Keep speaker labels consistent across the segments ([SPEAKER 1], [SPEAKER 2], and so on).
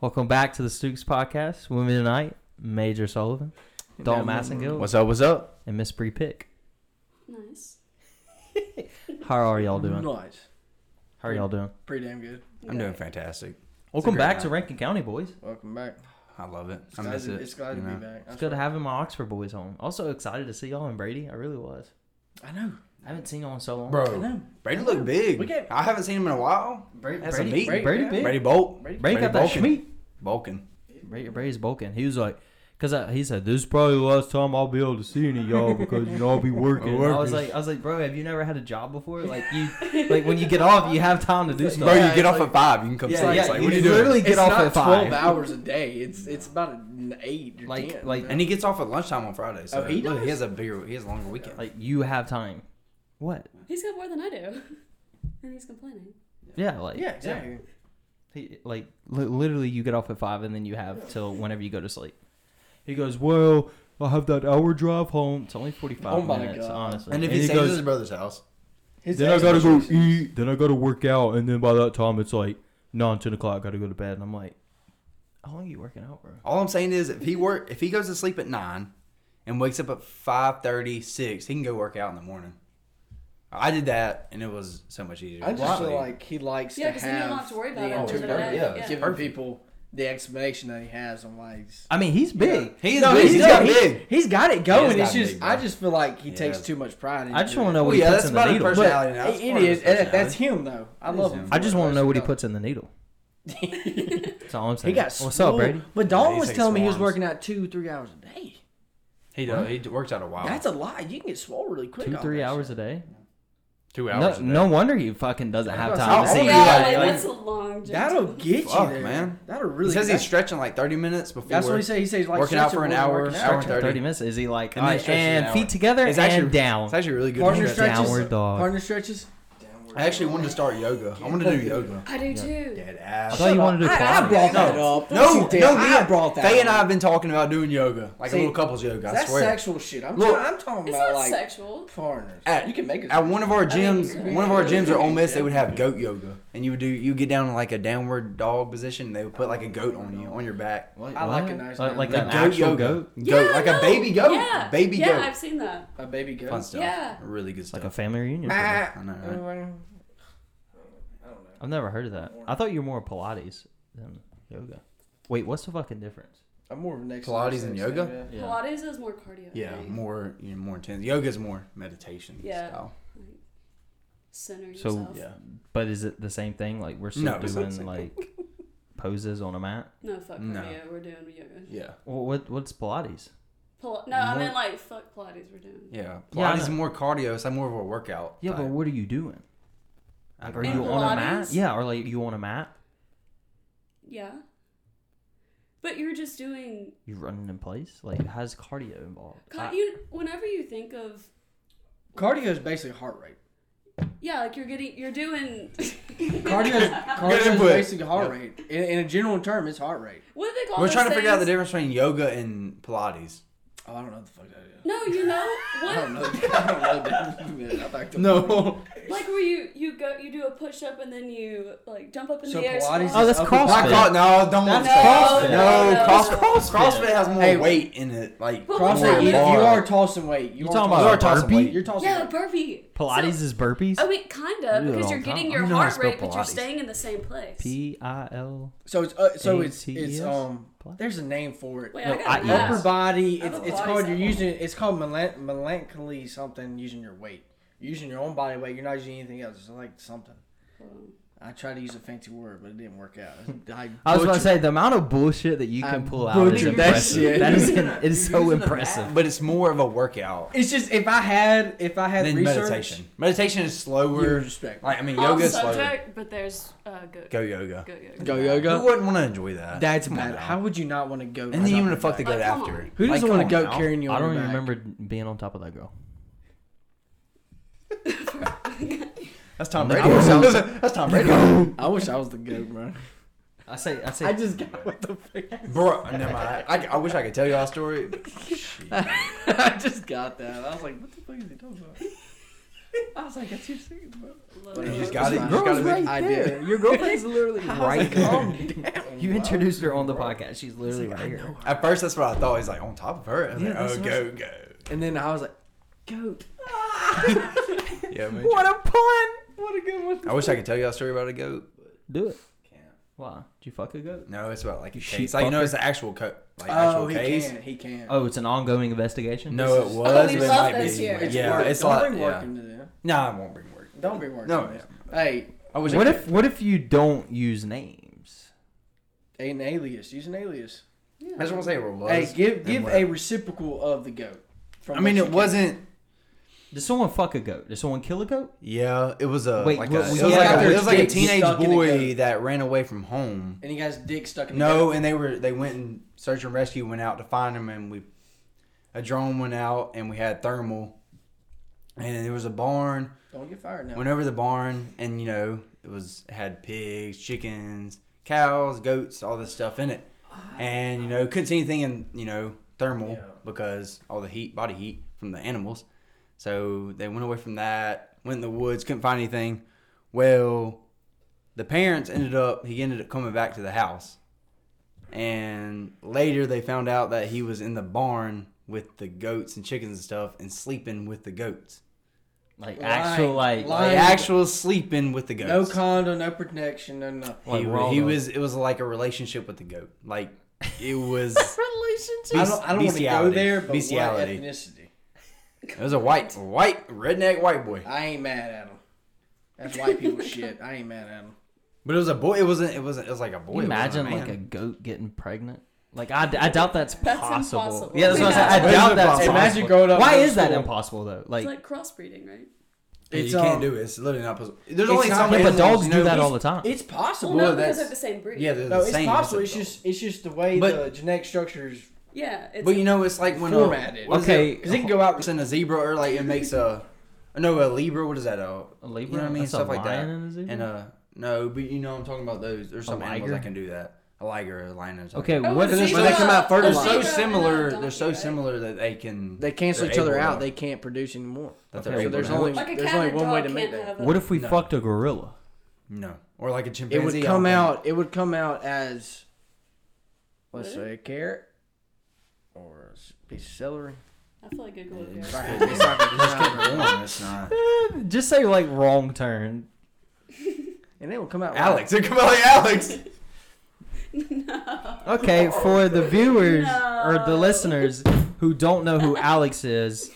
[SPEAKER 1] Welcome back to the Stooks Podcast. With me tonight, Major Sullivan, Dalton Massengill,
[SPEAKER 2] What's up? What's up?
[SPEAKER 1] and Miss Bree Pick.
[SPEAKER 3] Nice.
[SPEAKER 1] How are y'all doing?
[SPEAKER 4] Nice.
[SPEAKER 1] How are y'all doing?
[SPEAKER 4] Pretty damn good.
[SPEAKER 2] I'm doing fantastic.
[SPEAKER 1] Welcome
[SPEAKER 2] great
[SPEAKER 1] back
[SPEAKER 2] night.
[SPEAKER 1] to Rankin County, boys.
[SPEAKER 4] Welcome back.
[SPEAKER 2] I love it.
[SPEAKER 4] It's
[SPEAKER 2] I
[SPEAKER 4] glad
[SPEAKER 2] miss
[SPEAKER 4] to,
[SPEAKER 2] it.
[SPEAKER 4] It's glad
[SPEAKER 2] you
[SPEAKER 4] to
[SPEAKER 2] know.
[SPEAKER 4] be back.
[SPEAKER 1] It's good having my Oxford boys home. Also excited to see y'all and Brady. I really was.
[SPEAKER 4] I know.
[SPEAKER 1] I haven't seen y'all in so long.
[SPEAKER 4] I
[SPEAKER 2] Bro,
[SPEAKER 4] know.
[SPEAKER 2] Brady look big.
[SPEAKER 4] We can't-
[SPEAKER 2] I haven't seen him in a while.
[SPEAKER 4] Brady,
[SPEAKER 2] That's
[SPEAKER 1] Brady-
[SPEAKER 2] a meat.
[SPEAKER 1] Brady,
[SPEAKER 2] Brady,
[SPEAKER 1] big.
[SPEAKER 2] Bolt.
[SPEAKER 4] Brady-
[SPEAKER 1] Brady got that
[SPEAKER 2] Bolkin.
[SPEAKER 1] schmeat.
[SPEAKER 2] Bolkin.
[SPEAKER 1] Brady, Brady's bulking. He was like, because he said, this is probably the last time I'll be able to see any of y'all because, you know, I'll be working.
[SPEAKER 2] Working.
[SPEAKER 1] I was like, I was like, bro, have you never had a job before? Like, you, like when you get off, you have time to do stuff.
[SPEAKER 2] Bro,
[SPEAKER 4] Yeah,
[SPEAKER 2] you get
[SPEAKER 4] it's
[SPEAKER 2] off
[SPEAKER 4] like-
[SPEAKER 2] at five. You can come
[SPEAKER 4] yeah,
[SPEAKER 2] yeah, sleep.
[SPEAKER 4] yeah,
[SPEAKER 2] It's like,
[SPEAKER 1] you
[SPEAKER 2] what are you doing?
[SPEAKER 1] literally get
[SPEAKER 4] it's
[SPEAKER 1] off
[SPEAKER 4] not
[SPEAKER 1] at five.
[SPEAKER 4] 12 hours a day. It's it's about an 8 or
[SPEAKER 1] Like-
[SPEAKER 4] 10.
[SPEAKER 1] like-
[SPEAKER 4] man.
[SPEAKER 2] And he gets off at lunchtime on Friday. So
[SPEAKER 4] Oh, he
[SPEAKER 2] look,
[SPEAKER 4] does?
[SPEAKER 2] he has a bigger, he has a longer weekend.
[SPEAKER 1] Like, you have time. What?
[SPEAKER 3] He's got more than I do. And he's complaining.
[SPEAKER 1] Yeah, like,
[SPEAKER 4] yeah, exactly.
[SPEAKER 1] He, like li- literally, you get off at five, and then you have till whenever you go to sleep. He goes, "Well, I'll have that hour drive home. It's only forty-five
[SPEAKER 4] Oh my
[SPEAKER 1] minutes,
[SPEAKER 4] God.
[SPEAKER 1] honestly."
[SPEAKER 2] and if he, stays at his
[SPEAKER 1] goes,
[SPEAKER 2] brother's house,
[SPEAKER 4] His
[SPEAKER 1] "Then I gotta go
[SPEAKER 4] expectations.
[SPEAKER 1] eat. Then I gotta work out, and then by that time it's like nine, ten o'clock. I gotta go to bed." And I'm like, "How long are you working out, bro?"
[SPEAKER 2] all I'm saying is if he work, if he goes to sleep at nine and wakes up at 5.30, 6, he can go work out in the morning. I did that, and it was so much easier.
[SPEAKER 4] I just feel
[SPEAKER 2] Wow.
[SPEAKER 4] like he likes to
[SPEAKER 3] Yeah,
[SPEAKER 4] have,
[SPEAKER 3] 'cause then you don't have to worry about
[SPEAKER 4] the
[SPEAKER 3] it all
[SPEAKER 2] the
[SPEAKER 4] internet
[SPEAKER 2] time. Yeah, it's
[SPEAKER 4] giving
[SPEAKER 2] perfect.
[SPEAKER 4] people the explanation that he has on why he's
[SPEAKER 1] I mean, he's big.
[SPEAKER 2] he is
[SPEAKER 4] No,
[SPEAKER 2] big.
[SPEAKER 4] he's,
[SPEAKER 2] he's got
[SPEAKER 4] he-
[SPEAKER 2] big.
[SPEAKER 4] He's got it going.
[SPEAKER 2] got
[SPEAKER 4] it's just
[SPEAKER 2] big, bro.
[SPEAKER 4] I just feel like he
[SPEAKER 2] He
[SPEAKER 4] takes
[SPEAKER 2] does.
[SPEAKER 4] too much pride. Oh, in
[SPEAKER 1] I just
[SPEAKER 4] doing
[SPEAKER 1] want to
[SPEAKER 4] it.
[SPEAKER 1] know what
[SPEAKER 2] Well, yeah,
[SPEAKER 1] he puts
[SPEAKER 2] that's
[SPEAKER 1] in the
[SPEAKER 2] about his
[SPEAKER 1] needle. But
[SPEAKER 2] personality. now. That's
[SPEAKER 4] It, it
[SPEAKER 2] part of his
[SPEAKER 4] is, and that-
[SPEAKER 2] personality.
[SPEAKER 4] that's him though. I
[SPEAKER 2] It
[SPEAKER 4] love
[SPEAKER 2] is
[SPEAKER 4] him.
[SPEAKER 2] him.
[SPEAKER 1] I just want to know what he
[SPEAKER 4] puts.
[SPEAKER 1] puts in the needle. That's all I'm saying.
[SPEAKER 4] He got
[SPEAKER 1] What's up,
[SPEAKER 4] swole.
[SPEAKER 1] Brady?
[SPEAKER 4] But Dalton
[SPEAKER 2] Yeah, he
[SPEAKER 4] was
[SPEAKER 2] takes
[SPEAKER 4] telling me he was
[SPEAKER 2] swarms.
[SPEAKER 4] working out two, three hours a day.
[SPEAKER 2] He does. He works out a while.
[SPEAKER 4] That's a lot. You can get swole really quick.
[SPEAKER 1] Two,
[SPEAKER 4] on
[SPEAKER 1] three
[SPEAKER 4] that
[SPEAKER 1] hours
[SPEAKER 4] shit.
[SPEAKER 1] a day.
[SPEAKER 2] two
[SPEAKER 1] No,
[SPEAKER 2] hours. a day.
[SPEAKER 1] no wonder he fucking doesn't have
[SPEAKER 4] gonna
[SPEAKER 1] time to
[SPEAKER 4] say,
[SPEAKER 1] see
[SPEAKER 4] I'll-
[SPEAKER 1] you.
[SPEAKER 4] I'll-
[SPEAKER 3] Yeah,
[SPEAKER 4] like-
[SPEAKER 3] like,
[SPEAKER 4] like-
[SPEAKER 3] that's a long job.
[SPEAKER 4] That'll get
[SPEAKER 2] Fuck,
[SPEAKER 4] you there,
[SPEAKER 2] man.
[SPEAKER 4] That'll
[SPEAKER 2] He
[SPEAKER 4] really.
[SPEAKER 2] says he's
[SPEAKER 4] that's,
[SPEAKER 2] stretching like 30 minutes before.
[SPEAKER 4] that's what he says. He says like
[SPEAKER 2] working out
[SPEAKER 4] stretching
[SPEAKER 2] for
[SPEAKER 4] more
[SPEAKER 2] an
[SPEAKER 4] than
[SPEAKER 2] hour,
[SPEAKER 4] working out.
[SPEAKER 2] hour and
[SPEAKER 1] Stretching 30.
[SPEAKER 2] 30
[SPEAKER 1] minutes. Is he like,
[SPEAKER 2] And
[SPEAKER 1] and,
[SPEAKER 2] then he stretches an hour.
[SPEAKER 1] feet together
[SPEAKER 2] It's
[SPEAKER 1] and
[SPEAKER 2] actually-
[SPEAKER 1] down?
[SPEAKER 2] It's actually really good.
[SPEAKER 4] Partner
[SPEAKER 2] stretching.
[SPEAKER 4] stretches.
[SPEAKER 1] Downward dog.
[SPEAKER 4] Partner stretches.
[SPEAKER 2] I actually wanted to start yoga. I wanted to do yoga.
[SPEAKER 3] I do too.
[SPEAKER 2] Dead
[SPEAKER 1] I
[SPEAKER 2] ass.
[SPEAKER 1] thought you wanted to do
[SPEAKER 4] I, I
[SPEAKER 1] comedy.
[SPEAKER 4] brought that
[SPEAKER 2] No.
[SPEAKER 4] up.
[SPEAKER 2] No,
[SPEAKER 4] Don't you
[SPEAKER 2] no,
[SPEAKER 4] dare.
[SPEAKER 2] me
[SPEAKER 4] I brought that.
[SPEAKER 2] Faye and I
[SPEAKER 4] up.
[SPEAKER 2] have been talking about doing yoga, like
[SPEAKER 4] See,
[SPEAKER 2] a little couples yoga. I
[SPEAKER 4] That's
[SPEAKER 2] swear.
[SPEAKER 4] sexual shit. I'm,
[SPEAKER 2] Look,
[SPEAKER 4] ta- I'm talking
[SPEAKER 3] It's
[SPEAKER 4] about
[SPEAKER 3] not
[SPEAKER 4] like
[SPEAKER 3] sexual.
[SPEAKER 4] partners.
[SPEAKER 2] At-
[SPEAKER 4] you can make it.
[SPEAKER 2] At one of our gyms,
[SPEAKER 3] agree.
[SPEAKER 2] one of our gyms at Ole Miss, they would have goat yoga, and you would do you get down in like a downward dog position. And they would put like a goat on you on your back.
[SPEAKER 4] I like a nice
[SPEAKER 1] like, like
[SPEAKER 4] man.
[SPEAKER 1] an
[SPEAKER 2] Like
[SPEAKER 1] actual goat,
[SPEAKER 2] goat like a
[SPEAKER 3] no.
[SPEAKER 2] baby goat,
[SPEAKER 3] Yeah.
[SPEAKER 2] baby
[SPEAKER 3] yeah,
[SPEAKER 2] goat.
[SPEAKER 3] I've seen that.
[SPEAKER 4] a baby goat.
[SPEAKER 2] Fun stuff.
[SPEAKER 3] Yeah.
[SPEAKER 2] Really good stuff.
[SPEAKER 1] like a family reunion. thing.
[SPEAKER 4] Ah.
[SPEAKER 2] I know, right?
[SPEAKER 4] Everyone-
[SPEAKER 1] I've never heard of that. I thought you were more Pilates than yoga. Wait, what's the fucking difference?
[SPEAKER 4] I'm more of an next
[SPEAKER 2] Pilates and yoga?
[SPEAKER 3] Pilates is more cardio. I
[SPEAKER 2] Yeah,
[SPEAKER 3] think.
[SPEAKER 2] more you know, more intense. Yoga's more meditation
[SPEAKER 3] Yeah.
[SPEAKER 2] style.
[SPEAKER 3] Like, center
[SPEAKER 1] So-
[SPEAKER 3] yourself.
[SPEAKER 2] Yeah.
[SPEAKER 1] But is it the same thing? Like we're still
[SPEAKER 2] No, it's not the
[SPEAKER 1] doing
[SPEAKER 2] same.
[SPEAKER 1] like poses on a mat.
[SPEAKER 3] No, fuck
[SPEAKER 2] No.
[SPEAKER 3] cardio. We're doing yoga.
[SPEAKER 2] Yeah.
[SPEAKER 1] Well, what what's Pilates?
[SPEAKER 3] Pil- no, I
[SPEAKER 2] More-
[SPEAKER 3] mean like fuck Pilates. We're doing.
[SPEAKER 2] Yeah.
[SPEAKER 1] Yeah, I
[SPEAKER 2] Pilates is
[SPEAKER 1] know.
[SPEAKER 2] more cardio, it's like more of a workout.
[SPEAKER 1] Yeah, but
[SPEAKER 2] type.
[SPEAKER 1] what are you doing?
[SPEAKER 2] I
[SPEAKER 1] Like, are
[SPEAKER 2] don't
[SPEAKER 1] you
[SPEAKER 2] know.
[SPEAKER 1] on a mat?
[SPEAKER 3] Pilates?
[SPEAKER 1] Yeah, or like you on a mat?
[SPEAKER 3] Yeah. But you're just doing.
[SPEAKER 1] You running in place? Like, how's cardio involved?
[SPEAKER 3] Ca-
[SPEAKER 1] I-
[SPEAKER 3] you, whenever you think of
[SPEAKER 4] Cardio is basically heart rate.
[SPEAKER 3] yeah, like you're getting, you're doing.
[SPEAKER 4] Cardio is, cardio is
[SPEAKER 2] input.
[SPEAKER 4] basically heart rate. In, in a general term, it's heart rate.
[SPEAKER 3] What do they call?
[SPEAKER 2] We're
[SPEAKER 3] those
[SPEAKER 2] trying to figure out the
[SPEAKER 3] things?
[SPEAKER 2] difference between yoga and Pilates.
[SPEAKER 4] Oh, I don't know what the fuck that is.
[SPEAKER 3] No, you know
[SPEAKER 4] I
[SPEAKER 3] what?
[SPEAKER 4] don't know. I don't know. Dude. I thought that-
[SPEAKER 3] Like where you you go, you do a push up and then you like jump up in
[SPEAKER 4] So
[SPEAKER 3] the air.
[SPEAKER 4] Pilates.
[SPEAKER 3] squat.
[SPEAKER 4] is
[SPEAKER 1] Oh, that's
[SPEAKER 4] upper body-
[SPEAKER 2] I
[SPEAKER 1] CrossFit.
[SPEAKER 2] thought no, don't
[SPEAKER 4] That's
[SPEAKER 3] CrossFit.
[SPEAKER 2] No,
[SPEAKER 3] No,
[SPEAKER 2] CrossFit.
[SPEAKER 1] that's CrossFit.
[SPEAKER 2] CrossFit. has more
[SPEAKER 4] Hey.
[SPEAKER 2] weight in it. Like
[SPEAKER 3] But
[SPEAKER 2] more
[SPEAKER 4] CrossFit, you, you
[SPEAKER 2] bar.
[SPEAKER 4] are tossing weight. You
[SPEAKER 1] You're
[SPEAKER 4] are
[SPEAKER 1] talking
[SPEAKER 2] You
[SPEAKER 1] about
[SPEAKER 2] are tossing
[SPEAKER 1] burpee?
[SPEAKER 2] weight.
[SPEAKER 4] You're tossing
[SPEAKER 3] Yeah,
[SPEAKER 4] weight.
[SPEAKER 3] burpee.
[SPEAKER 1] Pilates
[SPEAKER 3] So,
[SPEAKER 1] is burpees.
[SPEAKER 3] I mean, kind of
[SPEAKER 1] You do it
[SPEAKER 3] because
[SPEAKER 1] all
[SPEAKER 3] you're
[SPEAKER 1] the time.
[SPEAKER 3] getting
[SPEAKER 1] You
[SPEAKER 3] your
[SPEAKER 1] know how to
[SPEAKER 3] heart rate,
[SPEAKER 1] spell
[SPEAKER 3] but you're
[SPEAKER 1] Pilates.
[SPEAKER 3] staying in the same place.
[SPEAKER 1] P I L.
[SPEAKER 4] So it's uh, so it's it's
[SPEAKER 1] ATS?
[SPEAKER 4] um. There's a name for it.
[SPEAKER 3] Wait,
[SPEAKER 1] No,
[SPEAKER 3] I got
[SPEAKER 1] I-
[SPEAKER 4] Upper
[SPEAKER 1] yes.
[SPEAKER 3] that.
[SPEAKER 4] body.
[SPEAKER 3] I
[SPEAKER 4] It's,
[SPEAKER 3] have a
[SPEAKER 4] it's
[SPEAKER 3] Pilates
[SPEAKER 4] called you're
[SPEAKER 3] at home.
[SPEAKER 4] using. It's called melan- melancholy something. Using your weight. You're using your own body weight. You're not using anything else. It's like something. I tried to use a fancy word, but it didn't work out. I,
[SPEAKER 1] I was about to
[SPEAKER 4] butchered-
[SPEAKER 1] say the amount of bullshit that you can
[SPEAKER 4] I
[SPEAKER 1] pull out is
[SPEAKER 4] butchered that
[SPEAKER 1] impressive.
[SPEAKER 4] shit.
[SPEAKER 1] That is, it is so impressive.
[SPEAKER 2] But it's more of a workout
[SPEAKER 4] It's just if I had if I had
[SPEAKER 2] than
[SPEAKER 4] research,
[SPEAKER 2] meditation. Meditation is
[SPEAKER 4] you would
[SPEAKER 2] slower.
[SPEAKER 4] respect.
[SPEAKER 2] Like I mean,
[SPEAKER 3] Off
[SPEAKER 2] yoga is slower.
[SPEAKER 3] subject, but there's uh, go
[SPEAKER 2] Go yoga.
[SPEAKER 3] go yoga.
[SPEAKER 4] Go
[SPEAKER 2] Who wouldn't want to enjoy that?
[SPEAKER 4] That's
[SPEAKER 2] Come on
[SPEAKER 4] bad.
[SPEAKER 2] now.
[SPEAKER 4] How would you not want to go?
[SPEAKER 2] And then you want to
[SPEAKER 4] to
[SPEAKER 2] fuck the goat
[SPEAKER 3] Like, Oh, come
[SPEAKER 2] after.
[SPEAKER 3] on.
[SPEAKER 4] Who doesn't
[SPEAKER 2] Like,
[SPEAKER 4] want
[SPEAKER 2] come
[SPEAKER 4] to
[SPEAKER 2] on
[SPEAKER 4] goat
[SPEAKER 2] now.
[SPEAKER 4] carrying you?
[SPEAKER 1] I
[SPEAKER 4] on
[SPEAKER 1] don't
[SPEAKER 4] your
[SPEAKER 1] even
[SPEAKER 4] back?
[SPEAKER 1] remember being on top of that girl.
[SPEAKER 2] That's Tom
[SPEAKER 1] The
[SPEAKER 2] Brady. That's Tom Brady.
[SPEAKER 4] I wish I was the goat, bro.
[SPEAKER 1] I say, I say,
[SPEAKER 4] I just got with the face.
[SPEAKER 2] Bro, never mind. I, I wish I could tell you all story. but shit.
[SPEAKER 4] I just got that. I was like, what the fuck is he talking about? I was like, that's your secret, bro.
[SPEAKER 3] Love
[SPEAKER 4] But
[SPEAKER 2] You
[SPEAKER 3] it.
[SPEAKER 2] just got it. You
[SPEAKER 4] Girls
[SPEAKER 2] just got to
[SPEAKER 4] right
[SPEAKER 2] make.
[SPEAKER 4] I did.
[SPEAKER 1] Your girlfriend's literally
[SPEAKER 4] I was
[SPEAKER 1] right
[SPEAKER 4] like,
[SPEAKER 1] there.
[SPEAKER 4] calm down,
[SPEAKER 1] You
[SPEAKER 4] bro.
[SPEAKER 1] introduced her on the podcast. She's literally right here.
[SPEAKER 2] At first, that's what I thought. He's like on top of her. I'm
[SPEAKER 4] Yeah,
[SPEAKER 2] like,
[SPEAKER 4] that's
[SPEAKER 2] oh,
[SPEAKER 4] what I
[SPEAKER 2] go, go.
[SPEAKER 4] And then I was like, goat.
[SPEAKER 2] Yeah, man.
[SPEAKER 1] What a pun!
[SPEAKER 4] What a good one.
[SPEAKER 2] I wish I could tell you a story about a goat. but
[SPEAKER 1] Do it.
[SPEAKER 2] Can't.
[SPEAKER 1] Why? Did you fuck a goat?
[SPEAKER 2] No, it's about like a
[SPEAKER 1] You
[SPEAKER 2] case.
[SPEAKER 1] sheep
[SPEAKER 2] Like you know,
[SPEAKER 1] fucker.
[SPEAKER 2] it's the actual co- like
[SPEAKER 4] Oh,
[SPEAKER 2] actual
[SPEAKER 4] he
[SPEAKER 2] case.
[SPEAKER 4] can. He can.
[SPEAKER 1] Oh, it's an ongoing investigation.
[SPEAKER 2] No, it
[SPEAKER 4] is-
[SPEAKER 2] was.
[SPEAKER 3] Oh, we
[SPEAKER 2] but it
[SPEAKER 3] love
[SPEAKER 2] might
[SPEAKER 3] those
[SPEAKER 2] be.
[SPEAKER 3] here. It's
[SPEAKER 2] yeah,
[SPEAKER 4] work.
[SPEAKER 2] it's
[SPEAKER 4] Don't
[SPEAKER 2] like
[SPEAKER 4] bring
[SPEAKER 2] yeah.
[SPEAKER 4] work into this.
[SPEAKER 2] Nah, I won't bring work.
[SPEAKER 4] Don't bring work
[SPEAKER 2] No,
[SPEAKER 4] into this. Hey,
[SPEAKER 2] I wish.
[SPEAKER 1] What
[SPEAKER 2] I
[SPEAKER 1] if what if you don't use names?
[SPEAKER 4] an alias. Use an alias.
[SPEAKER 2] I just want to say it was.
[SPEAKER 4] hey, give
[SPEAKER 2] and
[SPEAKER 4] give
[SPEAKER 2] what-
[SPEAKER 4] a reciprocal of the goat. From
[SPEAKER 2] I mean,
[SPEAKER 4] what
[SPEAKER 2] it
[SPEAKER 4] you
[SPEAKER 2] wasn't.
[SPEAKER 1] Did someone fuck a goat? Did someone kill a goat?
[SPEAKER 2] Yeah, it was a
[SPEAKER 1] Wait,
[SPEAKER 2] like
[SPEAKER 1] we-
[SPEAKER 2] a,
[SPEAKER 1] we
[SPEAKER 2] it was
[SPEAKER 1] got
[SPEAKER 2] like a,
[SPEAKER 1] their
[SPEAKER 2] it was like a
[SPEAKER 4] dicks
[SPEAKER 2] teenage
[SPEAKER 4] stuck in a
[SPEAKER 2] boy
[SPEAKER 4] goat.
[SPEAKER 2] that ran away from
[SPEAKER 4] can.
[SPEAKER 2] home.
[SPEAKER 4] And he got his dick stuck in the
[SPEAKER 2] No,
[SPEAKER 4] goat.
[SPEAKER 2] and they were they went and search and rescue went out to find him, and we a drone went out and we had thermal, and there was a barn.
[SPEAKER 4] Don't get fired now.
[SPEAKER 2] Went over the barn, and you know it was it had pigs, chickens, cows, goats, all this stuff in it, and you know couldn't see anything in you know thermal
[SPEAKER 4] Yeah.
[SPEAKER 2] because all the heat, body heat from the animals. So they went away from that, went in the woods, couldn't find anything. Well, the parents ended up he ended up coming back to the house. And later they found out that he was in the barn with the goats and chickens and stuff and sleeping with the goats.
[SPEAKER 1] Like
[SPEAKER 4] Lying.
[SPEAKER 1] actual like
[SPEAKER 4] Lying.
[SPEAKER 2] The
[SPEAKER 4] Lying.
[SPEAKER 2] actual sleeping with the goats.
[SPEAKER 4] No condo, no protection, no nothing.
[SPEAKER 1] Like
[SPEAKER 2] he,
[SPEAKER 1] raw
[SPEAKER 2] he
[SPEAKER 1] dog.
[SPEAKER 2] was it was like a relationship with the goat. Like it was
[SPEAKER 1] relationship.
[SPEAKER 4] I don't, I don't want to go
[SPEAKER 2] bestiality.
[SPEAKER 4] there, but
[SPEAKER 2] Bestiality.
[SPEAKER 4] what ethnicity?
[SPEAKER 2] it was a white white redneck white boy.
[SPEAKER 4] I ain't mad at him. That's white people shit. I ain't mad at him.
[SPEAKER 2] But it was a boy. It wasn't. It wasn't. It was like a boy.
[SPEAKER 1] Imagine like a goat getting pregnant. Like I, d- I doubt that's
[SPEAKER 3] That's
[SPEAKER 1] possible.
[SPEAKER 3] impossible.
[SPEAKER 1] Yeah, that's what I said. I
[SPEAKER 2] Yeah.
[SPEAKER 1] doubt that's
[SPEAKER 2] Imagine
[SPEAKER 1] possible.
[SPEAKER 4] growing up
[SPEAKER 1] Why
[SPEAKER 4] in
[SPEAKER 1] is that
[SPEAKER 4] school.
[SPEAKER 1] impossible though?
[SPEAKER 3] It's
[SPEAKER 1] Like,
[SPEAKER 3] like crossbreeding, right?
[SPEAKER 2] It's,
[SPEAKER 4] It's,
[SPEAKER 2] you can't
[SPEAKER 4] um,
[SPEAKER 2] do it. It's literally not possible.
[SPEAKER 4] it's
[SPEAKER 2] There's only
[SPEAKER 4] not-
[SPEAKER 2] so
[SPEAKER 4] Yeah,
[SPEAKER 2] many.
[SPEAKER 1] but
[SPEAKER 2] animals,
[SPEAKER 1] dogs
[SPEAKER 2] you
[SPEAKER 1] do
[SPEAKER 2] know,
[SPEAKER 1] that
[SPEAKER 2] he's-
[SPEAKER 1] all the time.
[SPEAKER 4] It's possible.
[SPEAKER 3] Well, no,
[SPEAKER 2] Well,
[SPEAKER 3] because
[SPEAKER 2] that's-
[SPEAKER 3] they're the same breed.
[SPEAKER 2] Yeah, they're
[SPEAKER 4] no,
[SPEAKER 2] the
[SPEAKER 4] it's
[SPEAKER 2] same.
[SPEAKER 4] possible.
[SPEAKER 2] as
[SPEAKER 4] It's
[SPEAKER 2] a dog.
[SPEAKER 4] just it's just the way
[SPEAKER 2] But-
[SPEAKER 4] the genetic structures.
[SPEAKER 3] yeah. It's
[SPEAKER 2] But you know, it's like when a-
[SPEAKER 4] Formatted.
[SPEAKER 2] what is
[SPEAKER 1] Okay.
[SPEAKER 2] it? Because it can go out and send a zebra or like it makes a no a libra. What is that? A,
[SPEAKER 1] A
[SPEAKER 2] You
[SPEAKER 1] Libra?
[SPEAKER 2] know what I mean?
[SPEAKER 1] That's a
[SPEAKER 2] Stuff like that.
[SPEAKER 1] lion and a zebra?
[SPEAKER 2] And a no, but you know I'm talking about those. There's some animals
[SPEAKER 1] liger?
[SPEAKER 2] that can do that. A liger, a lion, and something.
[SPEAKER 1] okay,
[SPEAKER 3] Oh,
[SPEAKER 1] what
[SPEAKER 3] a
[SPEAKER 2] But
[SPEAKER 1] is
[SPEAKER 3] zebra-
[SPEAKER 2] they come out
[SPEAKER 3] a
[SPEAKER 2] first. They're
[SPEAKER 3] zebra
[SPEAKER 2] so
[SPEAKER 3] and a
[SPEAKER 2] similar.
[SPEAKER 3] donkey,
[SPEAKER 2] They're so
[SPEAKER 3] right?
[SPEAKER 2] similar that they can.
[SPEAKER 4] They cancel
[SPEAKER 2] they're
[SPEAKER 4] each other
[SPEAKER 2] able
[SPEAKER 4] out.
[SPEAKER 2] to-
[SPEAKER 4] They can't produce anymore.
[SPEAKER 2] that
[SPEAKER 1] Okay,
[SPEAKER 2] they're
[SPEAKER 1] so
[SPEAKER 2] able
[SPEAKER 4] there's
[SPEAKER 2] to-
[SPEAKER 4] only-
[SPEAKER 3] Like a
[SPEAKER 4] There's
[SPEAKER 3] cat
[SPEAKER 4] only
[SPEAKER 3] and a
[SPEAKER 4] one way
[SPEAKER 3] dog
[SPEAKER 4] to make
[SPEAKER 3] can't
[SPEAKER 4] that.
[SPEAKER 3] have a-
[SPEAKER 1] What if we
[SPEAKER 2] No.
[SPEAKER 1] fucked a gorilla?
[SPEAKER 2] no, or like a chimpanzee.
[SPEAKER 4] It would
[SPEAKER 2] I
[SPEAKER 4] come
[SPEAKER 2] think.
[SPEAKER 4] out. It would come out as let's
[SPEAKER 3] Would it?
[SPEAKER 4] say a carrot or a s- piece of celery.
[SPEAKER 3] I feel like I go there.
[SPEAKER 4] It's not gonna- it's not gonna- it's not gonna-
[SPEAKER 2] Warm, it's not.
[SPEAKER 1] Just say like wrong turn.
[SPEAKER 4] And it will come out. right.
[SPEAKER 2] Alex, it come out like Alex.
[SPEAKER 3] no.
[SPEAKER 1] Okay, for the viewers or the
[SPEAKER 3] No.
[SPEAKER 1] listeners who don't know who Alex is,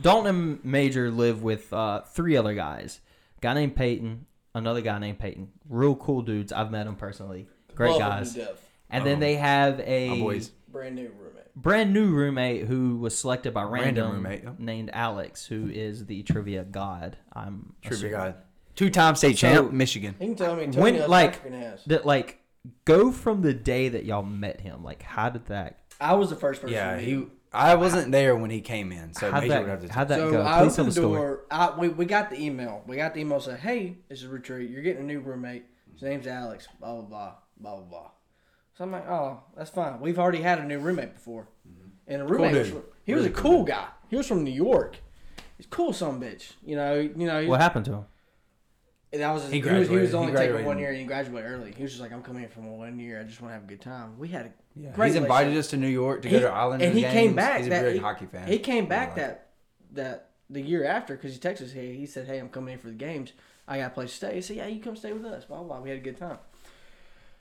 [SPEAKER 1] Dalton and Major live with uh, three other guys. guy named Peyton, another guy named Peyton. Real cool dudes. I've met them personally. Great
[SPEAKER 4] Love 'em
[SPEAKER 1] guys.
[SPEAKER 4] to death.
[SPEAKER 1] And then they have
[SPEAKER 2] My
[SPEAKER 1] a
[SPEAKER 2] Oh, boys.
[SPEAKER 4] Brand new roommate.
[SPEAKER 1] brand new roommate who was selected by
[SPEAKER 2] Random
[SPEAKER 1] random,
[SPEAKER 2] roommate, yep.
[SPEAKER 1] named Alex, who is the trivia god. I'm
[SPEAKER 2] Trivia
[SPEAKER 1] assuming.
[SPEAKER 2] god. Two-time state champ, Michigan.
[SPEAKER 4] You can tell me. Tell
[SPEAKER 1] When,
[SPEAKER 4] me how
[SPEAKER 1] like-
[SPEAKER 4] African has.
[SPEAKER 1] That like go from the day that y'all met him. Like how did that?
[SPEAKER 4] I was the first person.
[SPEAKER 2] Yeah,
[SPEAKER 4] to
[SPEAKER 2] he.
[SPEAKER 4] meet.
[SPEAKER 2] I wasn't there when he came in, so
[SPEAKER 1] how'd
[SPEAKER 2] Major
[SPEAKER 1] that,
[SPEAKER 2] would have to.
[SPEAKER 1] how'd that
[SPEAKER 4] So
[SPEAKER 1] go?
[SPEAKER 4] I
[SPEAKER 1] Please tell the
[SPEAKER 4] opened the
[SPEAKER 1] story.
[SPEAKER 4] door. I, we, we got the email. We got the email saying, "Hey, this is retreat. You're getting a new roommate. His name's Alex. Blah blah blah blah blah." blah. So I'm like, "Oh, that's fine. We've already had a new roommate before, and the roommate was
[SPEAKER 2] Mm-hmm. dude.
[SPEAKER 4] from, he was a cool guy. He was from New York. He's cool, some bitch. You know, you know. He,
[SPEAKER 1] What happened to him?
[SPEAKER 4] and that was his,
[SPEAKER 2] He
[SPEAKER 4] he, was, he
[SPEAKER 2] graduated.
[SPEAKER 4] was
[SPEAKER 2] He
[SPEAKER 4] only
[SPEAKER 2] graduated.
[SPEAKER 4] taking one year and he graduated early. He was just like, "I'm coming here for one year. I just want to have a good time." We had a
[SPEAKER 2] Yeah,
[SPEAKER 4] great
[SPEAKER 2] he's invited
[SPEAKER 4] relationship.
[SPEAKER 2] us to New York to
[SPEAKER 4] He-
[SPEAKER 2] go to Islanders
[SPEAKER 4] and he
[SPEAKER 2] games.
[SPEAKER 4] came back.
[SPEAKER 2] He's a
[SPEAKER 4] that,
[SPEAKER 2] big
[SPEAKER 4] he,
[SPEAKER 2] hockey fan.
[SPEAKER 4] He came back
[SPEAKER 2] like-
[SPEAKER 4] that that the year after because he texted us. Hey, he said, "Hey, I'm coming in for the games. I got a place to stay." He said, "Yeah, you come stay with us." Blah blah. We had a good time.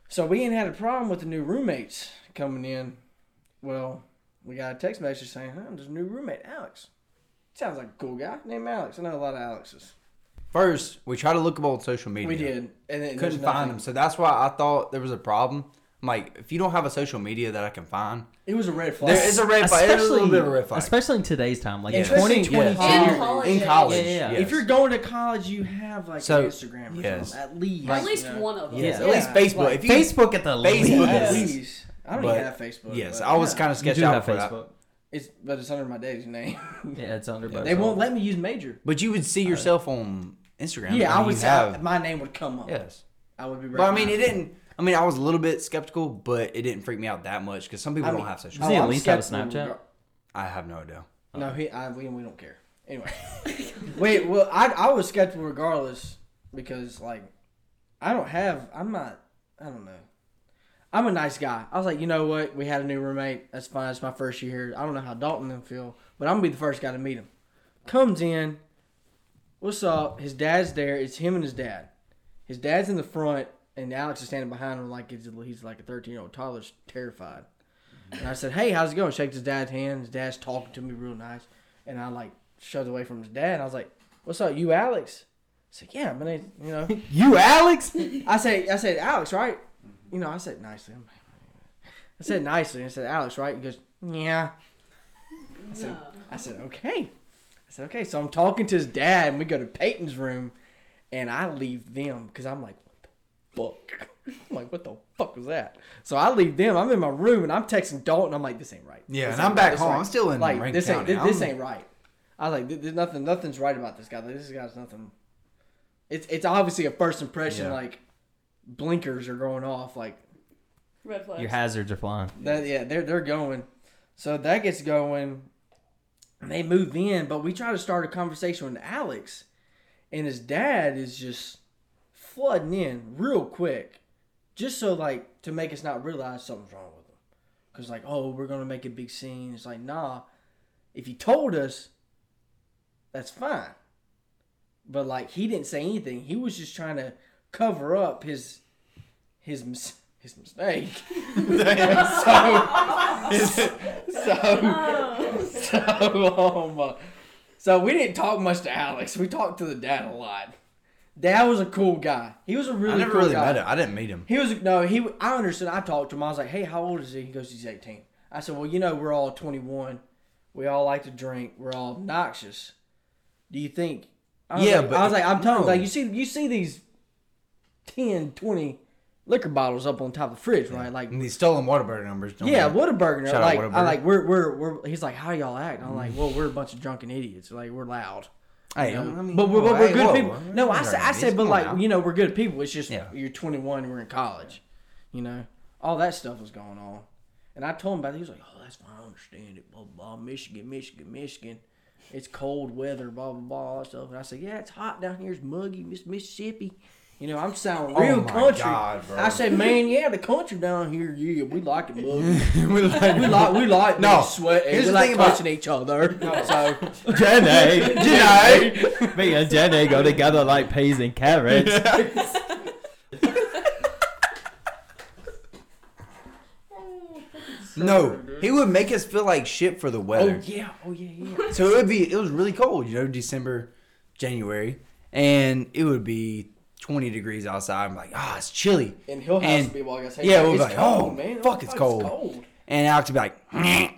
[SPEAKER 4] So we ain't had a problem with the new roommates coming in. Well, we got a text message saying, "Huh, there's a new roommate, Alex." Sounds like a cool guy named Alex. I know a lot of Alexes.
[SPEAKER 2] First, we tried to look him up on social media.
[SPEAKER 4] We did, and then
[SPEAKER 2] Couldn't find him, so that's why I thought there was a problem. I'm like, if you don't have a social media that I can find,
[SPEAKER 4] It was a red flag.
[SPEAKER 2] there is a red flag. There's a little bit of a red flag.
[SPEAKER 1] especially in today's time, like
[SPEAKER 4] Yeah.
[SPEAKER 1] in
[SPEAKER 4] Especially in
[SPEAKER 1] 2022.
[SPEAKER 4] college.
[SPEAKER 2] in
[SPEAKER 4] In
[SPEAKER 2] college,
[SPEAKER 3] college.
[SPEAKER 1] Yeah, yeah, yeah.
[SPEAKER 2] yes.
[SPEAKER 4] If you're going to college, you have like
[SPEAKER 2] So,
[SPEAKER 4] an Instagram or
[SPEAKER 2] yes.
[SPEAKER 4] something at least.
[SPEAKER 3] At least
[SPEAKER 4] you know.
[SPEAKER 3] one of them.
[SPEAKER 2] yes,
[SPEAKER 1] Yeah.
[SPEAKER 2] at least Facebook.
[SPEAKER 4] like
[SPEAKER 2] if you,
[SPEAKER 1] Facebook at the least.
[SPEAKER 2] Facebook.
[SPEAKER 4] At
[SPEAKER 2] Yes.
[SPEAKER 4] least. I don't
[SPEAKER 2] But-
[SPEAKER 4] even have Facebook.
[SPEAKER 2] yes,
[SPEAKER 4] but-
[SPEAKER 2] I was
[SPEAKER 4] Yeah.
[SPEAKER 2] kind of
[SPEAKER 1] You
[SPEAKER 2] sketched
[SPEAKER 1] do
[SPEAKER 2] out
[SPEAKER 1] have
[SPEAKER 2] for that.
[SPEAKER 1] Facebook.
[SPEAKER 4] It's but it's under my dad's name.
[SPEAKER 1] Yeah, it's under. both.
[SPEAKER 4] they won't let me use major.
[SPEAKER 2] But you would see yourself on Instagram.
[SPEAKER 4] Uh, Yeah, I
[SPEAKER 2] mean,
[SPEAKER 4] would
[SPEAKER 2] you
[SPEAKER 4] say
[SPEAKER 2] have.
[SPEAKER 4] my name would come up.
[SPEAKER 2] yes,
[SPEAKER 4] I would be.
[SPEAKER 2] but I mean, it didn't. I mean, I was a little bit skeptical, but it didn't freak me out that much because some people
[SPEAKER 4] I mean,
[SPEAKER 2] don't have social.
[SPEAKER 1] Does
[SPEAKER 4] Does
[SPEAKER 1] he
[SPEAKER 2] media.
[SPEAKER 1] at least have a Snapchat?
[SPEAKER 2] I have no idea.
[SPEAKER 4] No, he. I, we, we don't care. Anyway, wait. Well, I I was skeptical regardless because like I don't have. I'm not. I don't know. I'm a nice guy. I was like, you know what? We had a new roommate. That's fine. It's my first year here. I don't know how Dalton them feel, but I'm gonna be the first guy to meet him. Comes in. What's up? His dad's there. It's him and his dad. His dad's in the front, and Alex is standing behind him like he's, he's like a 13 year old toddler's terrified. And I said, "Hey, how's it going?" Shakes his dad's hand. His dad's talking to me real nice, and I like shoved away from his dad. and I was like, "What's up, you Alex?" I said, "Yeah, my name, you know."
[SPEAKER 1] You Alex?
[SPEAKER 4] I said, I said, Alex, right? You know, I said nicely. I'm like, I said nicely. I said, Alex, right? He goes, yeah. I said, I said, okay. I said, okay. So I'm talking to his dad, and we go to Peyton's room, and I leave them because I'm like, what the fuck? I'm like, what the fuck was that? So I leave them. I'm in my room, and I'm texting Dalton. I'm like, this ain't right.
[SPEAKER 2] Yeah,
[SPEAKER 4] This
[SPEAKER 2] and
[SPEAKER 4] ain't
[SPEAKER 2] I'm back
[SPEAKER 4] This
[SPEAKER 2] home.
[SPEAKER 4] ain't-
[SPEAKER 2] I'm still in
[SPEAKER 4] like
[SPEAKER 2] Rankin
[SPEAKER 4] this ain't
[SPEAKER 2] County.
[SPEAKER 4] this, this
[SPEAKER 2] I'm-
[SPEAKER 4] ain't right. I was like, "Th- there's nothing, nothing's right about this guy. Like, this guy's nothing. It's it's obviously a first impression.
[SPEAKER 2] Yeah.
[SPEAKER 4] Like blinkers are going off. Like
[SPEAKER 3] Red flags.
[SPEAKER 1] Your hazards are flying.
[SPEAKER 4] that. Yeah, they're they're going. So that gets going. And they move in, but we try to start a conversation with Alex, and his dad is just flooding in real quick, just so like to make us not realize something's wrong with him. Cause like, oh, we're gonna make a big scene. It's like, nah. If you told us, that's fine. But like, he didn't say anything. He was just trying to cover up his his mis- his mistake. so, so,
[SPEAKER 3] Oh.
[SPEAKER 4] so, um, uh, so we didn't talk much to Alex. We talked to the dad a lot. Dad was a cool guy. He was a really
[SPEAKER 2] I never
[SPEAKER 4] cool
[SPEAKER 2] really
[SPEAKER 4] guy.
[SPEAKER 2] met him. I didn't meet him.
[SPEAKER 4] He was no, he. I understood. I talked to him. I was like, "Hey, how old is he?" He goes, "He's 18." I said, "Well, you know, we're all 21. We all like to drink. We're all obnoxious. Do you think?" I was
[SPEAKER 2] Yeah,
[SPEAKER 4] like,
[SPEAKER 2] but-
[SPEAKER 4] I was like, "I'm telling you,
[SPEAKER 2] no.
[SPEAKER 4] like you see, you see these 10, 20 liquor bottles up on top of the fridge, right? Like,
[SPEAKER 2] And these stolen Whataburger numbers. Don't
[SPEAKER 4] yeah,
[SPEAKER 2] they?
[SPEAKER 4] Whataburger.
[SPEAKER 2] Mm-hmm. Shout out
[SPEAKER 4] Like, I
[SPEAKER 2] Whataburger. Mm-hmm.
[SPEAKER 4] like we're we're we're. He's like, "How y'all act?" I'm like, "Well, we're a bunch of drunken idiots. Like, we're loud."
[SPEAKER 2] Hey,
[SPEAKER 4] You know,
[SPEAKER 2] I mean,
[SPEAKER 4] but, but,
[SPEAKER 2] whoa,
[SPEAKER 4] but we're
[SPEAKER 2] hey,
[SPEAKER 4] good
[SPEAKER 2] whoa,
[SPEAKER 4] people.
[SPEAKER 2] whoa,
[SPEAKER 4] No, I
[SPEAKER 2] whoa,
[SPEAKER 4] said, I
[SPEAKER 2] guys,
[SPEAKER 4] said, but
[SPEAKER 2] come on
[SPEAKER 4] like
[SPEAKER 2] now.
[SPEAKER 4] you know, we're good people. It's just
[SPEAKER 2] Yeah.
[SPEAKER 4] you're 21, we're in college. You know, all that stuff was going on, and I told him about it. He was like, "Oh, that's fine. I understand it. Blah blah. blah. Michigan, Michigan, Michigan. It's cold weather. Blah blah blah. All that stuff." And I said, "Yeah, it's hot down here. It's muggy. Miss Mississippi." You know, I'm sounding
[SPEAKER 2] Oh
[SPEAKER 4] real
[SPEAKER 2] my
[SPEAKER 4] country.
[SPEAKER 2] God, bro.
[SPEAKER 4] I said, "Man, yeah, the country down here, yeah, we like it muggy.
[SPEAKER 2] we like,
[SPEAKER 4] we like, we like
[SPEAKER 2] No.
[SPEAKER 4] no sweat.
[SPEAKER 2] Here's
[SPEAKER 4] We
[SPEAKER 2] the
[SPEAKER 4] like
[SPEAKER 2] thing about-
[SPEAKER 4] touching each other. So."
[SPEAKER 1] Jenny,
[SPEAKER 2] Jenny.
[SPEAKER 1] me and Jenny go together like peas and carrots.
[SPEAKER 2] No, he would make us feel like shit for the
[SPEAKER 4] Oh
[SPEAKER 2] weather.
[SPEAKER 4] yeah, oh yeah, yeah.
[SPEAKER 2] So it would be, it was really cold, you know, December, January, and it would be 20 degrees outside. I'm like, ah, it's chilly.
[SPEAKER 4] And he'll have
[SPEAKER 2] And-
[SPEAKER 4] to be like, I say,
[SPEAKER 2] yeah,
[SPEAKER 4] it's
[SPEAKER 2] we'll be like,
[SPEAKER 4] cold,
[SPEAKER 2] oh,
[SPEAKER 4] man.
[SPEAKER 2] fuck, it's cold. And Alex would be like, "Meh.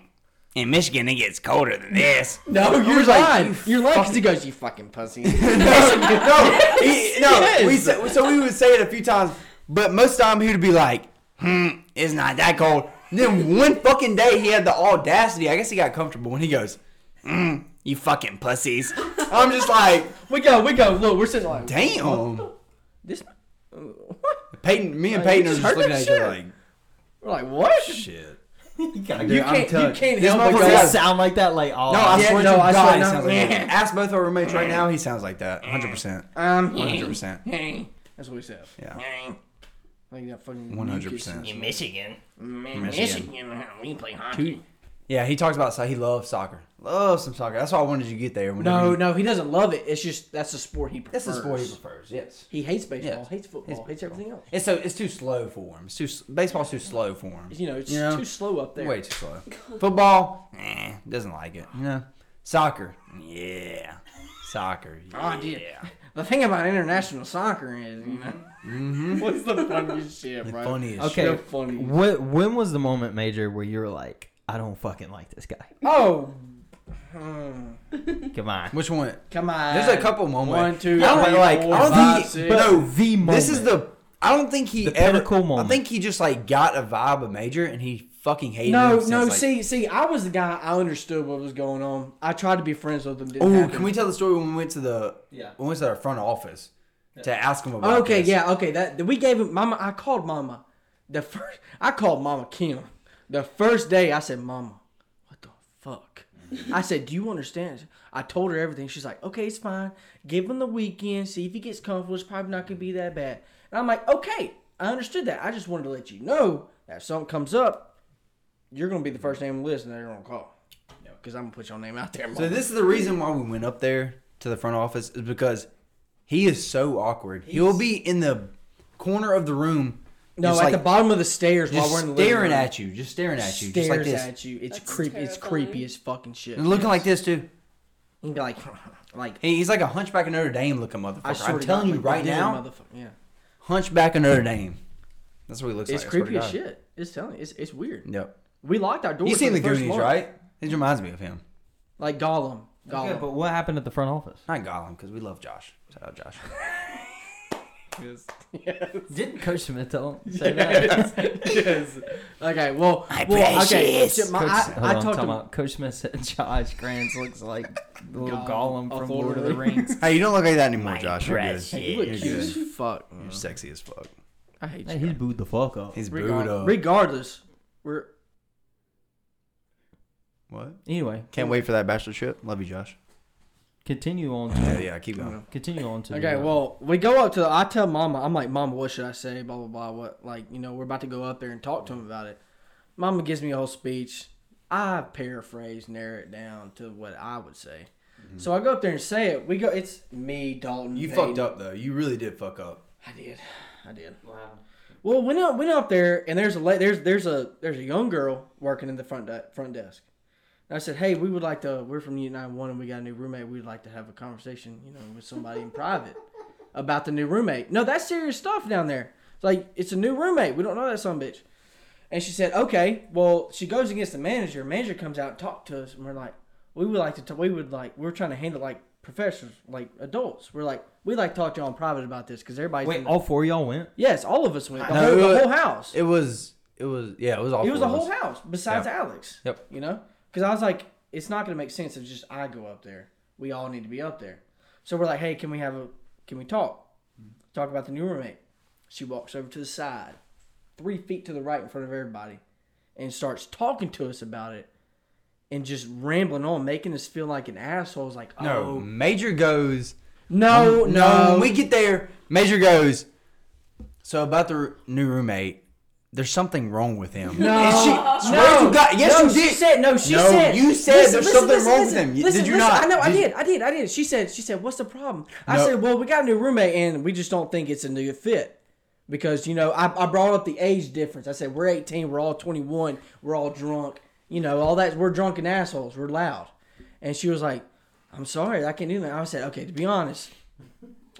[SPEAKER 2] in Michigan, it gets colder than this.
[SPEAKER 4] No,
[SPEAKER 2] I
[SPEAKER 4] you're
[SPEAKER 2] was like,
[SPEAKER 4] lying.
[SPEAKER 2] you
[SPEAKER 4] you're lying. 'Cause he goes, you fucking pussy.
[SPEAKER 2] no, he, no.
[SPEAKER 4] Yes.
[SPEAKER 2] We said, so we would say it a few times, but most of the time he would be like, "Hmm, it's not that cold." And then one fucking day he had the audacity. I guess he got comfortable when he goes, "Hmm, you fucking pussies." I'm just like,
[SPEAKER 4] we go, we go. Look, we're sitting like,
[SPEAKER 2] damn.
[SPEAKER 4] this. What?
[SPEAKER 2] Peyton, me and
[SPEAKER 4] Like, you
[SPEAKER 2] Peyton are
[SPEAKER 4] just
[SPEAKER 2] just
[SPEAKER 4] heard
[SPEAKER 2] looking
[SPEAKER 4] that
[SPEAKER 2] at each other
[SPEAKER 4] shit?
[SPEAKER 2] like,
[SPEAKER 4] We're like, what?
[SPEAKER 2] shit.
[SPEAKER 4] You can't, you can't
[SPEAKER 2] This
[SPEAKER 4] help but go.
[SPEAKER 2] motherfucker
[SPEAKER 1] Does it
[SPEAKER 2] has-
[SPEAKER 4] Yes.
[SPEAKER 1] sound like that? Like all
[SPEAKER 2] No, I
[SPEAKER 4] Yeah,
[SPEAKER 2] swear
[SPEAKER 4] no,
[SPEAKER 2] to
[SPEAKER 4] I
[SPEAKER 2] God,
[SPEAKER 4] swear
[SPEAKER 2] he
[SPEAKER 4] not-
[SPEAKER 2] sounds like that.
[SPEAKER 4] Yeah.
[SPEAKER 2] Ask both our roommates right now. He sounds like that, 100. percent
[SPEAKER 4] Um,
[SPEAKER 2] 100%.
[SPEAKER 4] That's what he said.
[SPEAKER 2] Yeah.
[SPEAKER 4] Like that fucking
[SPEAKER 2] 100%.
[SPEAKER 4] mucus.
[SPEAKER 1] Michigan.
[SPEAKER 4] Man,
[SPEAKER 2] Michigan.
[SPEAKER 4] Michigan, we play hockey.
[SPEAKER 2] Yeah, he talks about so he loves soccer. Loves some soccer. That's why I wanted you to get there. whenever
[SPEAKER 4] No,
[SPEAKER 2] you-
[SPEAKER 4] no, he doesn't love it. It's just that's the sport he prefers.
[SPEAKER 2] That's the sport he prefers. Yes.
[SPEAKER 4] He hates baseball,
[SPEAKER 2] Yes.
[SPEAKER 4] hates football,
[SPEAKER 2] Hates
[SPEAKER 4] hates everything else.
[SPEAKER 2] It's so it's too slow for him. It's too s- baseball's too slow for him.
[SPEAKER 4] You know, it's
[SPEAKER 2] Yeah.
[SPEAKER 4] too slow up there.
[SPEAKER 2] Way too slow. Football, eh, doesn't like it. You know, soccer, yeah, soccer,
[SPEAKER 4] Oh,
[SPEAKER 2] yeah.
[SPEAKER 4] dude. The thing about international soccer is, you know,
[SPEAKER 2] Mm-hmm.
[SPEAKER 4] what's the funniest shit,
[SPEAKER 2] The
[SPEAKER 4] bro?
[SPEAKER 2] funniest.
[SPEAKER 1] Okay.
[SPEAKER 4] So funny.
[SPEAKER 1] What? When was the moment, Major, where you were like, I don't fucking like this guy?
[SPEAKER 4] Oh, hmm.
[SPEAKER 1] Come on.
[SPEAKER 2] Which one?
[SPEAKER 4] come on.
[SPEAKER 2] There's a couple moments.
[SPEAKER 4] One, two,
[SPEAKER 2] I don't
[SPEAKER 4] three,
[SPEAKER 2] like.
[SPEAKER 4] four,
[SPEAKER 2] I don't
[SPEAKER 4] five,
[SPEAKER 2] think.
[SPEAKER 4] six.
[SPEAKER 2] but
[SPEAKER 1] No, the moment.
[SPEAKER 2] This is the. I don't think he
[SPEAKER 1] The
[SPEAKER 2] ever.
[SPEAKER 1] pinnacle moment.
[SPEAKER 2] I think he just like got a vibe of major and he fucking hated.
[SPEAKER 4] No,
[SPEAKER 2] him since,
[SPEAKER 4] no.
[SPEAKER 2] like-
[SPEAKER 4] see, see, I was the guy. I understood what was going on. I tried to be friends with him. Didn't
[SPEAKER 2] Oh,
[SPEAKER 4] happen.
[SPEAKER 2] can we tell the story when we went to the?
[SPEAKER 1] Yeah.
[SPEAKER 2] When we went to our front office to ask him about.
[SPEAKER 4] Okay,
[SPEAKER 2] this?
[SPEAKER 4] yeah, okay. That we gave him. Mama, I called Mama. The first, I called Mama Kim. The first day, I said, Mama, what the fuck? I said, "Do you understand?" I told her everything. She's like, "Okay, it's fine. Give him the weekend. See if he gets comfortable. It's probably not gonna be that bad." And I'm like, "Okay, I understood that. I just wanted to let you know that if something comes up, you're gonna be the first name on the list, and they're gonna call." Because I'm gonna put your name out there.
[SPEAKER 2] So this is the reason why we went up there to the front office is because he is so awkward. He'll be in the corner of the room.
[SPEAKER 4] no, at
[SPEAKER 2] just like-
[SPEAKER 4] the bottom of the stairs while
[SPEAKER 2] just
[SPEAKER 4] we're in the living
[SPEAKER 2] staring
[SPEAKER 4] room.
[SPEAKER 2] at you, just staring at you,
[SPEAKER 4] stares
[SPEAKER 2] just like this,
[SPEAKER 4] at you. It's
[SPEAKER 3] That's
[SPEAKER 4] creepy. It's creepy
[SPEAKER 3] terrifying.
[SPEAKER 4] as fucking shit.
[SPEAKER 2] and looking like this too.
[SPEAKER 4] You'd be like, like
[SPEAKER 2] He, he's like a hunchback of Notre Dame looking motherfucker.
[SPEAKER 4] I swear
[SPEAKER 2] I'm
[SPEAKER 4] to
[SPEAKER 2] telling
[SPEAKER 4] God,
[SPEAKER 2] you
[SPEAKER 4] like,
[SPEAKER 2] right
[SPEAKER 4] this
[SPEAKER 2] now,
[SPEAKER 4] motherfucker- Yeah,
[SPEAKER 2] hunchback of Notre Dame. That's what he looks
[SPEAKER 4] it's
[SPEAKER 2] like. I swear to
[SPEAKER 4] creepy as
[SPEAKER 2] God.
[SPEAKER 4] shit. It's telling. It's it's weird.
[SPEAKER 2] Yep.
[SPEAKER 4] We locked our doors.
[SPEAKER 2] You seen
[SPEAKER 4] for
[SPEAKER 2] the
[SPEAKER 4] first
[SPEAKER 2] Goonies,
[SPEAKER 4] month.
[SPEAKER 2] right? It reminds me of him.
[SPEAKER 4] Like Gollum. Gollum.
[SPEAKER 1] Okay, but what happened at the front office?
[SPEAKER 2] Not Gollum, because we love Josh. Shout out Josh.
[SPEAKER 1] Didn't Coach Smith tell him? Say that?
[SPEAKER 4] yes. Okay. Well.
[SPEAKER 2] My
[SPEAKER 4] well okay.
[SPEAKER 2] precious.
[SPEAKER 4] shit, my-
[SPEAKER 1] Coach,
[SPEAKER 4] I,
[SPEAKER 1] hold
[SPEAKER 4] I
[SPEAKER 1] on,
[SPEAKER 4] talked
[SPEAKER 1] time
[SPEAKER 4] to
[SPEAKER 1] out. Coach Smith said Josh Grants looks like the little
[SPEAKER 4] Gollum,
[SPEAKER 1] Gollum,
[SPEAKER 4] off
[SPEAKER 1] from
[SPEAKER 4] Lord
[SPEAKER 1] Lord,
[SPEAKER 4] of
[SPEAKER 1] of
[SPEAKER 4] the
[SPEAKER 1] the Rings.
[SPEAKER 2] hey, you don't look like that anymore, Josh. You're good.
[SPEAKER 1] precious.
[SPEAKER 4] you look
[SPEAKER 2] You're
[SPEAKER 4] cute as
[SPEAKER 2] good.
[SPEAKER 4] fuck.
[SPEAKER 2] You're sexy as fuck.
[SPEAKER 4] I hate
[SPEAKER 1] Hey,
[SPEAKER 4] you.
[SPEAKER 1] he's booed the fuck up.
[SPEAKER 2] He's booed
[SPEAKER 4] Regardless,
[SPEAKER 2] up.
[SPEAKER 4] regardless, we're
[SPEAKER 2] what?
[SPEAKER 1] Anyway,
[SPEAKER 2] Can't wait for that bachelor trip. Love you, Josh.
[SPEAKER 1] continue on.
[SPEAKER 2] Yeah,
[SPEAKER 1] To,
[SPEAKER 2] yeah, keep going.
[SPEAKER 1] continue on to.
[SPEAKER 4] Okay,
[SPEAKER 1] the, uh,
[SPEAKER 4] well, we go up to. I tell Mama, I'm like, Mama, what should I say? Blah blah blah. What like you know, we're about to go up there and talk to him about it. Mama gives me a whole speech. I paraphrase, narrow it down to what I would say. So I go up there and say it. We go. It's me, Dalton.
[SPEAKER 2] Mm-hmm. You
[SPEAKER 4] Peyton.
[SPEAKER 2] fucked up though. You really did fuck up.
[SPEAKER 4] I did. I did. Well, went up went up there, and there's a la- there's there's a there's a young girl working in the front de- front desk. And I said, hey, we would like to. We're from Unit 91 and we got a new roommate. We'd like to have a conversation, you know, with somebody in private about the new roommate. No, that's serious stuff down there. It's like it's a new roommate. We don't know that son bitch. And she said, okay. Well, she goes against the manager. Manager comes out and talks to us, and we're like, we would like to. T- we would like. We're trying to handle like professionals, like adults. We're like, we like to talk to y'all in private about this because everybody's in
[SPEAKER 1] wait,
[SPEAKER 4] the-
[SPEAKER 1] all four of y'all went.
[SPEAKER 4] Yes, all of us went. The,
[SPEAKER 2] No,
[SPEAKER 4] whole,
[SPEAKER 2] it
[SPEAKER 4] the
[SPEAKER 2] was-
[SPEAKER 4] whole house. It,
[SPEAKER 2] It was. It was. Yeah, it was awful.
[SPEAKER 4] was the whole house besides Alex.
[SPEAKER 2] Yep.
[SPEAKER 4] You know, because I was like, it's not going to make sense if just I go up there. We all need to be up there. So we're like, hey, can we have a? Can we talk? Talk about the new roommate. She walks over to the side, three feet to the right in front of everybody, and starts talking to us about it, and just rambling on, making us feel like an asshole. It's like,
[SPEAKER 2] No,
[SPEAKER 4] oh,
[SPEAKER 2] Major goes.
[SPEAKER 4] no, no,
[SPEAKER 2] no. When we get there, Major goes. So about the r- new roommate, there's something wrong with him.
[SPEAKER 4] No.
[SPEAKER 2] And she, swear to God- yes,
[SPEAKER 4] no,
[SPEAKER 2] you
[SPEAKER 4] she
[SPEAKER 2] did.
[SPEAKER 4] said no. She
[SPEAKER 2] No,
[SPEAKER 4] said
[SPEAKER 2] you said there's something wrong with him. You-
[SPEAKER 4] Listen,
[SPEAKER 2] did you
[SPEAKER 4] listen,
[SPEAKER 2] not?
[SPEAKER 4] I know. I
[SPEAKER 2] Did you-
[SPEAKER 4] did. I did. I did. She said. She said, "What's the problem?" I
[SPEAKER 2] No.
[SPEAKER 4] said, "Well, we got a new roommate, and we just don't think it's a new fit." Because you know, I, I brought up the age difference. I said we're 18, we're all 21, we're all drunk. You know, all that we're drunken assholes. We're loud. And she was like, "I'm sorry, I can't do that." I said, "Okay, to be honest,"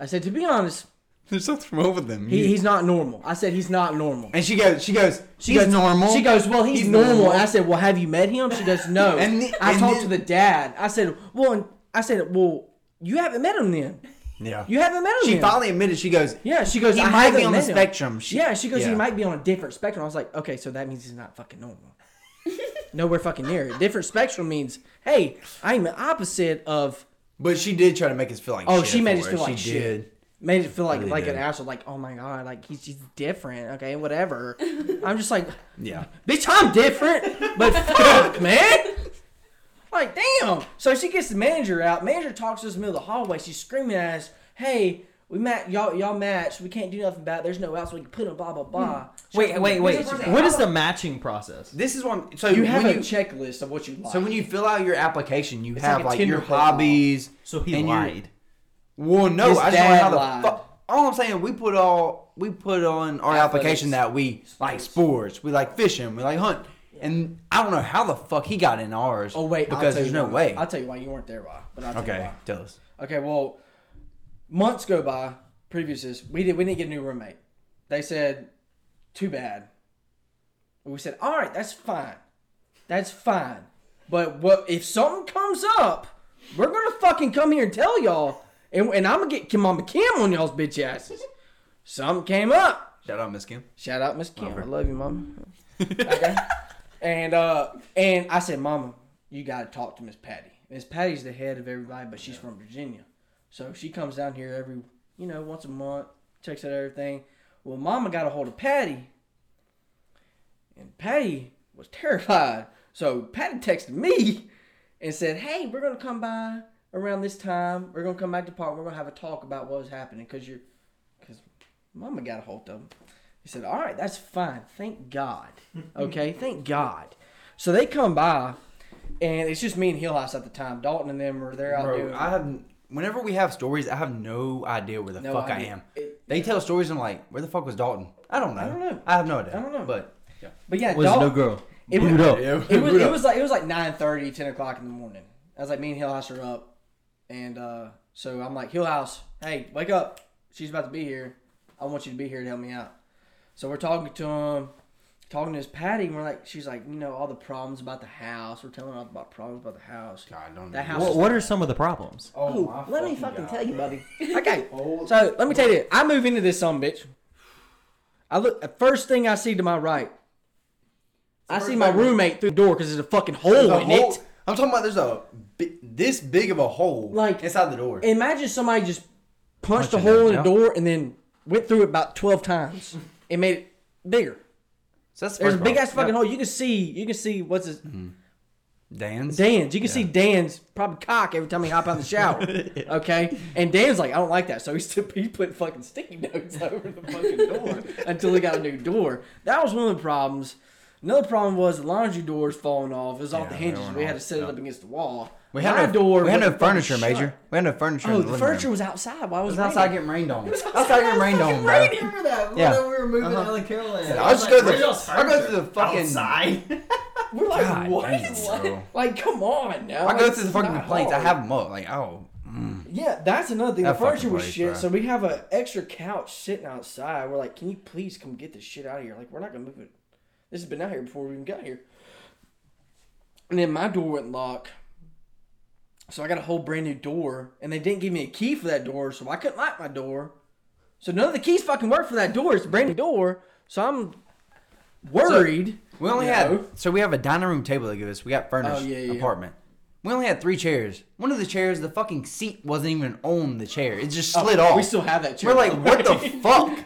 [SPEAKER 4] I said, "To be honest,
[SPEAKER 2] There's something wrong with him.
[SPEAKER 4] he, he's not normal." I said, "He's not normal."
[SPEAKER 2] and she goes. She goes.
[SPEAKER 4] She
[SPEAKER 2] She he's
[SPEAKER 4] goes
[SPEAKER 2] normal.
[SPEAKER 4] She goes, well, he's,
[SPEAKER 2] He's
[SPEAKER 4] normal.
[SPEAKER 2] normal.
[SPEAKER 4] And I said, well, have you met him? She goes, no.
[SPEAKER 2] And the-
[SPEAKER 4] I
[SPEAKER 2] and
[SPEAKER 4] talked
[SPEAKER 2] the-
[SPEAKER 4] to the dad. I said, well, and I said, well, you haven't met him then.
[SPEAKER 2] Yeah.
[SPEAKER 4] You haven't met him.
[SPEAKER 2] she
[SPEAKER 4] then.
[SPEAKER 2] finally admitted. She goes.
[SPEAKER 4] Yeah, she goes.
[SPEAKER 2] He
[SPEAKER 4] I
[SPEAKER 2] might be
[SPEAKER 4] haven't
[SPEAKER 2] on the
[SPEAKER 4] met him."
[SPEAKER 2] spectrum. She-
[SPEAKER 4] yeah, she goes. He
[SPEAKER 2] yeah.
[SPEAKER 4] might be on a different spectrum. I was like, okay, so that means he's not fucking normal. Nowhere fucking near it. Different spectrum means, hey, I'm the opposite of.
[SPEAKER 2] But she did try to make us feel like.
[SPEAKER 4] Oh,
[SPEAKER 2] shit
[SPEAKER 4] she made us
[SPEAKER 2] for it.
[SPEAKER 4] feel like
[SPEAKER 2] she
[SPEAKER 4] shit.
[SPEAKER 2] Did.
[SPEAKER 4] Made it feel like
[SPEAKER 2] Really
[SPEAKER 4] like an
[SPEAKER 2] did.
[SPEAKER 4] asshole. Like, oh my god, like he's, he's different. Okay, whatever. I'm just like,
[SPEAKER 2] Yeah.
[SPEAKER 4] Bitch, I'm different, but fuck, man. Like, damn. So she gets the manager out. Manager talks to us in the middle of the hallway. She's screaming at us, "Hey, we match y'all. Y'all match. We can't do nothing about. It. There's no outs. We can put them. Blah blah
[SPEAKER 2] Hmm.
[SPEAKER 4] blah."
[SPEAKER 1] Wait, wait, wait.
[SPEAKER 4] She's like,
[SPEAKER 1] What is the matching process?
[SPEAKER 2] This is one. So
[SPEAKER 4] You have
[SPEAKER 2] when
[SPEAKER 4] a checklist of what you like.
[SPEAKER 2] So when you fill out your application, you have
[SPEAKER 4] like a
[SPEAKER 2] like,
[SPEAKER 4] Tinder
[SPEAKER 2] your
[SPEAKER 4] profile.
[SPEAKER 2] hobbies.
[SPEAKER 1] So he
[SPEAKER 2] and your-
[SPEAKER 1] lied.
[SPEAKER 2] Well, no,
[SPEAKER 4] His
[SPEAKER 2] I just want to know
[SPEAKER 4] dad
[SPEAKER 2] how the
[SPEAKER 4] lied.
[SPEAKER 2] fuck. All I'm saying, we put all we put on our application that we like sports, we like fishing, we like hunt, and I don't know how the fuck he got in ours.
[SPEAKER 4] oh wait, I'll
[SPEAKER 2] because
[SPEAKER 4] tell
[SPEAKER 2] there's
[SPEAKER 4] you
[SPEAKER 2] no
[SPEAKER 4] why.
[SPEAKER 2] way.
[SPEAKER 4] I'll tell you why you weren't there, why? But I'll tell You
[SPEAKER 2] Okay,
[SPEAKER 4] why.
[SPEAKER 2] tell us.
[SPEAKER 4] Okay, well, months go by. Previous is we did we didn't get a new roommate. They said, too bad. We said, all right, that's fine, that's fine. But what if something comes up? We're gonna fucking come here and tell y'all, and, and I'm gonna get Kim Mama Kim on y'all's bitch asses. Something came up.
[SPEAKER 2] Shout out, Miss Kim.
[SPEAKER 4] Shout out Miss Kim. I love you, Mama. okay. And uh and I said, Mama, you gotta talk to Miss Patty. Miss Patty's the head of everybody, but she's from Virginia. So she comes down here every you know, once a month, checks out everything. Well, Mama got a hold of Patty and Patty was terrified. So Patty texted me and said, "Hey, we're gonna come by around this time. We're gonna come back to the park. We're gonna have a talk about what was happening because you're, because Mama got a hold of him." He said, "All right, that's fine. Thank God. Okay, thank God." So they come by, and it's just me and Hillhouse at the time. Dalton and them are there out
[SPEAKER 2] Bro,
[SPEAKER 4] doing.
[SPEAKER 2] I have. Whenever we have stories, I have no idea where the
[SPEAKER 4] No
[SPEAKER 2] fuck I
[SPEAKER 4] idea.
[SPEAKER 2] am.
[SPEAKER 4] It-
[SPEAKER 2] They tell stories, and I'm like, where the fuck was Dalton? I don't know.
[SPEAKER 4] I don't know.
[SPEAKER 2] I have no idea.
[SPEAKER 4] I don't know.
[SPEAKER 2] But
[SPEAKER 4] but yeah,
[SPEAKER 1] Was
[SPEAKER 4] Dalton,
[SPEAKER 1] no girl.
[SPEAKER 4] It
[SPEAKER 1] Boot
[SPEAKER 4] was-
[SPEAKER 1] up.
[SPEAKER 2] yeah,
[SPEAKER 4] it was it was like it was like 9:30, 10 o'clock in the morning. I was like, me and Hillhouse are up, and uh, so I'm like, Hillhouse, hey, wake up! She's about to be here. I want you to be here to help me out. So we're talking to him, talking to his Patty, and we're like, she's like, you know, all the problems about the house. We're telling her about problems about the house.
[SPEAKER 2] God, don't.
[SPEAKER 4] That
[SPEAKER 2] do
[SPEAKER 4] house-
[SPEAKER 1] What, what are some of the problems?
[SPEAKER 4] Oh,
[SPEAKER 2] my
[SPEAKER 4] let me fucking
[SPEAKER 2] God.
[SPEAKER 4] tell you, buddy. Okay,
[SPEAKER 2] Oh.
[SPEAKER 4] so let me tell you, I move into this son bitch. I look. The first thing I see to my right, I see my roommate through the door because there's a fucking hole
[SPEAKER 2] There's a
[SPEAKER 4] in
[SPEAKER 2] hole-
[SPEAKER 4] it.
[SPEAKER 2] I'm talking about there's a bi- this big of a hole
[SPEAKER 4] Like-
[SPEAKER 2] inside the door.
[SPEAKER 4] Imagine somebody just punched
[SPEAKER 2] Punching
[SPEAKER 4] a hole
[SPEAKER 2] it,
[SPEAKER 4] in a
[SPEAKER 2] yeah.
[SPEAKER 4] door and then went through it about twelve times and made it bigger.
[SPEAKER 2] so that's the
[SPEAKER 4] There's a
[SPEAKER 2] first
[SPEAKER 4] big
[SPEAKER 2] problem.
[SPEAKER 4] ass fucking
[SPEAKER 2] Yep.
[SPEAKER 4] hole. You can see, you can see what's his
[SPEAKER 2] Dan's.
[SPEAKER 4] Dan's. You can see Dan's probably cock every time he hop out the shower. Okay, and Dan's like, I don't like that, so he still he put fucking sticky notes over the fucking door until he got a new door. That was one of the problems. Another problem was the laundry doors falling off. It was off
[SPEAKER 2] Yeah,
[SPEAKER 4] the
[SPEAKER 2] they
[SPEAKER 4] hinges.
[SPEAKER 2] went
[SPEAKER 4] We had to
[SPEAKER 2] off,
[SPEAKER 4] set it
[SPEAKER 2] yeah.
[SPEAKER 4] up against the wall.
[SPEAKER 2] We had
[SPEAKER 4] My
[SPEAKER 2] no
[SPEAKER 4] door.
[SPEAKER 2] We had
[SPEAKER 4] was
[SPEAKER 2] no
[SPEAKER 4] fucking
[SPEAKER 2] furniture,
[SPEAKER 4] shut.
[SPEAKER 2] Major. We had no furniture. in
[SPEAKER 4] Oh,
[SPEAKER 2] the
[SPEAKER 4] the
[SPEAKER 2] living room.
[SPEAKER 4] furniture was outside. Why was it
[SPEAKER 2] It was outside
[SPEAKER 4] raining?
[SPEAKER 2] getting rained on.
[SPEAKER 4] was
[SPEAKER 2] Outside getting rained on, bro.
[SPEAKER 4] Remember that?
[SPEAKER 2] Yeah.
[SPEAKER 1] we were moving to Northern Carolina.
[SPEAKER 2] I'll just go to the. I'll go to the fucking.
[SPEAKER 1] side.
[SPEAKER 4] We're like,
[SPEAKER 2] God,
[SPEAKER 4] what?
[SPEAKER 2] dang, bro.
[SPEAKER 4] Like, come on now.
[SPEAKER 2] I go
[SPEAKER 4] Like,
[SPEAKER 2] through the
[SPEAKER 4] it's
[SPEAKER 2] fucking
[SPEAKER 4] not
[SPEAKER 2] complaints. I
[SPEAKER 4] hard.
[SPEAKER 2] have them up. Like, oh, mm.
[SPEAKER 4] Yeah, that's another thing.
[SPEAKER 2] That
[SPEAKER 4] the furniture
[SPEAKER 2] fucking
[SPEAKER 4] was
[SPEAKER 2] place,
[SPEAKER 4] shit,
[SPEAKER 2] bruh.
[SPEAKER 4] so we have an extra couch sitting outside. We're like, can you please come get this shit out of here? Like, we're not gonna move it. This has been out here before we even got here. And then my door wouldn't lock, so I got a whole brand new door, and they didn't give me a key for that door, so I couldn't lock my door. So none of the keys fucking work for that door. It's a brand new door, so I'm worried.
[SPEAKER 2] we only
[SPEAKER 4] you know?
[SPEAKER 2] had. So we have a dining room table they give us. We got furnished
[SPEAKER 4] Oh, yeah, yeah.
[SPEAKER 2] apartment. We only had three chairs. One of the chairs, the fucking seat wasn't even on the chair. It just slid off.
[SPEAKER 4] Oh, We still have that chair.
[SPEAKER 2] We're like,
[SPEAKER 4] though.
[SPEAKER 2] what the fuck?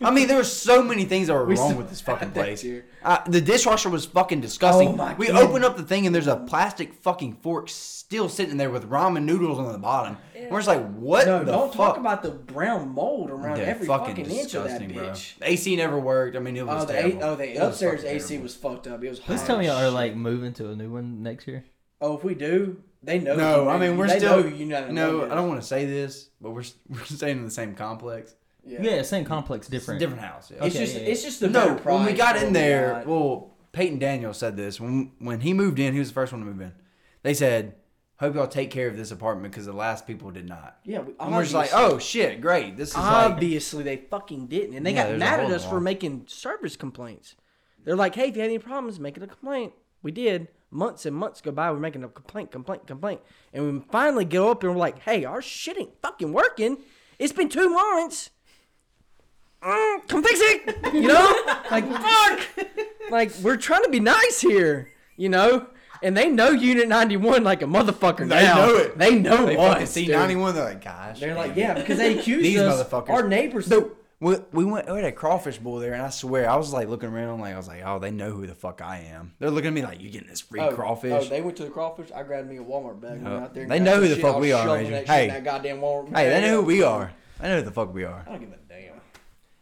[SPEAKER 2] I mean, there were so many things that were
[SPEAKER 4] We
[SPEAKER 2] wrong
[SPEAKER 4] still
[SPEAKER 2] with this fucking
[SPEAKER 4] have that
[SPEAKER 2] place.
[SPEAKER 4] chair.
[SPEAKER 2] Uh, the dishwasher was fucking disgusting.
[SPEAKER 4] Oh my
[SPEAKER 2] we
[SPEAKER 4] God.
[SPEAKER 2] open up the thing and there's a plastic fucking fork still sitting there with ramen noodles on the bottom. We're just like, what
[SPEAKER 4] No,
[SPEAKER 2] the
[SPEAKER 4] don't
[SPEAKER 2] fuck?
[SPEAKER 4] talk about the brown mold around
[SPEAKER 2] They're
[SPEAKER 4] every fucking, inch of that
[SPEAKER 2] disgusting, bro.
[SPEAKER 4] bitch.
[SPEAKER 2] The AC never worked. I mean, it was
[SPEAKER 4] Oh, the
[SPEAKER 2] terrible.
[SPEAKER 4] A- oh, the
[SPEAKER 2] It was
[SPEAKER 4] upstairs
[SPEAKER 2] fucking
[SPEAKER 4] AC
[SPEAKER 2] terrible.
[SPEAKER 4] was fucked up. It was.
[SPEAKER 1] Please
[SPEAKER 4] hot
[SPEAKER 1] tell me
[SPEAKER 4] as
[SPEAKER 1] y'all are
[SPEAKER 4] shit.
[SPEAKER 1] like moving to a new one next year.
[SPEAKER 4] Oh, if we do, they know.
[SPEAKER 2] No,
[SPEAKER 4] you,
[SPEAKER 2] I mean we're
[SPEAKER 4] they
[SPEAKER 2] still.
[SPEAKER 4] Know you know.
[SPEAKER 2] no,
[SPEAKER 4] they
[SPEAKER 2] I don't want to say this, but we're s- we're staying in the same complex.
[SPEAKER 4] Yeah.
[SPEAKER 1] Yeah, same complex,
[SPEAKER 2] It's a
[SPEAKER 1] different.
[SPEAKER 2] different house. yeah.
[SPEAKER 4] It's
[SPEAKER 1] Okay,
[SPEAKER 4] just.
[SPEAKER 1] yeah, yeah.
[SPEAKER 4] It's just the
[SPEAKER 2] no,
[SPEAKER 4] better price.
[SPEAKER 2] when we got
[SPEAKER 4] for
[SPEAKER 2] in
[SPEAKER 4] what we
[SPEAKER 2] there,
[SPEAKER 4] got.
[SPEAKER 2] well, Peyton Daniel said this when when he moved in. He was the first one to move in. They said, "Hope y'all take care of this apartment because the last people did not."
[SPEAKER 4] yeah, we,
[SPEAKER 2] And we're just like,
[SPEAKER 4] obviously-
[SPEAKER 2] "Oh shit, great! This is like."
[SPEAKER 4] obviously they fucking didn't, and they
[SPEAKER 2] Yeah,
[SPEAKER 4] got
[SPEAKER 2] there's a
[SPEAKER 4] mad
[SPEAKER 2] hole
[SPEAKER 4] at
[SPEAKER 2] in
[SPEAKER 4] us
[SPEAKER 2] the
[SPEAKER 4] for
[SPEAKER 2] wall.
[SPEAKER 4] making service complaints. They're like, "Hey, if you had any problems, make it a complaint." We did. Months and months go by. We're making a complaint, complaint, complaint, and we finally go up and we're like, "Hey, our shit ain't fucking working. It's been two months. Mm, come fix it." You know, like fuck. Like we're trying to be nice here, you know. And they know Unit 91 like a motherfucker
[SPEAKER 2] They
[SPEAKER 4] now.
[SPEAKER 2] know it.
[SPEAKER 4] They know
[SPEAKER 2] They fucking
[SPEAKER 4] us.
[SPEAKER 2] see
[SPEAKER 4] dude.
[SPEAKER 2] ninety one. They're like, "Gosh."
[SPEAKER 4] They're like,
[SPEAKER 2] damn it."
[SPEAKER 4] yeah, because they accused
[SPEAKER 2] These
[SPEAKER 4] us.
[SPEAKER 2] motherfuckers.
[SPEAKER 4] Our neighbors.
[SPEAKER 2] No, we, we went we had a crawfish bowl there, and I swear I was like looking around, like I was like, "Oh, they know who the fuck I am." They're looking at me like, "You getting this free
[SPEAKER 4] Oh,
[SPEAKER 2] crawfish?"
[SPEAKER 4] Oh, they went to the crawfish. I grabbed me a Walmart bag. Went
[SPEAKER 2] Oh,
[SPEAKER 4] out there. and
[SPEAKER 2] they
[SPEAKER 4] grabbed
[SPEAKER 2] know
[SPEAKER 4] some
[SPEAKER 2] who the
[SPEAKER 4] shit.
[SPEAKER 2] fuck
[SPEAKER 4] I was
[SPEAKER 2] we are,
[SPEAKER 4] shoveling
[SPEAKER 2] Major.
[SPEAKER 4] that shit in
[SPEAKER 2] Hey.
[SPEAKER 4] that goddamn Walmart.
[SPEAKER 2] hey, they
[SPEAKER 4] bag.
[SPEAKER 2] know who we are. They know who the fuck we are.
[SPEAKER 4] I don't give a damn.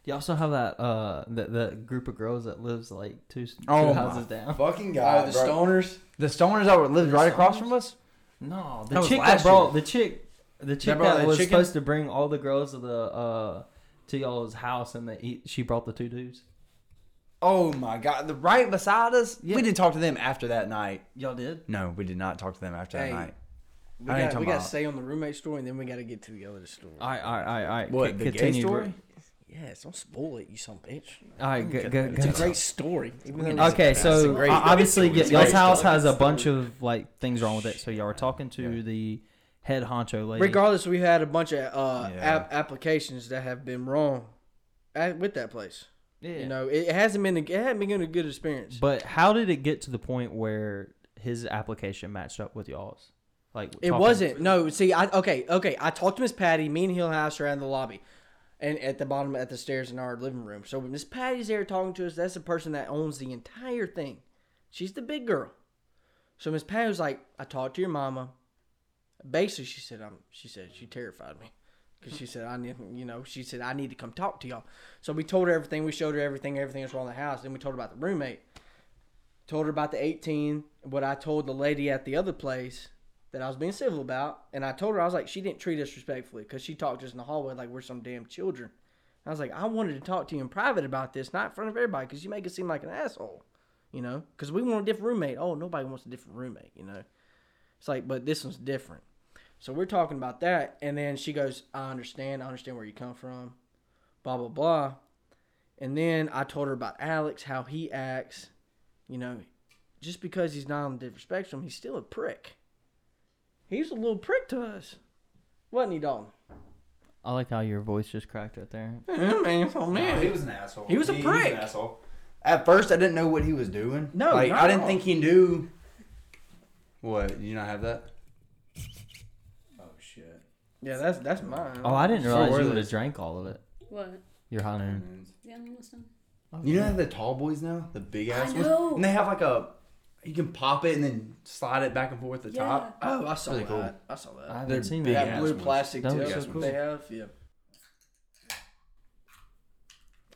[SPEAKER 1] You also have that uh that, that group of girls that lives like two, two
[SPEAKER 2] Oh my
[SPEAKER 1] houses down.
[SPEAKER 2] Fucking
[SPEAKER 4] Oh, the stoners.
[SPEAKER 2] The stoners that were lived right across from us.
[SPEAKER 1] No,
[SPEAKER 2] That
[SPEAKER 1] the
[SPEAKER 2] was
[SPEAKER 1] chick that
[SPEAKER 2] last year.
[SPEAKER 1] brought the chick the chick
[SPEAKER 2] brought
[SPEAKER 1] that,
[SPEAKER 2] that
[SPEAKER 1] was
[SPEAKER 2] chicken?
[SPEAKER 1] supposed to bring all the girls to the uh to y'all's house and they eat, she brought the two dudes.
[SPEAKER 2] Oh my god, the right beside us.
[SPEAKER 1] Yeah.
[SPEAKER 2] We didn't talk to them after that night.
[SPEAKER 1] Y'all did?
[SPEAKER 2] No, we did not talk to them after
[SPEAKER 4] Hey.
[SPEAKER 2] that night.
[SPEAKER 4] We
[SPEAKER 2] I ain't
[SPEAKER 4] got,
[SPEAKER 2] talking
[SPEAKER 4] we got to
[SPEAKER 2] about- Uh,
[SPEAKER 4] stay on the roommate story, and then we got to get to the other story.
[SPEAKER 1] All right, all right, all right, all right.
[SPEAKER 2] What the gay story?
[SPEAKER 4] yes, don't spoil it, you son of a bitch.
[SPEAKER 1] All right, go, go,
[SPEAKER 4] It's a
[SPEAKER 1] go.
[SPEAKER 4] great story.
[SPEAKER 1] Okay,
[SPEAKER 2] That's a
[SPEAKER 1] so
[SPEAKER 2] great-
[SPEAKER 1] uh, obviously
[SPEAKER 2] It's a
[SPEAKER 1] y'all's
[SPEAKER 2] great
[SPEAKER 1] house
[SPEAKER 2] story.
[SPEAKER 1] has a bunch of like things wrong with it. So y'all are talking to the head honcho lady.
[SPEAKER 4] Regardless, we had a bunch of uh,
[SPEAKER 2] Yeah.
[SPEAKER 4] app- applications that have been wrong at, with that place.
[SPEAKER 1] yeah.
[SPEAKER 4] You know, it, it hasn't been a, it hasn't been a good experience.
[SPEAKER 1] But how did it get to the point where his application matched up with y'all's? Like
[SPEAKER 4] It
[SPEAKER 1] talking-
[SPEAKER 4] wasn't. No, see, I okay, okay. I talked to Miss Patty. Me and Hillhouse are in the lobby, and at the bottom at the stairs in our living room. So Miss Patty's there talking to us. That's the person that owns the entire thing. She's the big girl. So Miss Patty was like, I talked to your mama. Basically, she said, "I'm." She said she terrified me because she said I need, you know, she said I need to come talk to y'all. So we told her everything. We showed her everything. Everything that's wrong in the house. Then we told her about the roommate. Told her about the 18. What I told the lady at the other place that I was being civil about, and I told her I was like, she didn't treat us respectfully because she talked to us in the hallway like we're some damn children. I was like, I wanted to talk to you in private about this, not in front of everybody, because you make it seem like an asshole, you know? Because we want a different roommate. Oh, nobody wants a different roommate, you know? It's like, but this one's different. So we're talking about that, and then she goes, I understand. I understand where you come from, blah, blah, blah. And then I told her about Alex, how he acts. You know, just because he's not on the different spectrum, he's still a prick. He's a little prick to us. Wasn't he, Dalton?
[SPEAKER 1] I like how your voice just cracked right there.
[SPEAKER 4] oh,
[SPEAKER 2] No, he was an asshole.
[SPEAKER 4] He was a
[SPEAKER 2] was an
[SPEAKER 4] prick.
[SPEAKER 2] asshole. At first, I didn't know what he was doing.
[SPEAKER 4] No,
[SPEAKER 2] like
[SPEAKER 4] not
[SPEAKER 2] I
[SPEAKER 4] at
[SPEAKER 2] didn't
[SPEAKER 4] all.
[SPEAKER 2] think he knew. What? Did you not have that? Oh shit!
[SPEAKER 4] Yeah, that's that's mine.
[SPEAKER 1] Oh, I didn't
[SPEAKER 2] So
[SPEAKER 1] realize you
[SPEAKER 2] worth
[SPEAKER 1] would
[SPEAKER 2] it.
[SPEAKER 1] have drank all of it.
[SPEAKER 3] What?
[SPEAKER 1] Your honeymoon.
[SPEAKER 3] Yeah, I'm listening.
[SPEAKER 2] You know the tall boys now, the big ass ones,
[SPEAKER 3] know.
[SPEAKER 2] and they have like a. You can pop it and then slide it back and forth at the
[SPEAKER 3] Yeah.
[SPEAKER 2] top.
[SPEAKER 4] Oh, I saw
[SPEAKER 2] Really
[SPEAKER 4] that.
[SPEAKER 2] cool.
[SPEAKER 4] I saw that.
[SPEAKER 1] I
[SPEAKER 2] They're
[SPEAKER 1] haven't seen
[SPEAKER 2] big
[SPEAKER 1] that.
[SPEAKER 2] ass
[SPEAKER 4] that blue
[SPEAKER 2] ones.
[SPEAKER 4] plastic
[SPEAKER 1] That
[SPEAKER 4] tip
[SPEAKER 1] was so
[SPEAKER 4] that
[SPEAKER 1] cool.
[SPEAKER 4] they have. Yeah.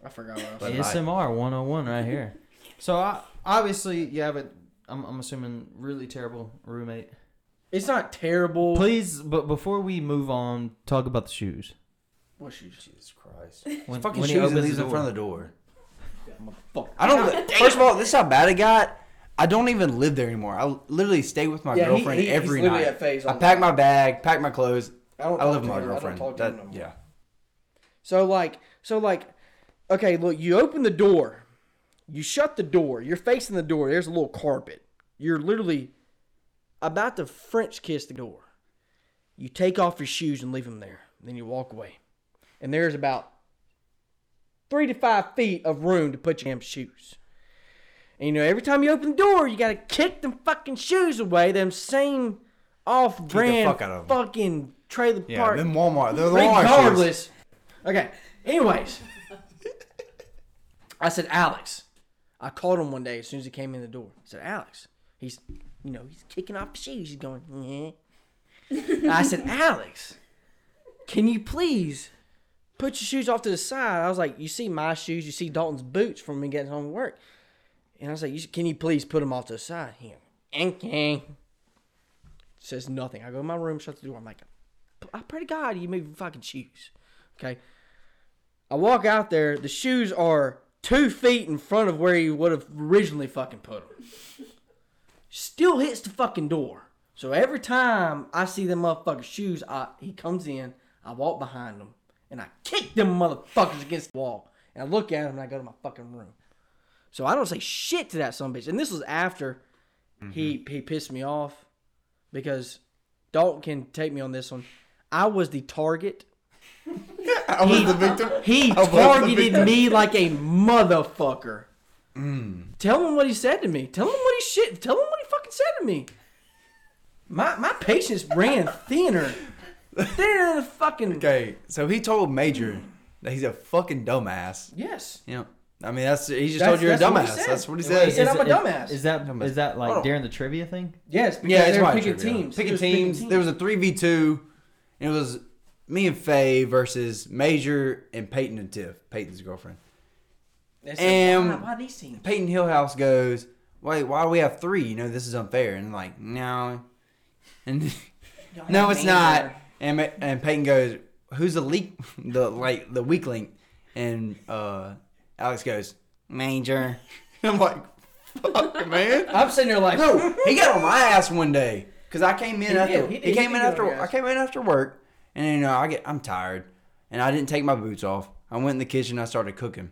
[SPEAKER 4] I forgot what I was
[SPEAKER 2] But-
[SPEAKER 1] ASMR 101 right here. So I, obviously you have it. I'm, I'm assuming really terrible roommate.
[SPEAKER 4] It's not terrible.
[SPEAKER 1] Please, but before we move on, talk about the shoes.
[SPEAKER 4] What shoes?
[SPEAKER 2] Jesus Christ!
[SPEAKER 1] When,
[SPEAKER 2] Fucking
[SPEAKER 1] when he
[SPEAKER 2] shoes
[SPEAKER 1] opens
[SPEAKER 2] and leaves
[SPEAKER 1] the
[SPEAKER 2] in front
[SPEAKER 1] door.
[SPEAKER 2] of the door.
[SPEAKER 4] Fuck.
[SPEAKER 2] I don't. first of all, this is how bad it got. I don't even live there anymore. I literally stay with my
[SPEAKER 4] Yeah, he-
[SPEAKER 2] girlfriend
[SPEAKER 4] he- he's
[SPEAKER 2] every
[SPEAKER 4] literally
[SPEAKER 2] night.
[SPEAKER 4] at phase
[SPEAKER 2] I
[SPEAKER 4] on
[SPEAKER 2] pack
[SPEAKER 4] that.
[SPEAKER 2] my bag, pack my clothes.
[SPEAKER 4] I don't.
[SPEAKER 2] I
[SPEAKER 4] talk
[SPEAKER 2] live with
[SPEAKER 4] to
[SPEAKER 2] my
[SPEAKER 4] her.
[SPEAKER 2] girlfriend.
[SPEAKER 4] I don't talk to her
[SPEAKER 2] That-
[SPEAKER 4] no more.
[SPEAKER 2] yeah.
[SPEAKER 4] So like, so like, okay, look, you open the door, you shut the door, you're facing the door. There's a little carpet. You're literally about to French kiss the door. You take off your shoes and leave them there. Then you walk away, and there's about three to five feet of room to put your damn shoes. And you know, every time you open the door, you gotta kick them fucking shoes away. Them same off-brand
[SPEAKER 2] fuck out of 'em.
[SPEAKER 4] fucking trailer
[SPEAKER 2] Yeah,
[SPEAKER 4] park
[SPEAKER 2] them Walmart. They're the Walmart shoes.
[SPEAKER 4] Regardless. Okay. Anyways, I said Alex. I called him one day as soon as he came in the door. I said Alex. He's, you know, he's kicking off his shoes. He's going. "Yeah." I said Alex, can you please put your shoes off to the side? I was like, you see my shoes, you see Dalton's boots from me getting home from work, and I was like, you, can you please put them off to the side? He, went, okay. Says nothing. I go in my room, shut the door. I'm like, I pray to God you move your fucking shoes. Okay. I walk out there. The shoes are two feet in front of where you would have originally fucking put them. Still hits the fucking door. So every time I see them motherfucking shoes, I, he comes in. I walk behind him and I kick them motherfuckers against the wall. And I look at him and I go to my fucking room. So I don't say shit to that son of a bitch. And this was after he he pissed me off because Dalton can take me on this one. I was the target.
[SPEAKER 2] I was the victim.
[SPEAKER 4] He
[SPEAKER 2] was the
[SPEAKER 4] targeted me like a motherfucker.
[SPEAKER 2] Mm.
[SPEAKER 4] Tell him what he said to me. Tell him what he shit. Tell him what he fucking said to me. My my patience ran thinner, thinner than a fucking.
[SPEAKER 2] Okay, so he told Major that he's a fucking dumbass.
[SPEAKER 4] Yes.
[SPEAKER 2] You know, I mean, that's he just
[SPEAKER 4] That's-
[SPEAKER 2] told you you're a
[SPEAKER 4] that's what he
[SPEAKER 2] dumbass.
[SPEAKER 4] said.
[SPEAKER 2] that's what he
[SPEAKER 4] That's what
[SPEAKER 2] said.
[SPEAKER 4] he said.
[SPEAKER 1] Is
[SPEAKER 4] I'm a
[SPEAKER 1] it-
[SPEAKER 4] dumbass.
[SPEAKER 1] Is that is that like
[SPEAKER 2] Hold on.
[SPEAKER 1] during the trivia thing?
[SPEAKER 4] Yes. Because
[SPEAKER 2] yeah, it's
[SPEAKER 4] they're
[SPEAKER 2] probably
[SPEAKER 4] picking
[SPEAKER 2] true, yeah.
[SPEAKER 4] teams. It
[SPEAKER 2] Picking
[SPEAKER 4] was
[SPEAKER 2] teams. There was a three v two. It was me and Faye versus Major and Peyton and Tiff, Peyton's girlfriend.
[SPEAKER 4] They said,
[SPEAKER 2] Um,
[SPEAKER 4] why, why these teams?
[SPEAKER 2] Peyton Hillhouse goes, "Wait, why do we have three? You know, this is unfair." And I'm like, no, and no, it's not. And Ma- and Peyton goes, "Who's the leak? The like the weak link?" And uh, Alex goes, "Major." I'm like, "Fuck, man."
[SPEAKER 4] I'm sitting there like,
[SPEAKER 2] No, he got on my ass one day because I came in
[SPEAKER 4] He
[SPEAKER 2] after
[SPEAKER 4] did, he
[SPEAKER 2] he,
[SPEAKER 4] did, he
[SPEAKER 2] came
[SPEAKER 4] did get
[SPEAKER 2] in
[SPEAKER 4] on
[SPEAKER 2] after
[SPEAKER 4] your
[SPEAKER 2] I
[SPEAKER 4] ass.
[SPEAKER 2] came in after work, and you know I get I'm tired, and I didn't take my boots off. I went in the kitchen, I started cooking.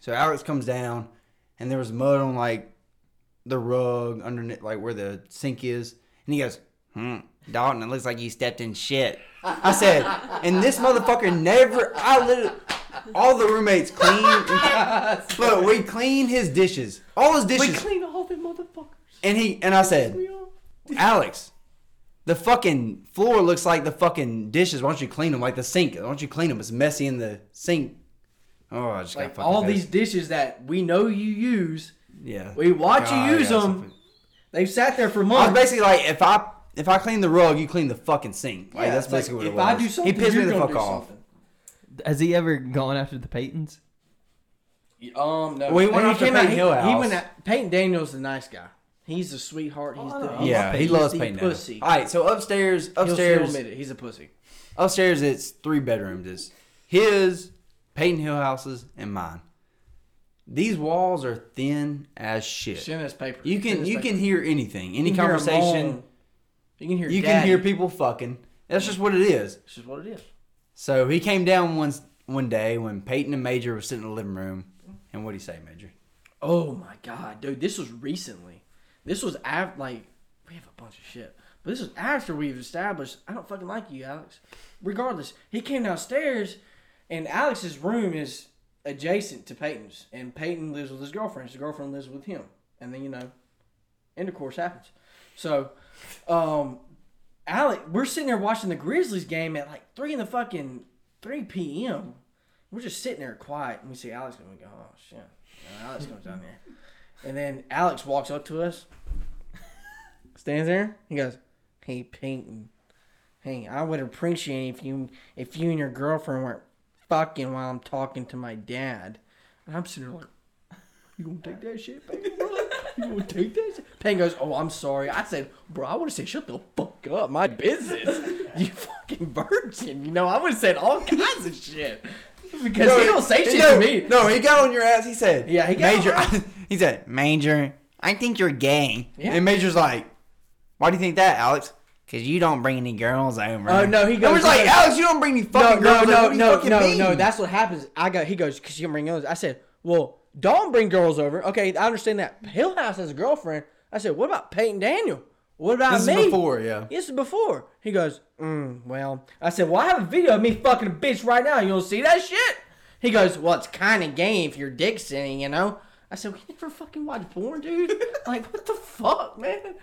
[SPEAKER 2] So Alex comes down, and there was mud on like the rug underneath, like where the sink is, and he goes, "Hmm, Dalton, it looks like you stepped in shit." I said, and this motherfucker never. I literally. All the roommates clean. Look, we cleaned his dishes. All his
[SPEAKER 4] we
[SPEAKER 2] dishes.
[SPEAKER 4] clean all them motherfuckers.
[SPEAKER 2] And he and I said,
[SPEAKER 4] We all.
[SPEAKER 2] Alex, the fucking floor looks like the fucking dishes. Why don't you clean them like the sink? Why don't you clean them? It's messy in the sink. Oh, I just
[SPEAKER 4] Like
[SPEAKER 2] got fucking
[SPEAKER 4] all
[SPEAKER 2] pissed.
[SPEAKER 4] these dishes that we know you use,
[SPEAKER 2] Yeah,
[SPEAKER 4] we watch you use
[SPEAKER 2] yeah,
[SPEAKER 4] them.
[SPEAKER 2] something.
[SPEAKER 4] They've sat there for
[SPEAKER 2] I was
[SPEAKER 4] months.
[SPEAKER 2] basically like, if I if I clean the rug, you clean the fucking sink. Like
[SPEAKER 4] Yeah,
[SPEAKER 2] that's
[SPEAKER 4] it's like,
[SPEAKER 2] basically what it
[SPEAKER 4] if
[SPEAKER 2] was.
[SPEAKER 4] I do something,
[SPEAKER 2] he pissed
[SPEAKER 4] you're
[SPEAKER 2] me the
[SPEAKER 4] gonna
[SPEAKER 2] fuck
[SPEAKER 4] do
[SPEAKER 2] off.
[SPEAKER 4] something.
[SPEAKER 1] Has he ever gone after the Paytons?
[SPEAKER 4] Um, no.
[SPEAKER 2] Well, he went
[SPEAKER 4] And
[SPEAKER 2] after
[SPEAKER 4] came
[SPEAKER 2] Peyton
[SPEAKER 4] out-
[SPEAKER 2] Hill
[SPEAKER 4] He, he
[SPEAKER 2] House.
[SPEAKER 4] went out, Peyton Daniels, the nice guy. He's a sweetheart. He's
[SPEAKER 1] Oh, I
[SPEAKER 4] the
[SPEAKER 1] know.
[SPEAKER 4] he's
[SPEAKER 2] yeah,
[SPEAKER 4] the-
[SPEAKER 2] he
[SPEAKER 4] he's
[SPEAKER 2] loves
[SPEAKER 4] the
[SPEAKER 2] painting.
[SPEAKER 4] Pussy.
[SPEAKER 2] All right, so upstairs,
[SPEAKER 4] He'll still
[SPEAKER 2] upstairs,
[SPEAKER 4] admit it. He's a pussy.
[SPEAKER 2] upstairs, it's three bedrooms. It's his, Peyton Hill houses, and mine. These walls are thin as shit.
[SPEAKER 4] Send us paper.
[SPEAKER 2] You
[SPEAKER 4] Send
[SPEAKER 2] can
[SPEAKER 4] us
[SPEAKER 2] you
[SPEAKER 4] paper.
[SPEAKER 2] can hear anything, any
[SPEAKER 4] You can hear 'em
[SPEAKER 2] conversation.
[SPEAKER 4] moan. You can hear.
[SPEAKER 2] You can
[SPEAKER 4] daddy.
[SPEAKER 2] hear people fucking. That's just what it is.
[SPEAKER 4] This is what it is.
[SPEAKER 2] So he came down one one day when Peyton and Major were sitting in the living room, and what would he say, Major?
[SPEAKER 4] Oh my god, dude! This was recently. This was after like we have a bunch of shit, but this was after we've established I don't fucking like you, Alex. Regardless, he came downstairs, and Alex's room is adjacent to Peyton's, and Peyton lives with his girlfriend. His girlfriend lives with him, and then you know, intercourse happens. So, um, Alec, we're sitting there watching the Grizzlies game at like three in the fucking three p.m. We're just sitting there quiet, and we see Alex, and we go, "Oh shit!" And Alex comes down there, and then Alex walks up to us, stands there, he goes, "Hey, Peyton, hey, I would appreciate if you if you and your girlfriend weren't fucking while I'm talking to my dad." And I'm sitting there like, "You gonna take that shit, Peyton? Bro? You gonna take that?" Shit? Peyton goes, "Oh, I'm sorry." I said, "Bro, I would have said, shut the fuck up, my business, you fucking virgin." You know, I would have said all kinds of shit. Because he don't say shit
[SPEAKER 2] no,
[SPEAKER 4] to me.
[SPEAKER 2] No, he got on your ass. He said,
[SPEAKER 4] Yeah, he got
[SPEAKER 2] Major.
[SPEAKER 4] on my
[SPEAKER 2] he said, Major, I think you're gay.
[SPEAKER 4] Yeah.
[SPEAKER 2] And Major's like, Why do you think that, Alex? Because you don't bring any girls over.
[SPEAKER 4] Oh, no, he goes-
[SPEAKER 2] I was like, Alex, you don't bring any
[SPEAKER 4] no,
[SPEAKER 2] fucking
[SPEAKER 4] no,
[SPEAKER 2] girls.
[SPEAKER 4] no,
[SPEAKER 2] over.
[SPEAKER 4] no,
[SPEAKER 2] what do you
[SPEAKER 4] no,
[SPEAKER 2] fucking mean?
[SPEAKER 4] no. That's what happens. I go. He goes because you can bring girls. I said, well, don't bring girls over. Okay, I understand that. Hill House has a girlfriend. I said, what about Peyton Daniel? What about
[SPEAKER 2] This is
[SPEAKER 4] me?
[SPEAKER 2] before, yeah.
[SPEAKER 4] This is before. He goes, mm, well. I said, well, I have a video of me fucking a bitch right now. You don't see that shit? He goes, well, it's kind of gay if you're dick sitting, you know. I said, we never fucking watch porn, dude. like, what the fuck, man?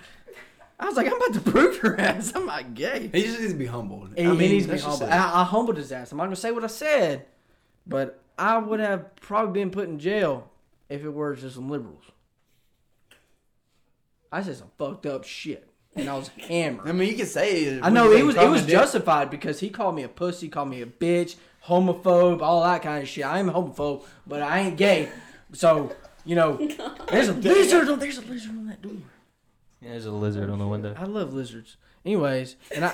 [SPEAKER 4] I was like, I'm about to prove your ass. I'm not gay.
[SPEAKER 2] He just needs to be humbled.
[SPEAKER 4] He, he needs to be
[SPEAKER 2] that's just
[SPEAKER 4] humble.
[SPEAKER 2] it.
[SPEAKER 4] I, I humbled his ass. I'm not gonna say what I said, but I would have probably been put in jail if it were just some liberals. I said some fucked up shit, and I was
[SPEAKER 2] I
[SPEAKER 4] hammered.
[SPEAKER 2] mean, you can say it.
[SPEAKER 4] I know
[SPEAKER 2] What do
[SPEAKER 4] it
[SPEAKER 2] you
[SPEAKER 4] was
[SPEAKER 2] think,
[SPEAKER 4] it was
[SPEAKER 2] Colin did?
[SPEAKER 4] justified because he called me a pussy, called me a bitch, homophobe, all that kind of shit. I am homophobe, but I ain't gay, so you know there's a lizard. On, there's a lizard on that door.
[SPEAKER 1] Yeah, there's a lizard on the window.
[SPEAKER 4] I love lizards. Anyways, and I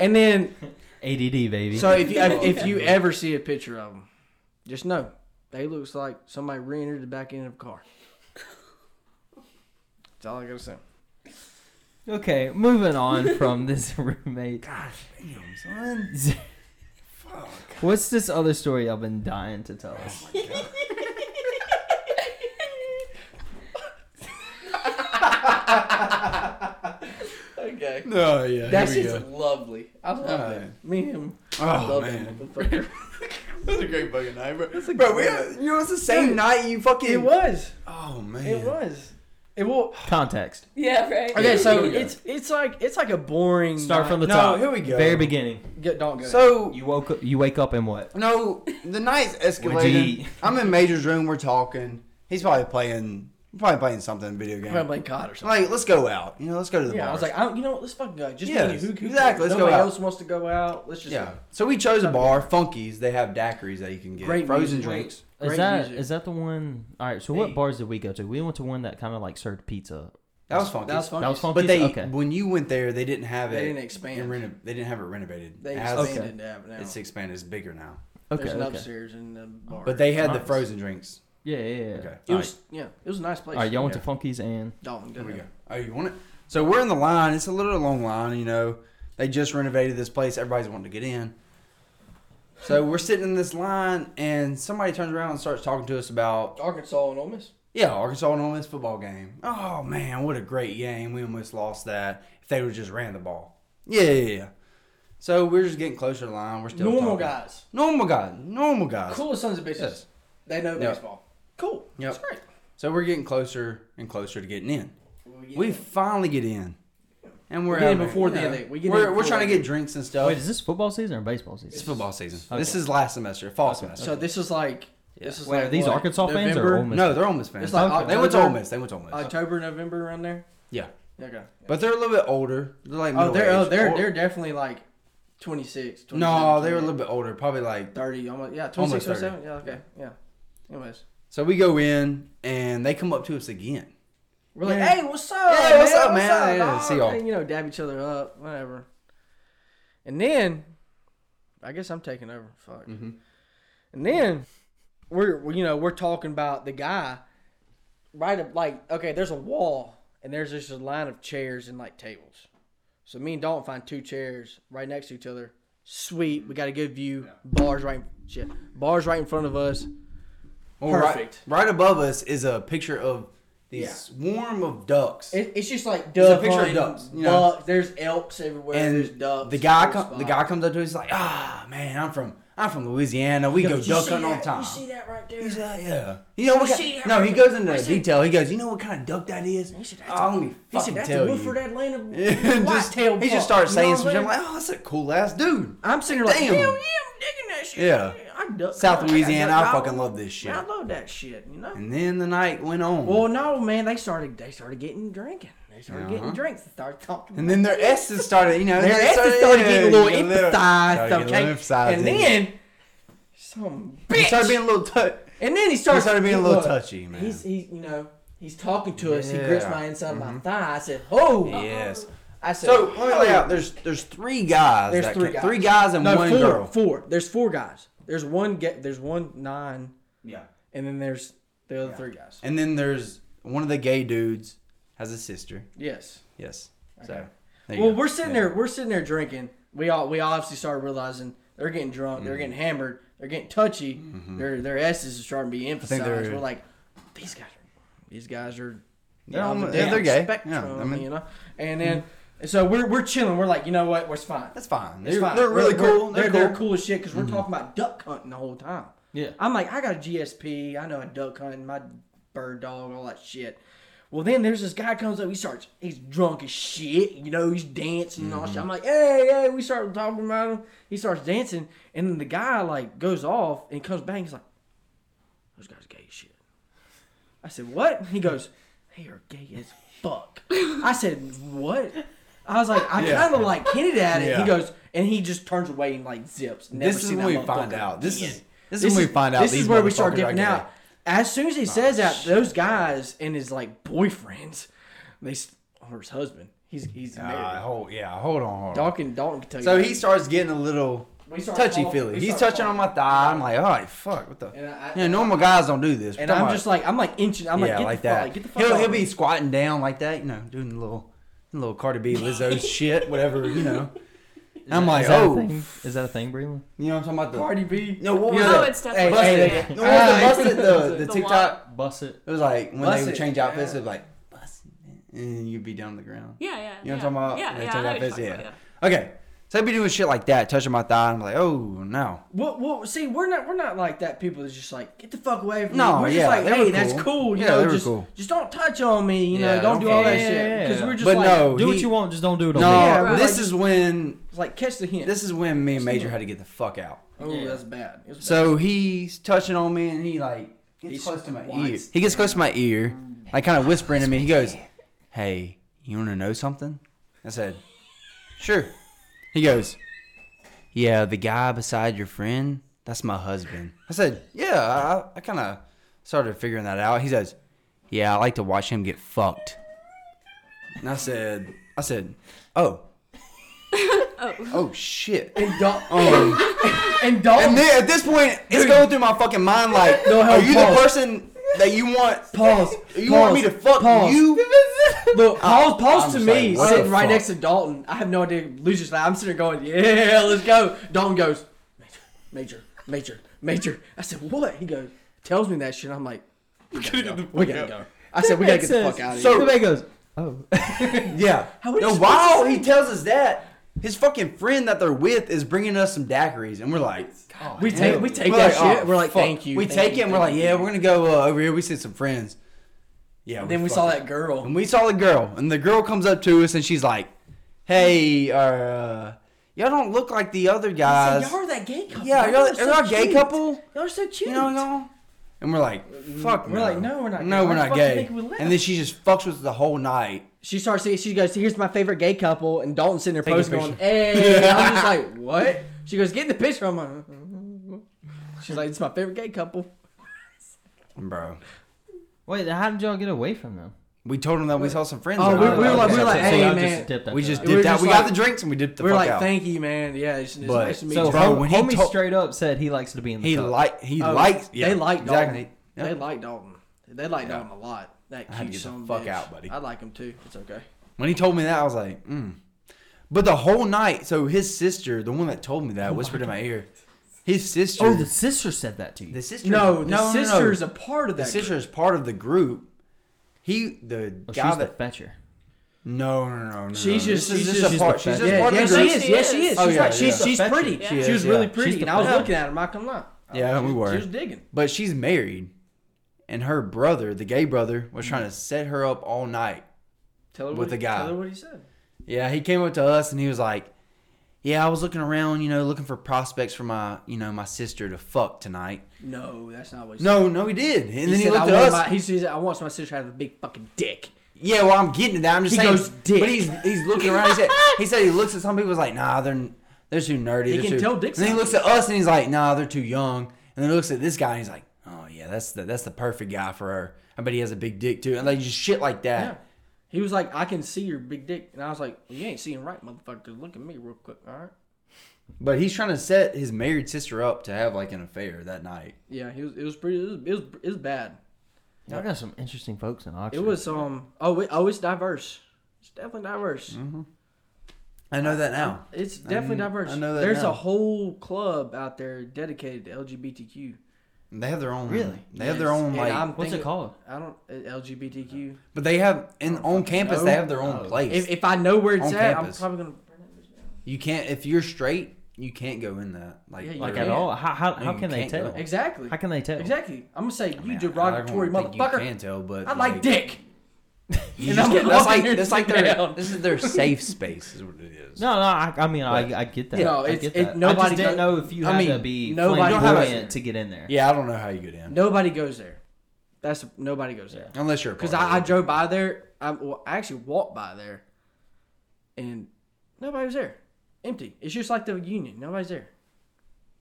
[SPEAKER 4] and then
[SPEAKER 1] ADD baby.
[SPEAKER 4] So if you if, if you ever see a picture of them, just know they looks like somebody re-entered the back end of a car. That's all I gotta say.
[SPEAKER 1] okay, moving on from this roommate.
[SPEAKER 2] Gosh, damn, son.
[SPEAKER 1] What's this other story I've been dying to tell us?
[SPEAKER 4] Okay,
[SPEAKER 2] Oh, yeah. here
[SPEAKER 4] that's
[SPEAKER 2] we
[SPEAKER 4] just
[SPEAKER 2] go.
[SPEAKER 4] lovely. I love
[SPEAKER 2] Alright.
[SPEAKER 4] that. Me and him,
[SPEAKER 2] Oh,
[SPEAKER 4] love
[SPEAKER 2] man.
[SPEAKER 4] that motherfucker.
[SPEAKER 2] That's a great fucking night, bro. bro, we had, you know, it's the same
[SPEAKER 4] Dude,
[SPEAKER 2] night you fucking.
[SPEAKER 4] It was.
[SPEAKER 2] Oh man.
[SPEAKER 4] It was. It will.
[SPEAKER 1] Context.
[SPEAKER 3] yeah, right.
[SPEAKER 4] Okay, so
[SPEAKER 2] here we go.
[SPEAKER 4] it's it's like it's like a boring.
[SPEAKER 1] Start from the
[SPEAKER 2] No,
[SPEAKER 1] top.
[SPEAKER 2] here we go.
[SPEAKER 1] Very beginning.
[SPEAKER 4] Go, don't go. there.
[SPEAKER 2] So
[SPEAKER 1] You woke up. You wake up and what?
[SPEAKER 2] no, the night's
[SPEAKER 1] What'd you
[SPEAKER 2] escalating.
[SPEAKER 1] eat?
[SPEAKER 2] I'm in Major's room. We're talking. He's probably playing. Probably playing something video game.
[SPEAKER 4] I'm playing COD or something.
[SPEAKER 2] Like, let's go out. You know, let's go to the
[SPEAKER 4] yeah,
[SPEAKER 2] bar.
[SPEAKER 4] I was like, I don't, you know what? Let's fucking go. Just me and
[SPEAKER 2] Yes,
[SPEAKER 4] you. Who- who
[SPEAKER 2] exactly,
[SPEAKER 4] cares?
[SPEAKER 2] let's go
[SPEAKER 4] Nobody
[SPEAKER 2] out.
[SPEAKER 4] else wants to go out. Let's just
[SPEAKER 2] yeah. So we chose a bar, Funkies. They have daiquiris that you can get,
[SPEAKER 4] Great
[SPEAKER 2] frozen
[SPEAKER 4] music.
[SPEAKER 2] drinks.
[SPEAKER 1] Is
[SPEAKER 4] Great
[SPEAKER 1] that
[SPEAKER 4] music.
[SPEAKER 1] is that the one? All right. So
[SPEAKER 4] Hey.
[SPEAKER 1] what bars did we go to? We went to one that kind of like served pizza.
[SPEAKER 2] That was Funkies.
[SPEAKER 4] That was fun.
[SPEAKER 1] That was fun.
[SPEAKER 2] Oh, But they,
[SPEAKER 1] okay.
[SPEAKER 2] when you went there, they didn't have
[SPEAKER 4] They
[SPEAKER 2] it.
[SPEAKER 4] didn't expand.
[SPEAKER 2] in reno- they didn't have it renovated.
[SPEAKER 4] They
[SPEAKER 2] It has-
[SPEAKER 4] expanded that now.
[SPEAKER 2] It's expanded. It's bigger now.
[SPEAKER 1] Okay.
[SPEAKER 4] There's an
[SPEAKER 1] okay.
[SPEAKER 4] upstairs and the bar.
[SPEAKER 2] But they had the
[SPEAKER 1] Nice.
[SPEAKER 2] frozen drinks.
[SPEAKER 1] Yeah, yeah, yeah.
[SPEAKER 2] Okay.
[SPEAKER 4] It was yeah, it was a nice place.
[SPEAKER 1] All right, y'all went
[SPEAKER 2] Yeah.
[SPEAKER 1] to Funky's and
[SPEAKER 4] Dalton,
[SPEAKER 2] Here
[SPEAKER 4] didn't
[SPEAKER 2] we
[SPEAKER 4] it?
[SPEAKER 2] go. Oh, you want it? So we're in the line. It's a little long line, you know. They just renovated this place. Everybody's wanting to get in. So we're sitting in this line, and somebody turns around and starts talking to us about,
[SPEAKER 4] Arkansas and Ole Miss.
[SPEAKER 2] yeah, Arkansas and Ole Miss football game. Oh man, what a great game! We almost lost that if they would just ran the ball. Yeah, yeah, yeah. So we're just getting closer to the line. We're still
[SPEAKER 4] Normal
[SPEAKER 2] talking.
[SPEAKER 4] guys,
[SPEAKER 2] normal guy, normal guys.
[SPEAKER 4] coolest sons of bitches.
[SPEAKER 2] Yes.
[SPEAKER 4] They know
[SPEAKER 2] Yeah.
[SPEAKER 4] baseball. Cool.
[SPEAKER 2] Yep.
[SPEAKER 4] That's great.
[SPEAKER 2] So we're getting closer and closer to getting in.
[SPEAKER 4] We,
[SPEAKER 2] We finally get in, and we're
[SPEAKER 4] We get in
[SPEAKER 2] having-
[SPEAKER 4] before the
[SPEAKER 2] yeah.
[SPEAKER 4] other- we get in
[SPEAKER 2] we're, we're
[SPEAKER 4] before
[SPEAKER 2] trying to
[SPEAKER 4] the-
[SPEAKER 2] get drinks and stuff.
[SPEAKER 1] wait, is this football season or baseball season?
[SPEAKER 2] It's football season.
[SPEAKER 1] Okay.
[SPEAKER 2] This is last semester, fall semester.
[SPEAKER 4] so this is like this is
[SPEAKER 1] Wait,
[SPEAKER 4] like
[SPEAKER 1] are these
[SPEAKER 4] what,
[SPEAKER 1] Arkansas fans or
[SPEAKER 4] November?
[SPEAKER 1] Ole Miss?
[SPEAKER 2] no, they're Ole Miss fans.
[SPEAKER 4] It's like
[SPEAKER 2] They went to Ole
[SPEAKER 4] October-
[SPEAKER 2] Miss. They went to Ole Miss.
[SPEAKER 4] October, November around there.
[SPEAKER 2] Yeah.
[SPEAKER 4] Okay.
[SPEAKER 2] But they're a little bit older. They're like
[SPEAKER 4] Oh, they're oh,
[SPEAKER 2] middle-aged.
[SPEAKER 4] they're
[SPEAKER 2] Or-
[SPEAKER 4] they're definitely like 26, 27,
[SPEAKER 2] no, they were a little bit older. Probably like
[SPEAKER 4] 30, almost yeah, 26,
[SPEAKER 2] Almost
[SPEAKER 4] 27. Yeah, okay. Yeah. Anyways,
[SPEAKER 2] so. We go in and they come up to us again.
[SPEAKER 4] we're like,
[SPEAKER 2] Yeah.
[SPEAKER 4] "Hey, what's up?
[SPEAKER 2] Yeah, what's up, man? Yeah,
[SPEAKER 4] dog?"
[SPEAKER 2] see y'all.
[SPEAKER 4] And, you know, dab each other up, whatever. And then I guess I'm taking over. Fuck.
[SPEAKER 2] Mm-hmm.
[SPEAKER 4] And then we're we- you know we're talking about the guy right up like okay, there's a wall and there's just a line of chairs and like tables. So me and Dalton find two chairs right next to each other. Sweet, we got a good view. Bars right shit, bars right in front of us. Perfect.
[SPEAKER 2] Right, right above us is a picture of the
[SPEAKER 4] Yeah.
[SPEAKER 2] swarm of ducks.
[SPEAKER 4] It, it's just like
[SPEAKER 2] It's a
[SPEAKER 4] dove
[SPEAKER 2] picture of
[SPEAKER 4] hunting,
[SPEAKER 2] ducks, you know.
[SPEAKER 4] ducks. There's elks everywhere. there's
[SPEAKER 2] and
[SPEAKER 4] ducks.
[SPEAKER 2] the guy,
[SPEAKER 4] there's
[SPEAKER 2] com- the
[SPEAKER 4] spots.
[SPEAKER 2] guy comes up to us he's like, ah, man, I'm from, I'm from Louisiana. We go
[SPEAKER 4] Yo, did you
[SPEAKER 2] duck
[SPEAKER 4] see
[SPEAKER 2] hunting all
[SPEAKER 4] that?
[SPEAKER 2] the time.
[SPEAKER 4] You see that right there?
[SPEAKER 2] He's like, yeah. You know what?
[SPEAKER 4] see
[SPEAKER 2] ki-
[SPEAKER 4] that
[SPEAKER 2] no,
[SPEAKER 4] right
[SPEAKER 2] he
[SPEAKER 4] there?
[SPEAKER 2] goes into
[SPEAKER 4] I said-
[SPEAKER 2] detail. He goes, you know what kind of duck that is?
[SPEAKER 4] He said, that's
[SPEAKER 2] Oh, let me
[SPEAKER 4] He said,
[SPEAKER 2] fucking
[SPEAKER 4] that's
[SPEAKER 2] tell
[SPEAKER 4] a
[SPEAKER 2] you.
[SPEAKER 4] Woodford Atlanta
[SPEAKER 2] And just, he
[SPEAKER 4] white-tailed
[SPEAKER 2] just
[SPEAKER 4] buck.
[SPEAKER 2] starts
[SPEAKER 4] You
[SPEAKER 2] saying
[SPEAKER 4] know
[SPEAKER 2] some
[SPEAKER 4] what
[SPEAKER 2] shit.
[SPEAKER 4] I'm
[SPEAKER 2] I'm like, oh, that's a cool ass dude.
[SPEAKER 4] I'm sitting there like,
[SPEAKER 2] Damn.
[SPEAKER 4] damn, yeah, I'm digging that shit.
[SPEAKER 2] Yeah.
[SPEAKER 4] I duck
[SPEAKER 2] South
[SPEAKER 4] hunt.
[SPEAKER 2] Louisiana,
[SPEAKER 4] got
[SPEAKER 2] I
[SPEAKER 4] duck
[SPEAKER 2] fucking
[SPEAKER 4] hunting.
[SPEAKER 2] love this shit.
[SPEAKER 4] Man, I love that shit, you know.
[SPEAKER 2] And then the night went on.
[SPEAKER 4] Well, no, man, they started they started getting drinking. They started getting
[SPEAKER 2] Uh-huh.
[SPEAKER 4] drinks. They started talking.
[SPEAKER 2] and then their S's started, you know,
[SPEAKER 4] Their
[SPEAKER 2] they
[SPEAKER 4] asses started
[SPEAKER 2] yeah,
[SPEAKER 4] getting a little
[SPEAKER 2] get
[SPEAKER 4] emphasized,
[SPEAKER 2] started
[SPEAKER 4] okay?
[SPEAKER 2] getting emphasized,
[SPEAKER 4] and
[SPEAKER 2] didn't
[SPEAKER 4] then some
[SPEAKER 2] it? he
[SPEAKER 4] bitch.
[SPEAKER 2] started being a little touch.
[SPEAKER 4] and then he starts
[SPEAKER 2] started being a
[SPEAKER 4] he-
[SPEAKER 2] little
[SPEAKER 4] look,
[SPEAKER 2] touchy, man.
[SPEAKER 4] He's he, you know he's talking to us. He grips
[SPEAKER 2] Yeah. Mm-hmm.
[SPEAKER 4] my inside of my thigh. I said, "Oh,
[SPEAKER 2] Yes.
[SPEAKER 4] I said,
[SPEAKER 2] So let me lay
[SPEAKER 4] "Oh."
[SPEAKER 2] out. There's there's three guys.
[SPEAKER 4] There's
[SPEAKER 2] that
[SPEAKER 4] three
[SPEAKER 2] ca-
[SPEAKER 4] guys.
[SPEAKER 2] Three guys and
[SPEAKER 4] no,
[SPEAKER 2] one
[SPEAKER 4] four,
[SPEAKER 2] girl.
[SPEAKER 4] Four. There's four guys. There's one. Get, there's one nine,
[SPEAKER 2] Yeah.
[SPEAKER 4] and then there's the other three guys.
[SPEAKER 2] And then there's one of the gay dudes has a sister.
[SPEAKER 4] Yes.
[SPEAKER 2] Yes. So. there you
[SPEAKER 4] Well,
[SPEAKER 2] go.
[SPEAKER 4] we're sitting
[SPEAKER 2] Yeah.
[SPEAKER 4] there. We're sitting there drinking. We all we obviously started realizing they're getting drunk.
[SPEAKER 2] Mm-hmm.
[SPEAKER 4] They're getting hammered. They're getting touchy. Their their s's are starting to be emphasized.
[SPEAKER 2] they're-
[SPEAKER 4] We're like, these guys are, these guys are,
[SPEAKER 2] They're
[SPEAKER 4] on
[SPEAKER 2] on
[SPEAKER 4] the
[SPEAKER 2] the- they're
[SPEAKER 4] damn
[SPEAKER 2] gay.
[SPEAKER 4] spectrum,
[SPEAKER 2] Um, Yeah, I mean-
[SPEAKER 4] you know. And then so we're we're chilling. We're like, you know what? We're fine.
[SPEAKER 2] That's fine.
[SPEAKER 4] It's
[SPEAKER 2] They're,
[SPEAKER 4] fine.
[SPEAKER 2] they're
[SPEAKER 4] We're-
[SPEAKER 2] really
[SPEAKER 4] we're-
[SPEAKER 2] cool.
[SPEAKER 4] They're,
[SPEAKER 2] They're,
[SPEAKER 4] they're
[SPEAKER 2] cool. Mm-hmm.
[SPEAKER 4] cool as shit because we're talking about duck hunting the whole time.
[SPEAKER 1] Yeah.
[SPEAKER 4] I'm like, I got a GSP. I know I duck hunting, my bird dog, all that shit. Well, then there's this guy comes up. He starts, he's drunk as shit. You know, he's dancing and all shit.
[SPEAKER 2] Mm-hmm.
[SPEAKER 4] I'm like, hey, hey. We start talking about him. He starts dancing, and then the guy like goes off and comes back. he's like, those guys are gay as shit. I said, what? He goes, they are gay as fuck. I said, what? I was like, I
[SPEAKER 2] Yeah.
[SPEAKER 4] kind of like hinted at it. He
[SPEAKER 2] Yeah.
[SPEAKER 4] goes, and he just turns away and like zips. Never
[SPEAKER 2] This is
[SPEAKER 4] seen
[SPEAKER 2] when
[SPEAKER 4] that
[SPEAKER 2] we find
[SPEAKER 4] motherfucker
[SPEAKER 2] out. This
[SPEAKER 4] again.
[SPEAKER 2] is this, is when we find out.
[SPEAKER 4] This
[SPEAKER 2] these
[SPEAKER 4] is where we start
[SPEAKER 2] motherfuckers
[SPEAKER 4] dipping
[SPEAKER 2] are gay.
[SPEAKER 4] out. As soon as he says that, those guys and his like boyfriends, they s- or his husband, he's he's
[SPEAKER 2] Uh,
[SPEAKER 4] married.
[SPEAKER 2] hold, yeah, hold on, hold on.
[SPEAKER 4] Dalton Dalton can tell you.
[SPEAKER 2] So
[SPEAKER 4] that.
[SPEAKER 2] he starts getting a little
[SPEAKER 4] We start
[SPEAKER 2] touchy
[SPEAKER 4] talk-
[SPEAKER 2] feely.
[SPEAKER 4] we
[SPEAKER 2] He's
[SPEAKER 4] start
[SPEAKER 2] touching
[SPEAKER 4] talk-
[SPEAKER 2] on my thigh. I'm like, all right, fuck, what the?
[SPEAKER 4] And I-
[SPEAKER 2] yeah, normal guys don't do this.
[SPEAKER 4] and I'm just like I'm like inching. I'm like,
[SPEAKER 2] yeah,
[SPEAKER 4] get
[SPEAKER 2] like
[SPEAKER 4] the
[SPEAKER 2] that.
[SPEAKER 4] Fuck, like, get the fuck
[SPEAKER 2] he'll
[SPEAKER 4] off
[SPEAKER 2] he'll
[SPEAKER 4] me.
[SPEAKER 2] be squatting down like that, you know, doing a little, little Cardi B Lizzo shit, whatever, you know. And I'm like,
[SPEAKER 1] Is that, a
[SPEAKER 2] oh,
[SPEAKER 1] thing? is that a thing, Breland?
[SPEAKER 2] you know what I'm talking about? The,
[SPEAKER 4] Cardi B.
[SPEAKER 2] no, what was
[SPEAKER 3] No,
[SPEAKER 2] that?
[SPEAKER 3] it's definitely
[SPEAKER 2] Bust
[SPEAKER 4] Hey,
[SPEAKER 2] it.
[SPEAKER 4] hey,
[SPEAKER 2] No, what was
[SPEAKER 4] hey.
[SPEAKER 2] the, bust it, the, the,
[SPEAKER 3] The
[SPEAKER 2] TikTok.
[SPEAKER 1] Bust it.
[SPEAKER 2] It was like when
[SPEAKER 4] Bust
[SPEAKER 2] they would
[SPEAKER 4] it.
[SPEAKER 2] change outfits,
[SPEAKER 4] Yeah.
[SPEAKER 2] it was like, bust it, and you'd be down on the ground.
[SPEAKER 3] Yeah, yeah.
[SPEAKER 2] You know what
[SPEAKER 3] yeah.
[SPEAKER 2] I'm talking about?
[SPEAKER 3] Yeah,
[SPEAKER 2] They
[SPEAKER 3] yeah.
[SPEAKER 2] touch
[SPEAKER 3] I know
[SPEAKER 2] our
[SPEAKER 3] what you're
[SPEAKER 2] face,
[SPEAKER 3] talking
[SPEAKER 2] yeah.
[SPEAKER 3] about,
[SPEAKER 2] Okay, so I'd be doing shit like that, touching my thigh, and I'm like, oh no.
[SPEAKER 4] Well, well, see, we're not we're not like that. People that's just like get the fuck away from
[SPEAKER 2] No,
[SPEAKER 4] me. We're
[SPEAKER 2] yeah,
[SPEAKER 4] just like,
[SPEAKER 2] they were
[SPEAKER 4] hey, that's
[SPEAKER 2] cool.
[SPEAKER 4] cool. You
[SPEAKER 2] Yeah,
[SPEAKER 4] know,
[SPEAKER 2] they were
[SPEAKER 4] just
[SPEAKER 2] cool.
[SPEAKER 4] just don't touch on me. You know,
[SPEAKER 2] Yeah,
[SPEAKER 4] don't
[SPEAKER 2] don't
[SPEAKER 4] do all that
[SPEAKER 1] care.
[SPEAKER 4] shit because
[SPEAKER 1] Yeah.
[SPEAKER 4] we're just
[SPEAKER 2] But
[SPEAKER 4] like,
[SPEAKER 2] no,
[SPEAKER 1] Do what
[SPEAKER 2] he-
[SPEAKER 1] you want, just don't do it on
[SPEAKER 2] No,
[SPEAKER 1] me.
[SPEAKER 4] Yeah,
[SPEAKER 2] this
[SPEAKER 4] like-
[SPEAKER 2] is when
[SPEAKER 4] it's like catch the hint.
[SPEAKER 2] this is when me and Major had to get the fuck out.
[SPEAKER 4] oh,
[SPEAKER 1] Yeah.
[SPEAKER 4] that's bad. It was
[SPEAKER 2] So he's touching on me and he like gets
[SPEAKER 4] He's
[SPEAKER 2] close to my ear.
[SPEAKER 4] white.
[SPEAKER 2] He gets close to my ear, like kind of whispering to me. He goes, "Hey, you want to know something?" I said, "Sure." He goes, "Yeah, the guy beside your friend, that's my husband." I said, "Yeah, I, I kind of started figuring that out." He says, "Yeah, I like to watch him get fucked." And I said, "I said, oh,
[SPEAKER 3] Oh.
[SPEAKER 2] oh shit."
[SPEAKER 4] bad. and Dal-
[SPEAKER 2] Um,
[SPEAKER 4] and Dalton
[SPEAKER 2] And then at this point, it's going through my fucking mind like,
[SPEAKER 4] No, hell,
[SPEAKER 2] are you
[SPEAKER 4] pause.
[SPEAKER 2] the person that you want?
[SPEAKER 4] Pause.
[SPEAKER 2] You
[SPEAKER 4] pause,
[SPEAKER 2] want me to fuck
[SPEAKER 4] pause.
[SPEAKER 2] you?
[SPEAKER 4] Look, pause, pause
[SPEAKER 2] I'm
[SPEAKER 4] to
[SPEAKER 2] just
[SPEAKER 4] me,
[SPEAKER 2] like, what
[SPEAKER 4] sitting
[SPEAKER 2] the
[SPEAKER 4] right
[SPEAKER 2] fuck?
[SPEAKER 4] next to Dalton. I have no idea. Lucius, I'm sitting there going, yeah, let's go. Dalton goes, major, major, major, major. I said, what? He goes, tells me that shit. I'm like, we gotta go. We gotta go. I said, we gotta get the fuck out of
[SPEAKER 1] So
[SPEAKER 4] here.
[SPEAKER 1] everybody goes, oh.
[SPEAKER 2] Yeah.
[SPEAKER 4] How would
[SPEAKER 2] No,
[SPEAKER 4] you supposed
[SPEAKER 2] while
[SPEAKER 4] to
[SPEAKER 2] he
[SPEAKER 4] say?
[SPEAKER 2] tells us that, his fucking friend that they're with is bringing us some daiquiris, and we're like, God,
[SPEAKER 4] We take- we take
[SPEAKER 2] We're
[SPEAKER 4] that
[SPEAKER 2] "Oh,
[SPEAKER 4] shit, we're like,
[SPEAKER 2] fuck."
[SPEAKER 4] "Thank you,
[SPEAKER 2] We
[SPEAKER 4] thank
[SPEAKER 2] take
[SPEAKER 4] you,
[SPEAKER 2] it, and we're
[SPEAKER 4] thank
[SPEAKER 2] like,
[SPEAKER 4] you."
[SPEAKER 2] yeah, we're gonna go uh, over here. We see some friends. Yeah.
[SPEAKER 4] Then we saw
[SPEAKER 2] fucking-
[SPEAKER 4] that girl.
[SPEAKER 2] And we saw the girl, and the girl comes up to us, and she's like, "Hey, uh, y'all don't look like the other
[SPEAKER 4] I
[SPEAKER 2] guys."
[SPEAKER 4] said, y'all are that gay couple.
[SPEAKER 2] Yeah,
[SPEAKER 4] Y'all
[SPEAKER 2] y'all-
[SPEAKER 4] are so
[SPEAKER 2] y'all a gay
[SPEAKER 4] cute.
[SPEAKER 2] couple?
[SPEAKER 4] Y'all are so cute.
[SPEAKER 2] You know, y'all, And we're like, fuck.
[SPEAKER 4] Mm, We're like, no, we're not
[SPEAKER 2] No,
[SPEAKER 4] gay.
[SPEAKER 2] we're
[SPEAKER 4] Why the
[SPEAKER 2] not
[SPEAKER 4] fuck you
[SPEAKER 2] gay.
[SPEAKER 4] think we left?
[SPEAKER 2] And then she just fucks with us the whole night.
[SPEAKER 4] She starts saying, she goes, here's my favorite gay couple. And Dalton's sitting there
[SPEAKER 2] Take a
[SPEAKER 4] posting, going,
[SPEAKER 2] picture.
[SPEAKER 4] hey. And I'm just like, what? She goes, get in the picture. I'm like, "Mm." she's like, it's my favorite gay couple.
[SPEAKER 2] Bro.
[SPEAKER 1] Wait, how did y'all get away from them?
[SPEAKER 2] We told them that we saw some friends.
[SPEAKER 4] Oh,
[SPEAKER 2] out
[SPEAKER 4] we-
[SPEAKER 2] there.
[SPEAKER 4] we were like- we were like,
[SPEAKER 1] so
[SPEAKER 4] hey,
[SPEAKER 1] y'all
[SPEAKER 4] man.
[SPEAKER 1] just dipped.
[SPEAKER 2] We just
[SPEAKER 4] We were
[SPEAKER 2] dipped out.
[SPEAKER 4] just
[SPEAKER 2] we
[SPEAKER 4] like-
[SPEAKER 2] got the drinks and we dipped the
[SPEAKER 4] we're
[SPEAKER 2] fuck
[SPEAKER 4] like,
[SPEAKER 2] out.
[SPEAKER 4] thank you, man. Yeah, it's, it's
[SPEAKER 2] But-
[SPEAKER 4] nice to meet
[SPEAKER 1] So
[SPEAKER 4] you.
[SPEAKER 2] Bro,
[SPEAKER 1] hom-
[SPEAKER 2] when he
[SPEAKER 1] homie
[SPEAKER 2] told-
[SPEAKER 1] straight up said he likes to be in the
[SPEAKER 2] he
[SPEAKER 1] cup.
[SPEAKER 2] like he
[SPEAKER 4] Oh,
[SPEAKER 2] liked.
[SPEAKER 4] they
[SPEAKER 2] Yeah,
[SPEAKER 4] like
[SPEAKER 2] exactly. Yeah.
[SPEAKER 4] They like Dalton. They like
[SPEAKER 2] Yeah.
[SPEAKER 4] Dalton a lot. That
[SPEAKER 2] I had to
[SPEAKER 4] cute
[SPEAKER 2] get the
[SPEAKER 4] son of a
[SPEAKER 2] fuck
[SPEAKER 4] bitch.
[SPEAKER 2] out, buddy.
[SPEAKER 4] I like him too. It's okay.
[SPEAKER 2] When he told me that, I was like, mm. But the whole night, so his sister, the one that told me
[SPEAKER 4] Oh
[SPEAKER 2] that, whispered in my ear, his sister.
[SPEAKER 1] Oh, the sister said that to you.
[SPEAKER 2] the sister.
[SPEAKER 4] No, the sister's a part of
[SPEAKER 2] The
[SPEAKER 4] that.
[SPEAKER 2] sister
[SPEAKER 4] group.
[SPEAKER 2] is part of the group. He, the
[SPEAKER 1] Oh,
[SPEAKER 2] guy
[SPEAKER 1] she's the
[SPEAKER 2] that.
[SPEAKER 1] fetcher.
[SPEAKER 2] no, no, no, no.
[SPEAKER 4] She's
[SPEAKER 2] no.
[SPEAKER 4] just-
[SPEAKER 2] This
[SPEAKER 4] she's
[SPEAKER 2] is just
[SPEAKER 1] just
[SPEAKER 2] a part.
[SPEAKER 1] the
[SPEAKER 2] She's
[SPEAKER 1] best.
[SPEAKER 2] just
[SPEAKER 4] Yeah,
[SPEAKER 2] part
[SPEAKER 4] yeah,
[SPEAKER 2] of the
[SPEAKER 4] she
[SPEAKER 2] group.
[SPEAKER 4] is. Yes, she is.
[SPEAKER 2] Oh,
[SPEAKER 4] she's
[SPEAKER 2] yeah,
[SPEAKER 4] like, she's,
[SPEAKER 2] yeah.
[SPEAKER 4] she's
[SPEAKER 1] She's
[SPEAKER 4] pretty.
[SPEAKER 1] the
[SPEAKER 3] fetcher.
[SPEAKER 4] She was
[SPEAKER 2] Yeah.
[SPEAKER 4] really
[SPEAKER 2] She's
[SPEAKER 4] pretty,
[SPEAKER 1] the
[SPEAKER 4] and I was
[SPEAKER 1] fetcher.
[SPEAKER 4] looking at her. I'm not gonna lie.
[SPEAKER 2] Yeah, we were.
[SPEAKER 4] She was digging.
[SPEAKER 2] But she's married, and her brother, the gay brother, was trying to set her up all night.
[SPEAKER 4] Tell her
[SPEAKER 2] With
[SPEAKER 4] what
[SPEAKER 2] the
[SPEAKER 4] he-
[SPEAKER 2] guy.
[SPEAKER 4] Tell her what he said.
[SPEAKER 2] Yeah, he came up to us and he was like, "Yeah, I was looking around, you know, looking for prospects for my, you know, my sister to fuck tonight."
[SPEAKER 4] No, that's not what he said.
[SPEAKER 2] No, no, he did. And then he
[SPEAKER 4] said,
[SPEAKER 2] looked
[SPEAKER 4] I
[SPEAKER 2] at
[SPEAKER 4] want
[SPEAKER 2] us.
[SPEAKER 4] My, he says, "I want my sister to have a big fucking dick."
[SPEAKER 2] Yeah, well, I'm getting to that. I'm just
[SPEAKER 4] He
[SPEAKER 2] saying.
[SPEAKER 4] goes, "Dick."
[SPEAKER 2] But he's he's looking around. He said he said he looks at some people. He's like, "Nah, they're they're too nerdy."
[SPEAKER 4] He
[SPEAKER 2] they're
[SPEAKER 4] can
[SPEAKER 2] too-"
[SPEAKER 4] tell dick
[SPEAKER 2] And then he
[SPEAKER 4] size.
[SPEAKER 2] looks at us and he's like, "Nah, they're too young." And then he looks at this guy and he's like, "Oh yeah, that's the that's the perfect guy for her. I bet he has a big dick too." And like just shit like that.
[SPEAKER 4] Yeah. He was like, "I can see your big dick," and I was like, well, "You ain't seeing right, motherfucker. Look at me real quick, all right?"
[SPEAKER 2] But he's trying to set his married sister up to have like an affair that night.
[SPEAKER 4] Yeah, he was. It was pretty. It was. It was, it was bad.
[SPEAKER 1] Y'all got some interesting folks in Oxford.
[SPEAKER 4] It was um. Oh, it, oh, it's diverse. It's definitely diverse.
[SPEAKER 2] I know that now.
[SPEAKER 4] It's definitely
[SPEAKER 2] kn-
[SPEAKER 4] diverse.
[SPEAKER 2] Mm-hmm. I know that
[SPEAKER 4] There's
[SPEAKER 2] now.
[SPEAKER 4] a whole club out there dedicated to LGBTQ.
[SPEAKER 2] They have their own.
[SPEAKER 1] Really?
[SPEAKER 2] They have their
[SPEAKER 4] Yes.
[SPEAKER 2] own
[SPEAKER 4] And
[SPEAKER 2] like.
[SPEAKER 4] I'm
[SPEAKER 1] What's
[SPEAKER 4] thinking-
[SPEAKER 1] it called?
[SPEAKER 4] I don't uh, LGBTQ.
[SPEAKER 2] but they have in on campus.
[SPEAKER 4] know.
[SPEAKER 2] They have their own place.
[SPEAKER 4] Oh, If, if I know where it's
[SPEAKER 2] On
[SPEAKER 4] at,
[SPEAKER 2] campus.
[SPEAKER 4] I'm probably gonna.
[SPEAKER 2] you can't if you're straight. You can't go in that. Like,
[SPEAKER 4] Yeah, you
[SPEAKER 1] Like
[SPEAKER 4] Yeah.
[SPEAKER 1] at all? How how,
[SPEAKER 2] No,
[SPEAKER 1] how
[SPEAKER 2] you
[SPEAKER 1] can they
[SPEAKER 2] can't
[SPEAKER 1] tell?
[SPEAKER 2] go.
[SPEAKER 4] Exactly.
[SPEAKER 1] How can they tell?
[SPEAKER 4] Exactly. I'm gonna say
[SPEAKER 2] I
[SPEAKER 4] you
[SPEAKER 2] mean, I- I
[SPEAKER 4] derogatory
[SPEAKER 2] don't think You
[SPEAKER 4] motherfucker.
[SPEAKER 2] can tell, but
[SPEAKER 4] I like
[SPEAKER 2] dick.
[SPEAKER 4] dick.
[SPEAKER 2] You
[SPEAKER 4] And
[SPEAKER 2] just
[SPEAKER 4] I'm
[SPEAKER 2] get- that's
[SPEAKER 4] walking
[SPEAKER 2] like
[SPEAKER 4] here
[SPEAKER 2] that's like
[SPEAKER 4] sitting
[SPEAKER 2] their
[SPEAKER 4] down.
[SPEAKER 2] this is their safe space is what it is.
[SPEAKER 1] No, no. I, I mean, I, I get that.
[SPEAKER 4] Yeah. No,
[SPEAKER 1] I
[SPEAKER 4] it's-
[SPEAKER 1] get
[SPEAKER 4] it-
[SPEAKER 1] that. I
[SPEAKER 4] nobody
[SPEAKER 1] just didn't
[SPEAKER 4] go-
[SPEAKER 1] know if you
[SPEAKER 2] I
[SPEAKER 1] had to
[SPEAKER 2] mean,
[SPEAKER 1] be
[SPEAKER 4] nobody
[SPEAKER 2] goes there.
[SPEAKER 1] flamboyant to get in there.
[SPEAKER 2] Yeah, I don't know how you get in
[SPEAKER 4] Nobody goes there. That's nobody goes there.
[SPEAKER 2] unless you're
[SPEAKER 4] Because I, I drove by there. I, well, I actually walked by there, and nobody was there. Empty. It's just like the union. Nobody's there.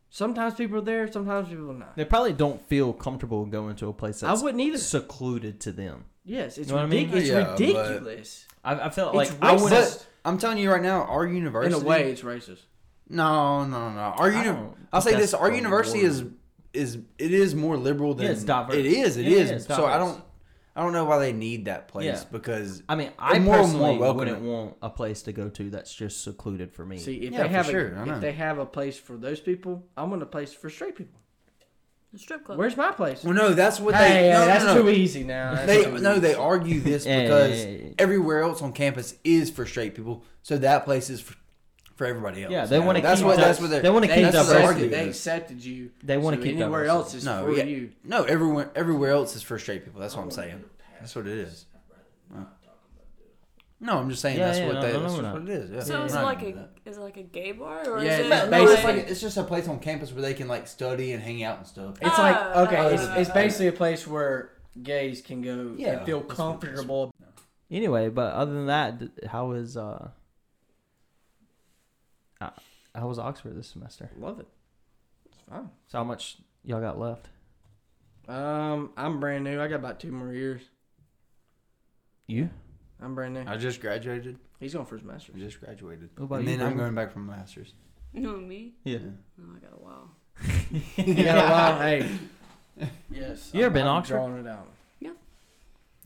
[SPEAKER 4] Sometimes people are there. Sometimes people are not.
[SPEAKER 1] They probably don't feel comfortable going to a place
[SPEAKER 4] I
[SPEAKER 1] that's
[SPEAKER 4] wouldn't either.
[SPEAKER 1] secluded to them.
[SPEAKER 4] Yes, it's
[SPEAKER 1] know what I mean?
[SPEAKER 4] ridiculous. It's
[SPEAKER 2] Yeah, but-
[SPEAKER 4] ridiculous.
[SPEAKER 1] I, I felt
[SPEAKER 4] It's
[SPEAKER 1] like I
[SPEAKER 4] racist.
[SPEAKER 1] would
[SPEAKER 2] But I'm telling you right now, our
[SPEAKER 4] In
[SPEAKER 2] university
[SPEAKER 4] a way, it's racist.
[SPEAKER 2] No, no, no. Our
[SPEAKER 1] I
[SPEAKER 2] uni-
[SPEAKER 1] don't
[SPEAKER 2] I'll say
[SPEAKER 1] think
[SPEAKER 2] this:
[SPEAKER 1] that's
[SPEAKER 2] our
[SPEAKER 1] the
[SPEAKER 2] university
[SPEAKER 1] word.
[SPEAKER 2] is is it is more liberal than
[SPEAKER 1] Yeah, it's diverse.
[SPEAKER 2] It is. It
[SPEAKER 1] Yeah,
[SPEAKER 2] is.
[SPEAKER 1] yeah, it's
[SPEAKER 2] so I
[SPEAKER 1] diverse.
[SPEAKER 2] don't. I don't know why they need that place
[SPEAKER 1] Yeah.
[SPEAKER 2] because
[SPEAKER 1] I mean, I
[SPEAKER 2] more and more
[SPEAKER 1] personally
[SPEAKER 2] welcome
[SPEAKER 1] wouldn't
[SPEAKER 2] it.
[SPEAKER 1] want a place to go to that's just secluded for me.
[SPEAKER 4] See, if they
[SPEAKER 2] Yeah, for
[SPEAKER 4] have
[SPEAKER 2] sure, I
[SPEAKER 4] a,
[SPEAKER 2] know.
[SPEAKER 4] if they have a place for those people, I want a place for straight people.
[SPEAKER 3] The strip club.
[SPEAKER 4] Where's my place?
[SPEAKER 2] well, no, that's what
[SPEAKER 4] Hey,
[SPEAKER 2] they. no,
[SPEAKER 4] yeah,
[SPEAKER 2] no,
[SPEAKER 4] that's
[SPEAKER 2] no.
[SPEAKER 4] too easy now. That's
[SPEAKER 2] They
[SPEAKER 4] too easy.
[SPEAKER 2] no, they argue this
[SPEAKER 1] Yeah, yeah,
[SPEAKER 2] because
[SPEAKER 1] yeah, yeah.
[SPEAKER 2] everywhere else on campus is for straight people, so that place is for, for everybody else.
[SPEAKER 1] yeah, they
[SPEAKER 2] you know?
[SPEAKER 1] want to
[SPEAKER 2] That's
[SPEAKER 1] keep.
[SPEAKER 2] what.
[SPEAKER 1] di-
[SPEAKER 2] That's what they're-
[SPEAKER 1] they want to
[SPEAKER 4] They
[SPEAKER 1] keep
[SPEAKER 2] that's what
[SPEAKER 1] diversity.
[SPEAKER 2] they're
[SPEAKER 4] accepted,
[SPEAKER 2] arguing.
[SPEAKER 4] they accepted you.
[SPEAKER 1] They wanna
[SPEAKER 4] so
[SPEAKER 1] keep
[SPEAKER 4] anywhere
[SPEAKER 1] diversity.
[SPEAKER 4] else is
[SPEAKER 2] No,
[SPEAKER 4] for
[SPEAKER 2] yeah.
[SPEAKER 4] you.
[SPEAKER 2] No, everywhere everywhere else is for straight people. That's what I'm saying. That's what it is. Yeah. No, I'm just saying
[SPEAKER 1] Yeah,
[SPEAKER 2] that's
[SPEAKER 1] yeah,
[SPEAKER 2] what
[SPEAKER 1] no,
[SPEAKER 2] they,
[SPEAKER 1] no, no,
[SPEAKER 2] that's
[SPEAKER 1] we're
[SPEAKER 2] just
[SPEAKER 1] not.
[SPEAKER 2] what it is. Yeah.
[SPEAKER 3] So is it
[SPEAKER 2] We're not
[SPEAKER 3] like
[SPEAKER 2] gonna do
[SPEAKER 3] a
[SPEAKER 2] that.
[SPEAKER 3] is it like a gay bar or
[SPEAKER 4] Yeah, it's
[SPEAKER 3] is it
[SPEAKER 2] No,
[SPEAKER 3] like,
[SPEAKER 4] basically-
[SPEAKER 2] it's like a- it's just a place on campus where they can like study and hang out and stuff.
[SPEAKER 4] It's
[SPEAKER 1] Ah.
[SPEAKER 3] Oh,
[SPEAKER 4] like
[SPEAKER 3] oh,
[SPEAKER 4] okay,
[SPEAKER 3] oh,
[SPEAKER 4] it's,
[SPEAKER 3] oh,
[SPEAKER 4] it's
[SPEAKER 3] oh.
[SPEAKER 4] basically a place where gays can go
[SPEAKER 2] Yeah,
[SPEAKER 4] and feel
[SPEAKER 2] that's what-
[SPEAKER 4] comfortable.
[SPEAKER 1] Anyway, but other than that, d- how was uh, uh, how was Oxford this semester?
[SPEAKER 4] Love it. It's fine.
[SPEAKER 1] So how much y'all got left?
[SPEAKER 4] Um, I'm brand new. I got about two more years.
[SPEAKER 1] You?
[SPEAKER 4] I'm brand new.
[SPEAKER 2] I just graduated.
[SPEAKER 4] He's going for his master's.
[SPEAKER 2] I just graduated.
[SPEAKER 1] What about
[SPEAKER 2] and
[SPEAKER 1] you,
[SPEAKER 2] then I'm
[SPEAKER 1] Brandon?
[SPEAKER 2] going back for my master's.
[SPEAKER 3] no me?
[SPEAKER 1] Yeah.
[SPEAKER 3] No, Oh, I got a while.
[SPEAKER 4] You got a while. Hey. Yes.
[SPEAKER 1] You ever been Oxford?
[SPEAKER 4] Drawing it out.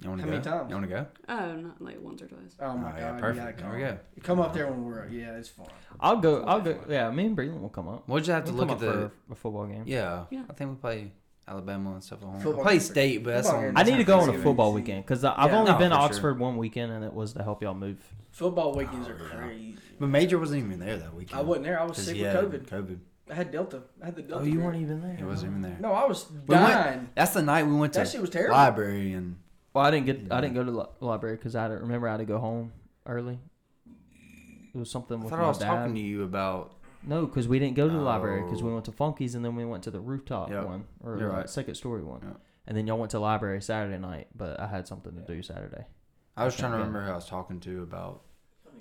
[SPEAKER 2] You want to
[SPEAKER 4] How
[SPEAKER 2] go?
[SPEAKER 4] many times?
[SPEAKER 2] You want to go?
[SPEAKER 3] Oh, not like once or twice.
[SPEAKER 4] Oh my
[SPEAKER 2] Oh,
[SPEAKER 4] god.
[SPEAKER 2] yeah,
[SPEAKER 4] you gotta
[SPEAKER 2] perfect.
[SPEAKER 4] come.
[SPEAKER 2] There we go.
[SPEAKER 4] Come up there when we're yeah, it's fun.
[SPEAKER 1] I'll go. I'll go. Yeah, me and Breland will come up.
[SPEAKER 2] We'll just have to
[SPEAKER 1] We'll
[SPEAKER 2] look at
[SPEAKER 1] come
[SPEAKER 2] the.
[SPEAKER 1] up for a football game.
[SPEAKER 2] yeah,
[SPEAKER 3] Yeah.
[SPEAKER 2] I think we play Alabama and stuff. at home. We
[SPEAKER 4] Football
[SPEAKER 2] play
[SPEAKER 4] game.
[SPEAKER 2] state, but that's
[SPEAKER 4] Football
[SPEAKER 2] on.
[SPEAKER 4] game.
[SPEAKER 1] I need to go on a
[SPEAKER 4] Thanksgiving.
[SPEAKER 1] football weekend because I've
[SPEAKER 4] Yeah.
[SPEAKER 1] only
[SPEAKER 2] No,
[SPEAKER 1] been to
[SPEAKER 2] for sure.
[SPEAKER 1] Oxford one weekend, and it was to help y'all move.
[SPEAKER 4] Football weekends
[SPEAKER 2] Oh,
[SPEAKER 4] are
[SPEAKER 2] yeah.
[SPEAKER 4] crazy.
[SPEAKER 2] But Major wasn't even there that weekend.
[SPEAKER 4] I wasn't there. I was
[SPEAKER 2] 'Cause
[SPEAKER 4] sick
[SPEAKER 2] he had
[SPEAKER 4] with COVID.
[SPEAKER 2] COVID.
[SPEAKER 4] I had Delta. I had the Delta.
[SPEAKER 1] Oh, you
[SPEAKER 4] variant.
[SPEAKER 1] weren't even there.
[SPEAKER 2] He wasn't even there.
[SPEAKER 4] No, I was
[SPEAKER 2] We went-
[SPEAKER 4] dying.
[SPEAKER 2] That's the night we went
[SPEAKER 4] That
[SPEAKER 2] to
[SPEAKER 4] shit was terrible.
[SPEAKER 2] library and
[SPEAKER 1] Well, I didn't get. I didn't go to the li- library because I had to- remember I had to go home early. It was something
[SPEAKER 2] I
[SPEAKER 1] with
[SPEAKER 2] thought
[SPEAKER 1] my
[SPEAKER 2] I was
[SPEAKER 1] dad.
[SPEAKER 2] talking to you about
[SPEAKER 1] No, because we didn't go to the library because we
[SPEAKER 2] Oh.
[SPEAKER 1] went to Funky's and then we went to the rooftop
[SPEAKER 2] Yep.
[SPEAKER 1] one or
[SPEAKER 2] You're
[SPEAKER 1] uh,
[SPEAKER 2] right.
[SPEAKER 1] second story one.
[SPEAKER 2] Yep.
[SPEAKER 1] And then y'all went to library Saturday night, but I had something to do Saturday.
[SPEAKER 2] I was trying to
[SPEAKER 1] Okay.
[SPEAKER 2] remember who I was talking to about. uh,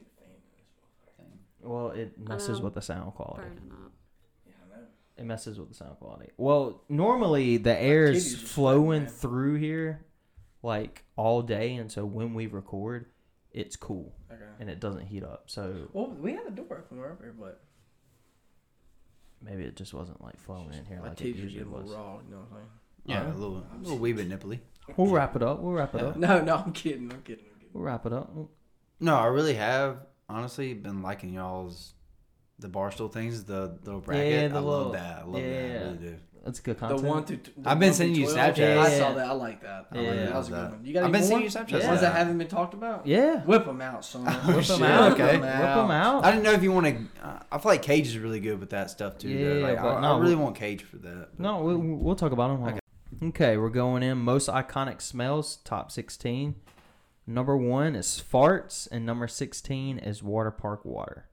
[SPEAKER 1] Well, it messes
[SPEAKER 3] Um,
[SPEAKER 1] with the sound quality.
[SPEAKER 3] burning up.
[SPEAKER 1] It messes with the sound quality. Well, normally the air
[SPEAKER 4] titties
[SPEAKER 1] is
[SPEAKER 4] are sweating,
[SPEAKER 1] flowing
[SPEAKER 4] man.
[SPEAKER 1] through here like all day, and so when we record, it's cool
[SPEAKER 4] Okay.
[SPEAKER 1] and it doesn't heat up. So
[SPEAKER 4] Well, we had the door open. We were up here, but
[SPEAKER 1] maybe it just wasn't like flowing in here
[SPEAKER 4] my
[SPEAKER 1] like it
[SPEAKER 4] teeth are
[SPEAKER 1] usually
[SPEAKER 4] getting a
[SPEAKER 1] was.
[SPEAKER 4] little raw. You know what I'm
[SPEAKER 2] Yeah,
[SPEAKER 1] Uh-huh.
[SPEAKER 2] a little, a little wee bit nipply.
[SPEAKER 1] We'll wrap it up. We'll wrap it up.
[SPEAKER 4] saying? No, no, I'm kidding. I'm kidding. I'm kidding.
[SPEAKER 1] We'll wrap it up.
[SPEAKER 2] No, I really have honestly been liking y'all's the barstool things, the little bracket.
[SPEAKER 1] Yeah, the
[SPEAKER 2] I
[SPEAKER 1] little-
[SPEAKER 2] love that. I love that.
[SPEAKER 1] yeah.
[SPEAKER 2] I really do.
[SPEAKER 1] That's good
[SPEAKER 4] The
[SPEAKER 1] content.
[SPEAKER 4] one through. T- the
[SPEAKER 2] I've
[SPEAKER 4] one
[SPEAKER 2] been
[SPEAKER 4] through
[SPEAKER 2] sending you
[SPEAKER 4] 12,
[SPEAKER 1] Snapchats.
[SPEAKER 4] I
[SPEAKER 1] Yeah.
[SPEAKER 4] saw that. I like that.
[SPEAKER 1] I like
[SPEAKER 4] that was a
[SPEAKER 2] that.
[SPEAKER 4] good one. You got
[SPEAKER 2] I've been
[SPEAKER 4] any
[SPEAKER 2] sending
[SPEAKER 4] more?
[SPEAKER 2] you Snapchats
[SPEAKER 1] Yeah.
[SPEAKER 2] of
[SPEAKER 4] Ones that
[SPEAKER 2] that.
[SPEAKER 4] haven't been talked about.
[SPEAKER 1] yeah.
[SPEAKER 4] Whip them out, son.
[SPEAKER 2] Oh,
[SPEAKER 4] Whip
[SPEAKER 2] shit.
[SPEAKER 4] them out.
[SPEAKER 2] Okay.
[SPEAKER 4] Whip them out.
[SPEAKER 2] I didn't know if you want to. Uh, I feel like Cage is really good with that stuff too. though.
[SPEAKER 1] Yeah,
[SPEAKER 2] Like,
[SPEAKER 1] but
[SPEAKER 2] I,
[SPEAKER 1] no,
[SPEAKER 2] I really
[SPEAKER 1] we-
[SPEAKER 2] want Cage for that. but-
[SPEAKER 1] No, we'll, we'll talk about them. Okay. okay, we're going in. Most iconic smells, top 16. Number one is farts, and number 16 is water park water.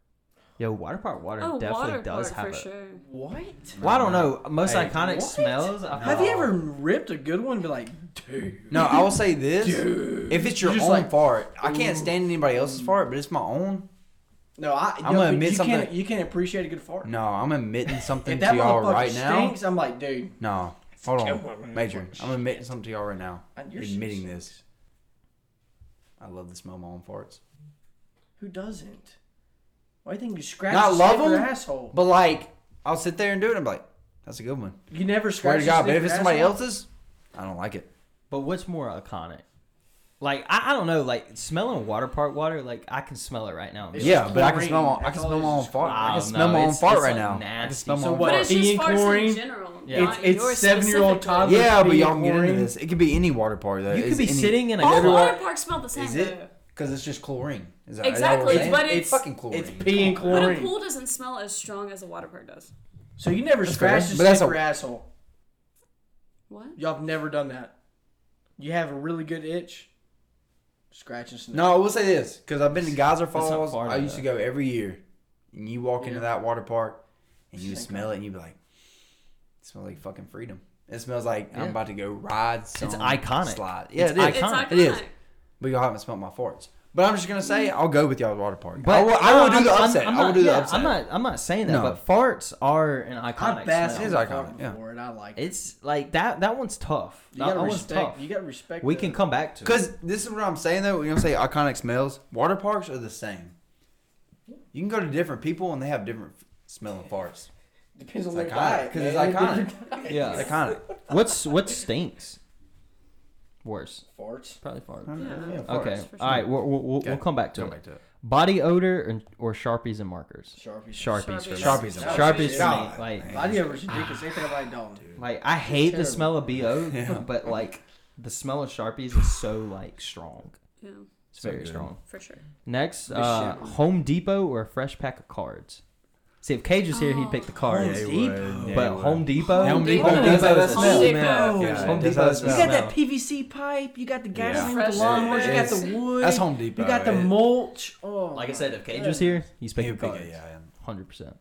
[SPEAKER 1] Yo, water park water
[SPEAKER 3] Oh,
[SPEAKER 1] definitely
[SPEAKER 3] water
[SPEAKER 1] does
[SPEAKER 3] park
[SPEAKER 1] have
[SPEAKER 3] for
[SPEAKER 1] it.
[SPEAKER 3] sure.
[SPEAKER 4] What?
[SPEAKER 1] Well, I don't know. Most
[SPEAKER 2] Hey,
[SPEAKER 1] iconic
[SPEAKER 4] what?
[SPEAKER 1] smells. I
[SPEAKER 4] Have you
[SPEAKER 1] feel-
[SPEAKER 4] ever ripped a good one? And be like, dude.
[SPEAKER 2] No, I will say this: if it's
[SPEAKER 4] You're
[SPEAKER 2] your own
[SPEAKER 4] just like,
[SPEAKER 2] fart, I can't stand anybody else's fart, but it's my own.
[SPEAKER 4] No, I. no,
[SPEAKER 2] I'm gonna
[SPEAKER 4] but
[SPEAKER 2] admit
[SPEAKER 4] you Can't,
[SPEAKER 2] something.
[SPEAKER 4] you can't appreciate a good fart.
[SPEAKER 2] No, I'm admitting something
[SPEAKER 4] If
[SPEAKER 2] to
[SPEAKER 4] that
[SPEAKER 2] y'all
[SPEAKER 4] motherfucker
[SPEAKER 2] right
[SPEAKER 4] stinks, I'm like, dude.
[SPEAKER 2] now. No, hold
[SPEAKER 4] Come on,
[SPEAKER 2] on, Major.
[SPEAKER 4] motherfucker.
[SPEAKER 2] I'm admitting something to y'all right now.
[SPEAKER 4] Uh, your shit
[SPEAKER 2] admitting
[SPEAKER 4] stinks.
[SPEAKER 2] this. I love the smell of my own farts,
[SPEAKER 4] Who doesn't? Why do you think you scratch
[SPEAKER 2] Not
[SPEAKER 4] the
[SPEAKER 2] love
[SPEAKER 4] side of your
[SPEAKER 2] them?
[SPEAKER 4] asshole?
[SPEAKER 2] but like I'll sit there and do it. I'm like, that's a good one.
[SPEAKER 4] You never scratch.
[SPEAKER 2] Swear to
[SPEAKER 4] the
[SPEAKER 2] God,
[SPEAKER 4] side
[SPEAKER 2] but
[SPEAKER 4] of
[SPEAKER 2] if it's
[SPEAKER 4] your
[SPEAKER 2] somebody
[SPEAKER 4] asshole?
[SPEAKER 2] else's, I don't like it.
[SPEAKER 1] But what's more iconic? Like, I, I don't know. Like, smelling water park water, like, I can smell it right now.
[SPEAKER 4] It's
[SPEAKER 2] yeah,
[SPEAKER 4] just
[SPEAKER 2] but I can
[SPEAKER 4] chlorine.
[SPEAKER 2] smell my I
[SPEAKER 4] That's
[SPEAKER 2] can
[SPEAKER 4] all
[SPEAKER 2] smell
[SPEAKER 4] it
[SPEAKER 2] my own
[SPEAKER 4] is.
[SPEAKER 2] fart. I
[SPEAKER 1] Wow,
[SPEAKER 2] can smell
[SPEAKER 1] no,
[SPEAKER 2] my own
[SPEAKER 1] it's-
[SPEAKER 2] fart
[SPEAKER 1] it's,
[SPEAKER 2] right
[SPEAKER 1] like,
[SPEAKER 2] now. I
[SPEAKER 1] nasty.
[SPEAKER 2] can smell my
[SPEAKER 4] So
[SPEAKER 2] own
[SPEAKER 4] what?
[SPEAKER 2] fart.
[SPEAKER 3] But it's just
[SPEAKER 4] Indian
[SPEAKER 3] farts
[SPEAKER 4] chlorine?
[SPEAKER 3] in general.
[SPEAKER 1] Yeah.
[SPEAKER 3] not
[SPEAKER 4] It's- it's
[SPEAKER 3] yours
[SPEAKER 4] seven-year-old
[SPEAKER 3] specifically.
[SPEAKER 4] toddler-
[SPEAKER 2] Yeah, but
[SPEAKER 4] Indian
[SPEAKER 2] y'all can get into
[SPEAKER 4] chlorine.
[SPEAKER 2] this. It could be any water party though.
[SPEAKER 1] You
[SPEAKER 2] It's
[SPEAKER 1] could be
[SPEAKER 2] any-
[SPEAKER 1] sitting
[SPEAKER 4] Oh,
[SPEAKER 1] in a
[SPEAKER 3] All
[SPEAKER 1] everyone-
[SPEAKER 3] water parks smell the same.
[SPEAKER 2] Is it?
[SPEAKER 3] though.
[SPEAKER 2] Because it's just chlorine. Is that,
[SPEAKER 3] Exactly,
[SPEAKER 2] is that what
[SPEAKER 3] but
[SPEAKER 2] we're saying?
[SPEAKER 3] it's-
[SPEAKER 2] fucking chlorine.
[SPEAKER 4] It's pee and
[SPEAKER 3] But a
[SPEAKER 4] chlorine.
[SPEAKER 3] pool doesn't smell as strong as a water park does.
[SPEAKER 4] So you never
[SPEAKER 2] That's
[SPEAKER 4] scratch
[SPEAKER 2] fair.
[SPEAKER 4] the
[SPEAKER 2] But that's
[SPEAKER 4] side of
[SPEAKER 2] a-
[SPEAKER 4] your asshole.
[SPEAKER 3] What?
[SPEAKER 4] Y'all have never done that. You have a really good itch. Scratch and sniff.
[SPEAKER 2] No, I will say this because I've been to Geyser
[SPEAKER 1] not
[SPEAKER 2] Falls.
[SPEAKER 1] Florida,
[SPEAKER 2] I used to
[SPEAKER 1] though.
[SPEAKER 2] go every year, and you walk into that water park and you
[SPEAKER 4] Stinker.
[SPEAKER 2] smell it, and you be like, "It smells like fucking freedom." It smells like I'm
[SPEAKER 4] Yeah.
[SPEAKER 2] about to go ride some
[SPEAKER 1] iconic.
[SPEAKER 2] slide. Yeah,
[SPEAKER 1] It's
[SPEAKER 2] it is.
[SPEAKER 1] It's iconic.
[SPEAKER 2] It is. But y'all haven't smelled my farts. But I'm just gonna say I'll go with y'all's water park. But I will, I
[SPEAKER 1] no,
[SPEAKER 2] will do
[SPEAKER 1] I'm-
[SPEAKER 2] the
[SPEAKER 1] I'm-
[SPEAKER 2] upset.
[SPEAKER 1] I'm
[SPEAKER 2] I will
[SPEAKER 1] not-
[SPEAKER 2] do the
[SPEAKER 1] yeah,
[SPEAKER 2] upset.
[SPEAKER 1] I'm not. I'm not saying that.
[SPEAKER 2] No.
[SPEAKER 1] But farts are an iconic.
[SPEAKER 4] I basked
[SPEAKER 1] smell.
[SPEAKER 2] It is
[SPEAKER 4] in the fart
[SPEAKER 2] iconic, yeah.
[SPEAKER 4] before, and I like it.
[SPEAKER 1] It's like that. That one's tough.
[SPEAKER 4] You
[SPEAKER 1] that
[SPEAKER 4] gotta
[SPEAKER 1] that one's
[SPEAKER 4] respect.
[SPEAKER 1] tough.
[SPEAKER 4] You gotta respect.
[SPEAKER 1] we
[SPEAKER 4] the-
[SPEAKER 1] can come back to it.
[SPEAKER 2] Because this is what I'm saying though. When you say iconic smells, water parks are the same. You can go to different people and they have different f- smelling farts.
[SPEAKER 4] Depends on
[SPEAKER 2] It's
[SPEAKER 4] their
[SPEAKER 2] iconic,
[SPEAKER 4] diet.
[SPEAKER 2] 'cause it's
[SPEAKER 4] man.
[SPEAKER 2] iconic.
[SPEAKER 4] Their diet.
[SPEAKER 1] Yeah.
[SPEAKER 2] It's iconic.
[SPEAKER 1] What's what stinks? Worse,
[SPEAKER 4] Farts.
[SPEAKER 1] probably farts.
[SPEAKER 3] Yeah.
[SPEAKER 2] Yeah, farts.
[SPEAKER 1] Okay.
[SPEAKER 3] for
[SPEAKER 1] All right. We'll, we'll, we'll,
[SPEAKER 2] Okay.
[SPEAKER 1] we'll come back to
[SPEAKER 2] Go
[SPEAKER 1] it.
[SPEAKER 2] back to it.
[SPEAKER 1] Body odor and or sharpies and markers.
[SPEAKER 4] Sharpie.
[SPEAKER 1] Sharpies. for me.
[SPEAKER 2] Sharpies.
[SPEAKER 1] Sharpies.
[SPEAKER 2] and
[SPEAKER 4] Sharpies.
[SPEAKER 1] Sharpies. for
[SPEAKER 2] God,
[SPEAKER 1] me. Like
[SPEAKER 2] man.
[SPEAKER 4] Body ever ridiculous. Anything about dog.
[SPEAKER 1] like I hate the
[SPEAKER 4] terrible.
[SPEAKER 1] smell of bo,
[SPEAKER 2] Yeah.
[SPEAKER 1] but like the smell of sharpies is so like strong.
[SPEAKER 3] Yeah,
[SPEAKER 1] It's
[SPEAKER 2] So
[SPEAKER 1] very
[SPEAKER 2] good.
[SPEAKER 1] strong.
[SPEAKER 3] for sure.
[SPEAKER 1] Next,
[SPEAKER 4] This
[SPEAKER 1] uh,
[SPEAKER 4] shit was-
[SPEAKER 1] Home Depot or a fresh pack of cards. See, if Cage was here, he'd pick the cards.
[SPEAKER 4] Home
[SPEAKER 2] Oh, Yeah,
[SPEAKER 4] Depot.
[SPEAKER 2] would. Yeah,
[SPEAKER 1] but
[SPEAKER 2] he would.
[SPEAKER 1] Home Depot,
[SPEAKER 2] Home
[SPEAKER 3] Depot
[SPEAKER 2] does have
[SPEAKER 1] is
[SPEAKER 2] that
[SPEAKER 1] a
[SPEAKER 3] smell.
[SPEAKER 1] smell.
[SPEAKER 2] Yeah,
[SPEAKER 1] Home
[SPEAKER 2] it does
[SPEAKER 1] Depot
[SPEAKER 2] have
[SPEAKER 1] is
[SPEAKER 2] a
[SPEAKER 1] a
[SPEAKER 4] You
[SPEAKER 2] smell.
[SPEAKER 4] got
[SPEAKER 1] smell.
[SPEAKER 4] that PVC pipe. You got the gasoline
[SPEAKER 3] Yeah.
[SPEAKER 4] with the lawnmowers. You got the wood.
[SPEAKER 2] That's Home Depot.
[SPEAKER 4] You got the
[SPEAKER 2] yeah.
[SPEAKER 4] mulch. Oh,
[SPEAKER 1] Like I
[SPEAKER 4] my
[SPEAKER 1] said, if Cage
[SPEAKER 4] goodness.
[SPEAKER 1] was here, he's
[SPEAKER 2] He
[SPEAKER 1] picking
[SPEAKER 2] would pick
[SPEAKER 1] cards.
[SPEAKER 2] it, yeah, yeah.
[SPEAKER 1] Hundred percent.